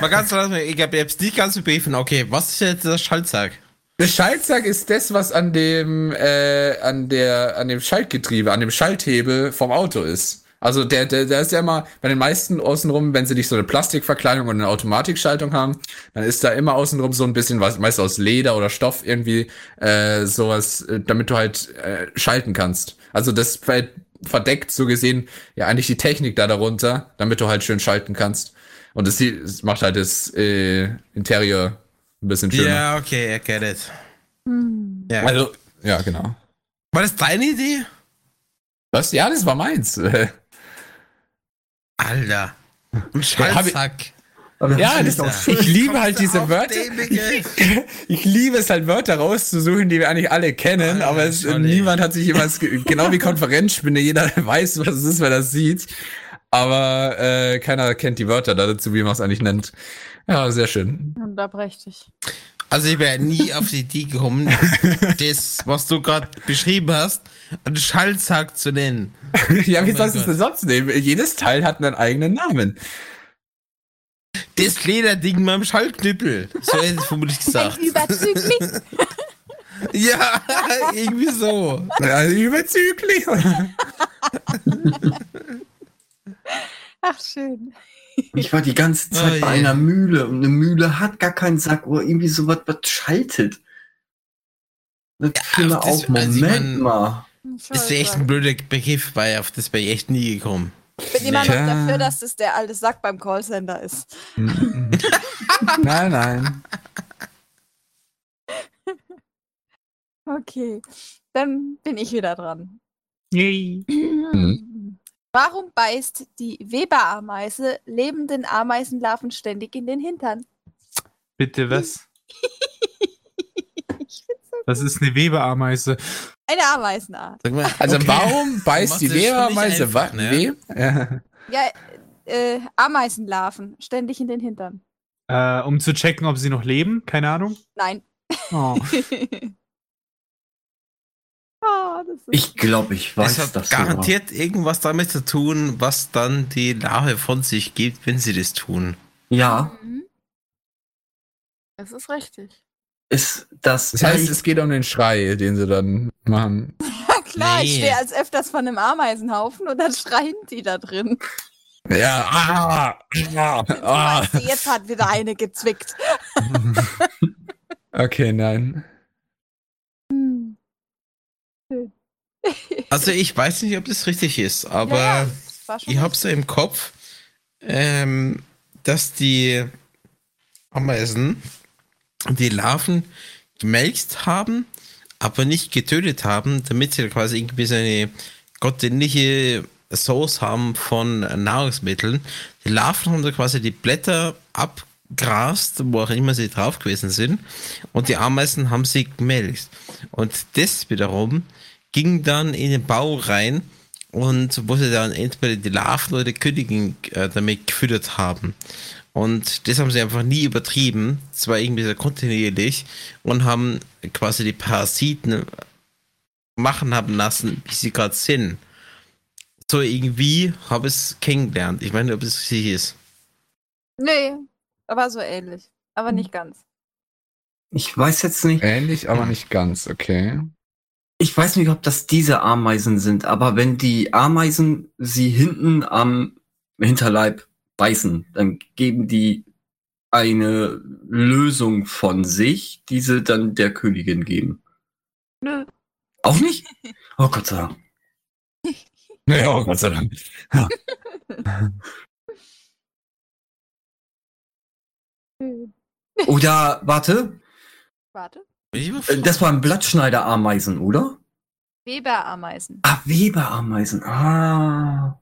mal ganz langsam, ich habe jetzt nicht ganz begriffen, okay, was ist jetzt der Schaltsack? Der Schaltsack ist das, was an dem, äh, an der, an dem Schaltgetriebe, an dem Schalthebel vom Auto ist. Also der, der, der ist ja immer bei den meisten außenrum, wenn sie nicht so eine Plastikverkleidung oder eine Automatikschaltung haben, dann ist da immer außenrum so ein bisschen was, meist aus Leder oder Stoff irgendwie äh, sowas, äh, damit du halt äh, schalten kannst. Also das ver- verdeckt so gesehen ja eigentlich die Technik da darunter, damit du halt schön schalten kannst. Und das, sieht- das macht halt das äh, Interieur ein bisschen schöner. Ja, okay, I get it. Ja. Also, ja, genau. war das deine Idee? Was? Ja, das war meins. Äh, Alter, ein Ja, hab ich- Schaltsack. Aber Ja, das das, ist auch ich liebe halt Kommst du diese auf Wörter. den Begriff? Ich liebe es halt, Wörter rauszusuchen, die wir eigentlich alle kennen, Ah, aber es, sorry. niemand hat sich jemals, ge- genau wie Konferenzspinne, jeder weiß, was es ist, wer das sieht. Aber äh, keiner kennt die Wörter da dazu, wie man es eigentlich nennt. Ja, sehr schön. Und da brächte ich. Also ich wäre nie auf die Idee gekommen, das, was du gerade beschrieben hast, einen Schaltsack zu nennen. ja, wie mein sollst du es Gott. denn sonst nehmen? Jedes Teil hat einen eigenen Namen. Das Lederding beim Schaltknüppel. So hätte ich vermutlich gesagt. Überzüglich. Ja, irgendwie so. Ja, überzüglich. Ach, schön. Ich war die ganze Zeit Oh bei je. einer Mühle und eine Mühle hat gar keinen Sack oder irgendwie sowas, was schaltet. Das ja, das- auch, also Moment ich mein- mal. Das ist echt ein blöder Begriff, weil auf das bin ich echt nie gekommen. Ich bin immer noch Ja. dafür, dass das der alte Sack beim Callcenter ist. nein, nein. Okay, dann bin ich wieder dran. Nee. Warum beißt die Weberameise lebenden Ameisenlarven ständig in den Hintern? Bitte was? Das ist eine Weberameise. Eine Ameisenart. Sag mal, Also okay. warum beißt Machst die du das schon nicht Lehrereise einfach, was? ne? Nee. Ja, äh, Ameisenlarven ständig in den Hintern. Äh, um zu checken, ob sie noch leben. Keine Ahnung. Nein. Oh. Ah, das ist Ich glaube, ich weiß Es hat das sogar. garantiert irgendwas damit zu tun, was dann die Larve von sich gibt, wenn sie das tun. Ja, Das ist richtig. ist das. Das heißt, es geht um den Schrei, den sie dann machen. ja klar. Ich Nee. stehe als öfters von einem Ameisenhaufen und dann schreien die da drin. Ja, ah, ah, ah. Weißt du, Jetzt hat wieder eine gezwickt. Okay, nein. Hm. Also ich weiß nicht, ob das richtig ist, aber Ja, ja, das war schon ich hab's im Kopf, ähm, dass die Ameisen die Larven gemelkt haben, aber nicht getötet haben, damit sie quasi irgendwie so eine gottähnliche Source haben von Nahrungsmitteln. Die Larven haben da quasi die Blätter abgrast, wo auch immer sie drauf gewesen sind, und die Ameisen haben sie gemelkt. Und das wiederum ging dann in den Bau rein und wo sie dann entweder die Larven oder die Königin äh, damit gefüttert haben. Und das haben sie einfach nie übertrieben. Es war irgendwie so kontinuierlich und haben quasi die Parasiten machen haben lassen, wie sie gerade sind. So irgendwie habe ich es kennengelernt. Ich meine, ob es richtig ist. Nee, aber so ähnlich. Aber nicht ganz. ich weiß jetzt nicht. Ähnlich, aber nicht ganz, okay. Ich weiß nicht, ob das diese Ameisen sind, aber wenn die Ameisen sie hinten am Hinterleib beißen, dann geben die eine Lösung von sich, diese dann der Königin geben? Nö. Auch nicht? Oh Gott sei Dank. Naja, oh Gott sei Dank. Ja. Oder, Oh warte, Warte. Äh, das waren Blattschneiderameisen, oder? Weberameisen. Ah, Weberameisen. Ah.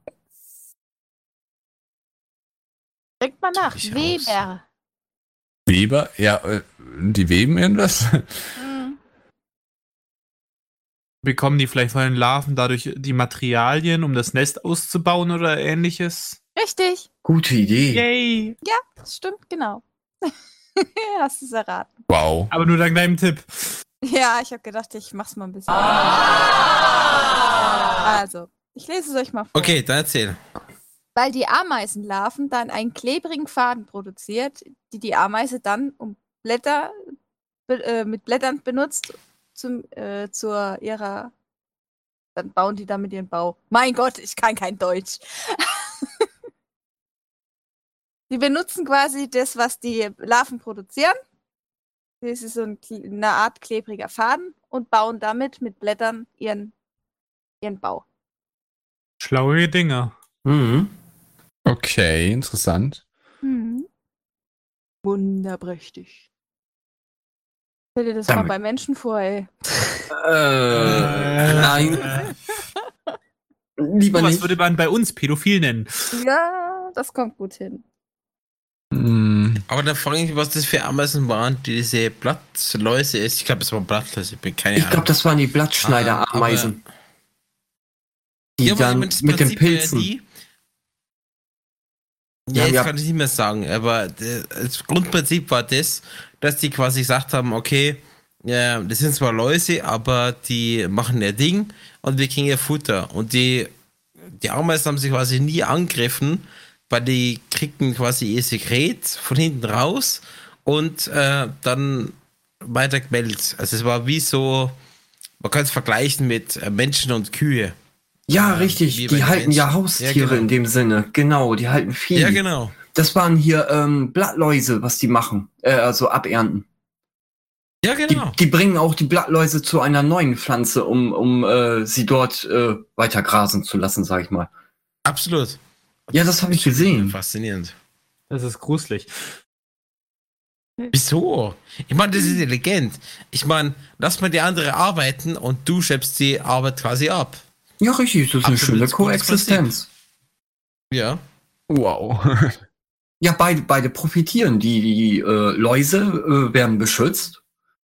Denkt mal nach. Weber. Weber? Ja, äh, die weben irgendwas? Hm. Bekommen die vielleicht von den Larven dadurch die Materialien, um das Nest auszubauen oder ähnliches? Richtig. Gute Idee. Yay! Ja, das stimmt, genau. Hast es erraten. Wow. Aber nur dank deinem Tipp. Ja, ich habe gedacht, ich mach's mal ein bisschen. Also, ich lese es euch mal vor. Okay, dann erzähl. Weil die Ameisenlarven dann einen klebrigen Faden produziert, die die Ameise dann um Blätter be, äh, mit Blättern benutzt zum äh, zur ihrer dann bauen die damit ihren Bau. Mein Gott, ich kann kein Deutsch. die benutzen quasi das, was die Larven produzieren. Das ist so ein, kle- eine Art klebriger Faden und bauen damit mit Blättern ihren ihren Bau. Schlaue Dinger. Mhm. Okay, interessant. Wunderprächtig. Stell dir das Damit- mal bei Menschen vor, ey. Äh, nein, Äh, lieber was nicht. würde man bei uns pädophil nennen? Ja, das kommt gut hin. Hm, Aber dann frage ich mich, was das für Ameisen waren, die diese Blattläuse ist. Ich glaube, es waren Blattläuse, ich bin keine Ich glaube, Ahnung. das waren die Blattschneiderameisen. die Ja, aber ich dann meine, das mit den Prinzip äh, war ja Pilzen. die- Ja, Ja, jetzt ja. kann ich nicht mehr sagen, aber äh, das Grundprinzip war das, dass die quasi gesagt haben, okay, ja, das sind zwar Läuse, aber die machen ihr Ding und wir kriegen ihr Futter. Und die, die Ameisen haben sich quasi nie angegriffen, weil die kriegten quasi ihr Sekret von hinten raus und äh, dann weiter gemeldet. Also es war wie so, man kann es vergleichen mit äh, Menschen und Kühe. Ja, Ähm, wie richtig. bei Die den halten ja Menschen. Haustiere Ja, genau. in dem Sinne. Genau, die halten Vieh. Ja, genau. Das waren hier ähm, Blattläuse, was die machen. Äh, also abernten. Ja, Die, genau. die bringen auch die Blattläuse zu einer neuen Pflanze, um, um äh, sie dort äh, weiter grasen zu lassen, sag ich mal. Absolut. Ja, das habe ich gesehen. Faszinierend. Das ist gruselig. Wieso? Ich meine, das ist intelligent. Ich meine, lass mal die andere arbeiten und du schöpfst die Arbeit quasi ab. Ja, richtig. Das ist eine Absolut schöne gutes Koexistenz. Ja. wow. Ja, beide, beide profitieren. Die, die äh, Läuse äh, werden beschützt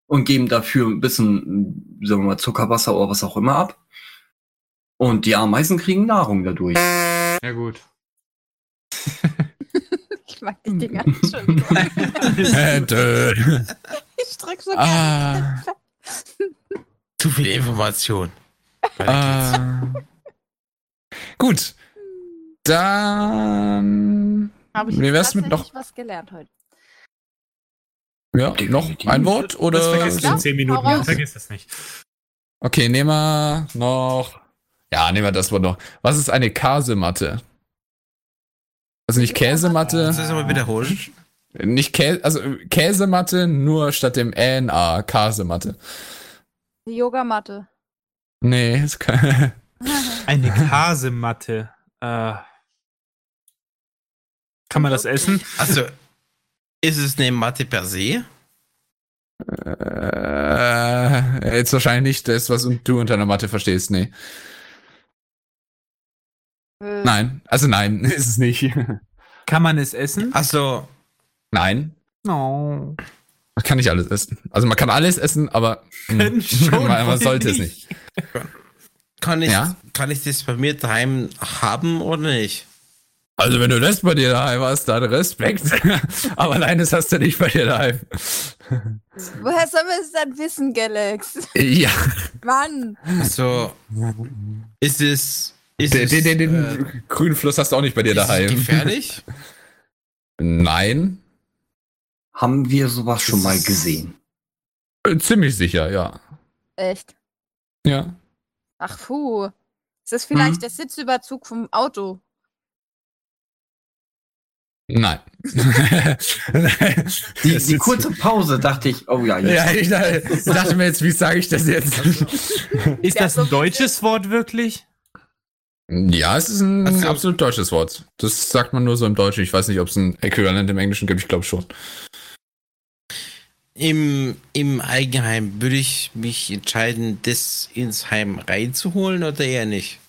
und geben dafür ein bisschen, äh, sagen wir mal, Zuckerwasser oder was auch immer ab. Und die Ameisen kriegen Nahrung dadurch. Ja, gut. Ich mag Hm. die Dinger schon. Hätte. Ich drück so gerne. ah, Zu viel Information. ah. Gut. Dann. Hab ich Wie jetzt wär's mit tatsächlich was gelernt heute. Ja, noch ein Wort das oder. vergisst du in 10 Minuten. Hau raus. Vergiss das nicht. Okay, nehmen wir noch. Ja, nehmen wir das Wort noch. Was ist eine Kasematte? Also nicht Kannst du Käsematte, das nochmal wiederholen? nicht Käse, also äh, Käsematte, nur statt dem NA, Kasematte. Die Yogamatte. Nee, ist kein. Eine Kasematte. Äh, kann man das essen? Also, ist es eine Mathe per se? Äh, jetzt wahrscheinlich nicht das, was du unter einer Matte verstehst, nee. Äh, Nein, also nein, ist es nicht. Kann man es essen? Also, Nein, No. man kann nicht alles essen. Also man kann alles essen, aber mh, Können schon, Hm. man, man weil sollte es nicht. nicht. kann ich, Ja. kann ich das bei mir daheim haben oder nicht? Also wenn du das bei dir daheim hast, dann Respekt. Aber nein, das hast du nicht bei dir daheim. Woher soll man es dann wissen, Galax? Ja. Mann! Also, ist es. Ist Den, es, den, den, den äh, grünen Fluss hast du auch nicht bei dir ist es daheim. gefährlich? Nein. Haben wir sowas schon Das mal ist- gesehen? Äh, Ziemlich sicher, ja. Echt? Ja. Ach puh. Mhm. Ist das vielleicht Hm? der Sitzüberzug vom Auto? Nein. die, die kurze Pause dachte ich, oh ja, Ja, ich dachte, dachte mir jetzt, wie sage ich das jetzt? Ist das ein deutsches Wort wirklich? Ja, es ist ein Also- absolut deutsches Wort. Das sagt man nur so im Deutschen. Ich weiß nicht, ob es ein Äquivalent im Englischen gibt. Ich glaube schon. Im, Im Eigenheim würde ich mich entscheiden, das ins Heim reinzuholen oder eher nicht?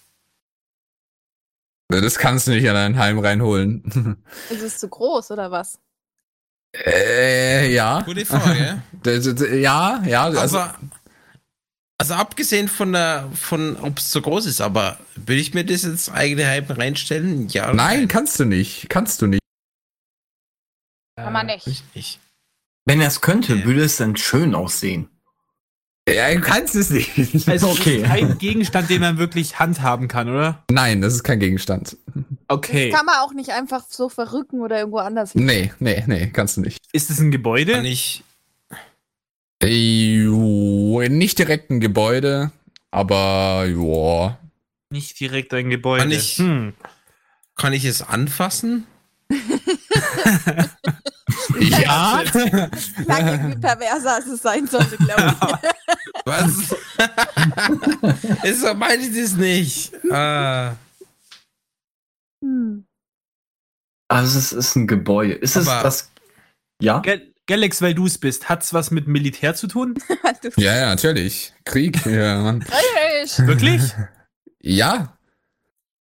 Das kannst du nicht an dein Heim reinholen. Ist es zu groß oder was? äh, ja. Gute Frage. D- d- d- ja, ja. Also, aber, also abgesehen von der, von ob es so groß ist, aber würde ich mir das ins eigene Heim reinstellen? Ja. oder nein, kannst du nicht. Kannst du nicht. Kann man Äh. nicht. nicht? Wenn er es könnte, würde es dann schön aussehen. Ja, du kannst es nicht. Also Okay. okay. kein Gegenstand, den man wirklich handhaben kann, oder? Nein, das ist kein Gegenstand. Okay. Kann man auch nicht einfach so verrücken oder irgendwo anders hin. Nee, nee, nee, kannst du nicht. Ist es ein Gebäude? Kann ich, Äh, jo, nicht direkt ein Gebäude, aber joa. Nicht direkt ein Gebäude. Kann ich- Hm. kann ich es anfassen? Ja. Klang irgendwie perverser, als es sein sollte, glaube ich. Was? ist so meine ich das nicht. Ah, Hm. Also es ist ein Gebäude. Ist es Aber- das? Ja? Gal Galax, weil du es bist, hat's was mit Militär zu tun? Du Ja, ja, natürlich. Krieg, ja, Mann. frisch. Wirklich? Ja,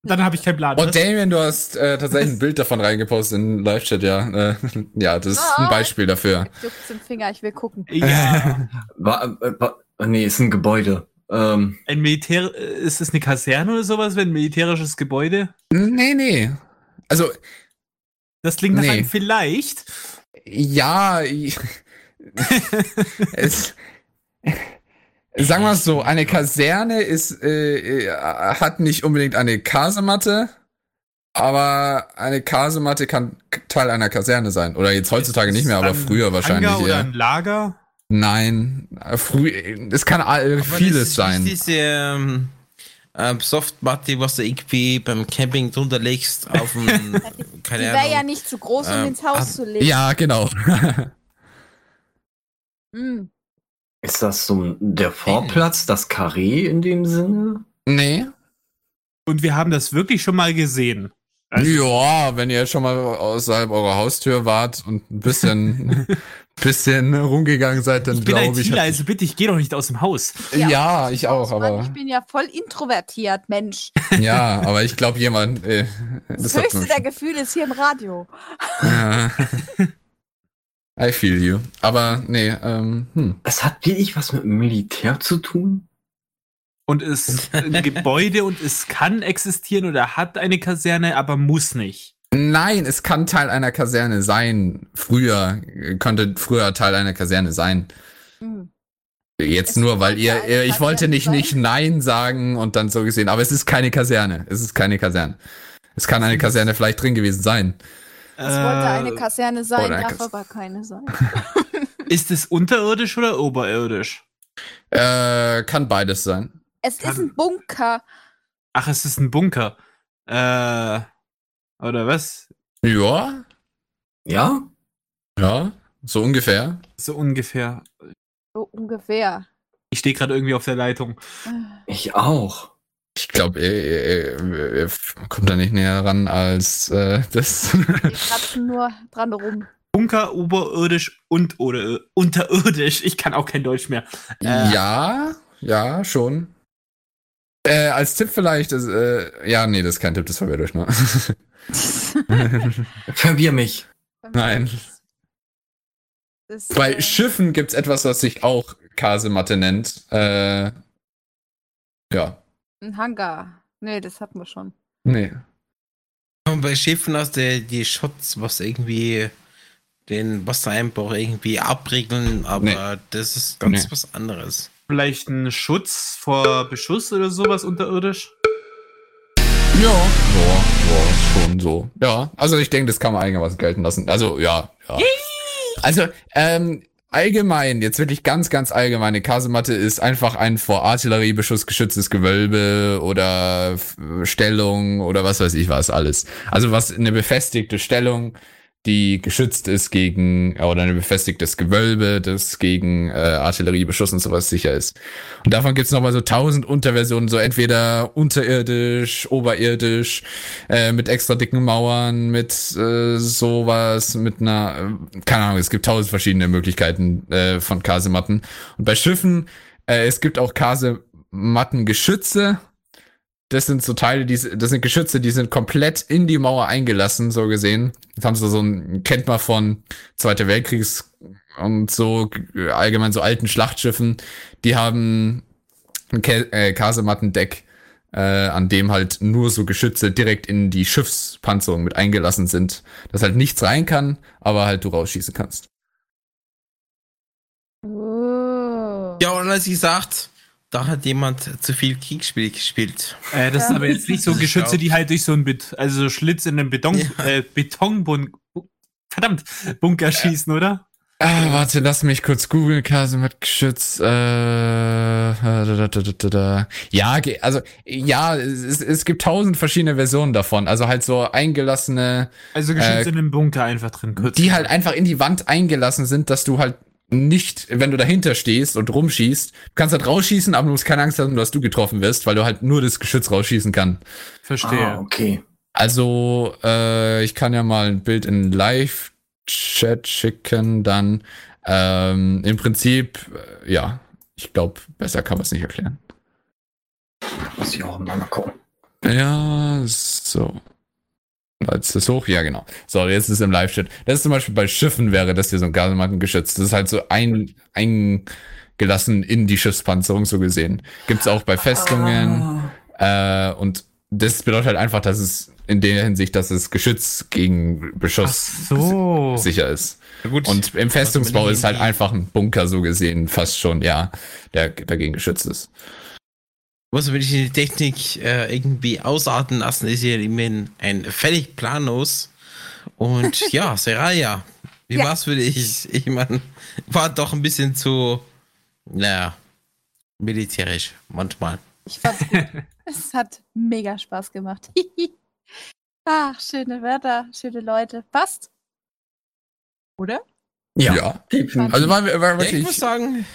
Dann habe ich keinen Plan. Und Damien, du hast äh, tatsächlich ein Bild davon reingepostet in den Live-Chat, ja. Äh, ja, das ist ein Beispiel dafür. Juckt's im Finger, ich will gucken. ja. Wa- äh, wa- nee, ist ein Gebäude. Ähm, Ein Militär, äh, ist es eine Kaserne oder sowas, wenn ein militärisches Gebäude? Nee, nee. Also, Das klingt nach Nee. einem vielleicht. ja. ich- es, sagen wir es so, eine Kaserne ist, äh, äh, hat nicht unbedingt eine Kasematte, aber eine Kasematte kann Teil einer Kaserne sein. Oder jetzt heutzutage nicht mehr, aber Ist es ein früher wahrscheinlich Hangar oder eher. ein Lager? Nein, früher, es kann all- aber das vieles ist sein. nicht Diese ähm, ähm, Softmatte, was du irgendwie beim Camping drunter legst, auf dem, Die keine wäre Ahnung. ja nicht zu groß, um Ähm, ins Haus ah, zu legen. Ja, genau. Hm. ist das so der Vorplatz, das Karree in dem Sinne? nee. Und wir haben das wirklich schon mal gesehen. Also Ja, wenn ihr schon mal außerhalb eurer Haustür wart und ein bisschen, bisschen rumgegangen seid, dann Ich bin ein also- glaube ich. Dealer, also bitte, ich gehe doch nicht aus dem Haus. ja, ich auch, Mann, aber ich bin ja voll introvertiert, Mensch. ja, aber ich glaube jemand. Äh, Das, hat höchste man- der Gefühle ist hier im Radio. Ja. I feel you. Aber nee, ähm, hm. Es hat wirklich was mit dem Militär zu tun? Und es ist ein Gebäude und es kann existieren oder hat eine Kaserne, aber muss nicht. Nein, es kann Teil einer Kaserne sein. Früher äh, konnte früher Teil einer Kaserne sein. Hm. Jetzt Es nur, weil kann ihr, Teil ihr einer ich wollte Kaserne nicht, sein. nicht Nein sagen und dann so gesehen, aber es ist keine Kaserne. Es ist keine Kaserne. Es kann Mhm. eine Kaserne vielleicht drin gewesen sein. Es wollte eine Äh, Kaserne sein, wollte eine darf Kas- aber keine sein. Ist es unterirdisch oder oberirdisch? Äh, kann beides sein. Es ist ein Bunker. Ach, es ist ein Bunker. Äh, oder was? Ja, Ja? ja, so ungefähr. So ungefähr. So ungefähr. Ich stehe gerade irgendwie auf der Leitung. Ich auch. Ich glaube, ihr, ihr, ihr, ihr äh, kommt da nicht näher ran als äh, das. Wir kratzen nur dran rum. Bunker, oberirdisch und oder unterirdisch. Ich kann auch kein Deutsch mehr. Äh. Ja, ja, schon. Äh, als Tipp vielleicht, ist, äh, ja, nee, das ist kein Tipp, das verwirrt euch nur. Verwirr mich. Nein. Das ist, Bei äh, Schiffen gibt's etwas, was sich auch Kasematte nennt. Äh, ja, äh, ein Hangar. Nee, das hatten wir schon. nee. Und bei Schiffen hast du die Shots, was irgendwie den Wassereinbruch irgendwie abregeln, aber das ist ganz Nee. was anderes. Vielleicht ein Schutz vor Beschuss oder sowas unterirdisch? Ja, ja, ja, schon so. Ja, also ich denke, das kann man einigermaßen gelten lassen. Also, ja, ja. Also, ähm, allgemein, jetzt wirklich ganz, ganz allgemeine Kasematte ist einfach ein vor Artilleriebeschuss geschütztes Gewölbe oder F- Stellung oder was weiß ich was alles. Also was eine befestigte Stellung, die geschützt ist gegen, oder ein befestigtes Gewölbe, das gegen äh, Artilleriebeschuss und sowas sicher ist. Und davon gibt's nochmal so tausend Unterversionen, so entweder unterirdisch, oberirdisch, äh, mit extra dicken Mauern, mit äh, sowas, mit einer, äh, keine Ahnung, es gibt tausend verschiedene Möglichkeiten äh, von Kasematten. Und bei Schiffen, äh, es gibt auch Kasemattengeschütze, das sind so Teile, die, das sind Geschütze, die sind komplett in die Mauer eingelassen, so gesehen. Das haben sie so ein, kennt man von Zweiter Weltkriegs und so allgemein so alten Schlachtschiffen, die haben ein Ke äh, Kasemattendeck, äh, an dem halt nur so Geschütze direkt in die Schiffspanzerung mit eingelassen sind, dass halt nichts rein kann, aber halt du rausschießen kannst. Oh. Ja, und als ich sagt, da hat jemand zu viel Kriegsspiel gespielt. Äh, das ja. sind aber jetzt nicht so Geschütze, die halt durch so einen Bet also so Schlitz in den Beton ja. äh, Betonbunker verdammt Bunker ja. schießen, oder? Ah, warte, lass mich kurz googeln, Kasemattgeschütz. Äh, da, da, da, ja, also ja, es, es gibt tausend verschiedene Versionen davon. Also halt so eingelassene. Also Geschütze äh, in einem Bunker einfach drin. Kurz. Die halt einfach in die Wand eingelassen sind, dass du halt nicht, wenn du dahinter stehst und rumschießt, du kannst halt rausschießen, aber du musst keine Angst haben, dass du getroffen wirst, weil du halt nur das Geschütz rausschießen kann. Verstehe. Ah, okay. Also, äh, ich kann ja mal ein Bild in Live-Chat schicken, dann ähm, im Prinzip, äh, ja, ich glaube, besser kann man es nicht erklären. Muss ich auch mal gucken. Ja, so. Als das hoch, ja genau. So, jetzt ist im Live-Chat. Das ist zum Beispiel bei Schiffen wäre das hier so ein Gasemattengeschütz. Das ist halt so ein, eingelassen in die Schiffspanzerung so gesehen. Gibt's auch bei Festungen. Ah. Äh, und das bedeutet halt einfach, dass es in der Hinsicht, dass es Geschütz gegen Beschuss so. sicher ist. Ja, gut. Und Also im Festungsbau ist halt einfach ein Bunker so gesehen, fast schon, ja, der dagegen geschützt ist. Muss man nicht die Technik äh, irgendwie ausarten lassen, ist hier immerhin ein völlig planlos. Und ja, Seraya, wie ja. war's für dich? Ich meine, war doch ein bisschen zu, naja, militärisch manchmal. Ich fand's gut. es hat mega Spaß gemacht. Ach, schöne Wörter, schöne Leute. Passt? Oder? Ja. ja. Also war, war wirklich. Ja, ich muss sagen,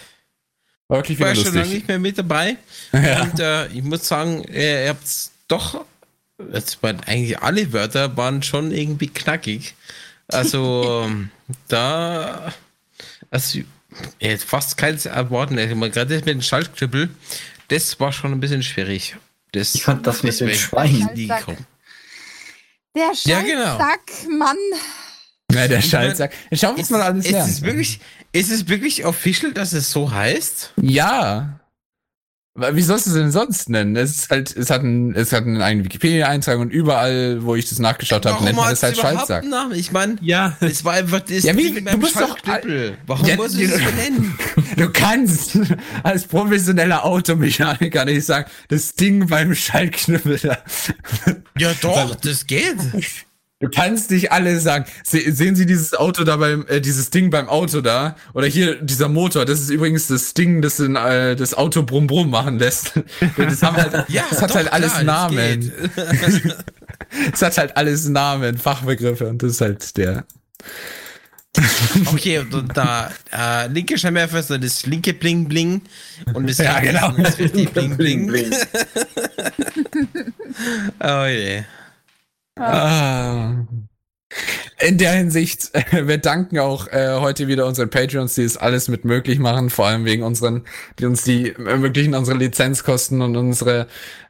war wirklich wieder war lustig. schon lange nicht mehr mit dabei. Ja. Und äh, ich muss sagen, ihr habt doch, jetzt waren eigentlich alle Wörter waren schon irgendwie knackig. Also da, also fast keins erwarten. Also, Gerade mit dem Schaltknüppel, das war schon ein bisschen schwierig. Das, ich fand das mit dem Schwein. Der Schaltsack, ja, genau. Mann. Ja, der Schaltsack. Schauen wir uns mal alles ist lernen. Es wirklich, ist es wirklich official, dass es so heißt? Ja. Wie sollst du es denn sonst nennen? Es ist halt, es hat einen, es hat einen eigenen Wikipedia-Eintrag und überall, wo ich das nachgeschaut habe, nennt man es halt Schaltsack. Namen? Ich meine, ja. es war einfach das ja, wie, du bist doch Warum ja, musst du das so nennen? Du kannst als professioneller Automechaniker nicht sagen, das Ding beim Schaltknüppel. Ja doch, das geht. Du kannst nicht alle sagen, se sehen Sie dieses Auto da beim, äh, dieses Ding beim Auto da? Oder hier dieser Motor, das ist übrigens das Ding, das in, äh, das Auto brumm brumm machen lässt. Das, haben halt, ja, das hat doch, halt alles klar, Namen. Es das hat halt alles Namen, Fachbegriffe und das ist halt der. Okay, und da äh, linke Scheinwerfer ist dann das linke Bling Bling und das ja, genau. das rechte Bling Bling. bling. oh je. Yeah. Ah. In der Hinsicht, wir danken auch äh, heute wieder unseren Patreons, die es alles mit möglich machen, vor allem wegen unseren, die uns die ermöglichen, unsere Lizenzkosten und unsere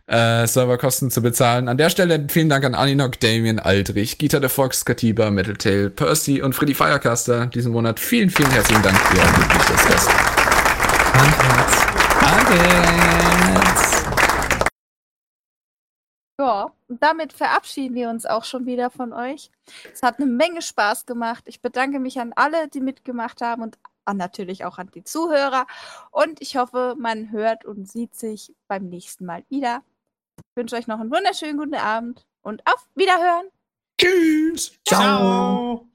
äh, Serverkosten zu bezahlen. An der Stelle vielen Dank an Aninok, Damien, Aldrich, Gita der Fox, Katiba, Metaltail, Percy und Freddy Firecaster diesen Monat. Vielen, vielen herzlichen Dank für euer glückliches Fest. Handherz. Handherz. Ja, und damit verabschieden wir uns auch schon wieder von euch. Es hat eine Menge Spaß gemacht. Ich bedanke mich an alle, die mitgemacht haben und an natürlich auch an die Zuhörer. Und ich hoffe, man hört und sieht sich beim nächsten Mal wieder. Ich wünsche euch noch einen wunderschönen guten Abend und auf Wiederhören. Tschüss. Ciao. Ciao.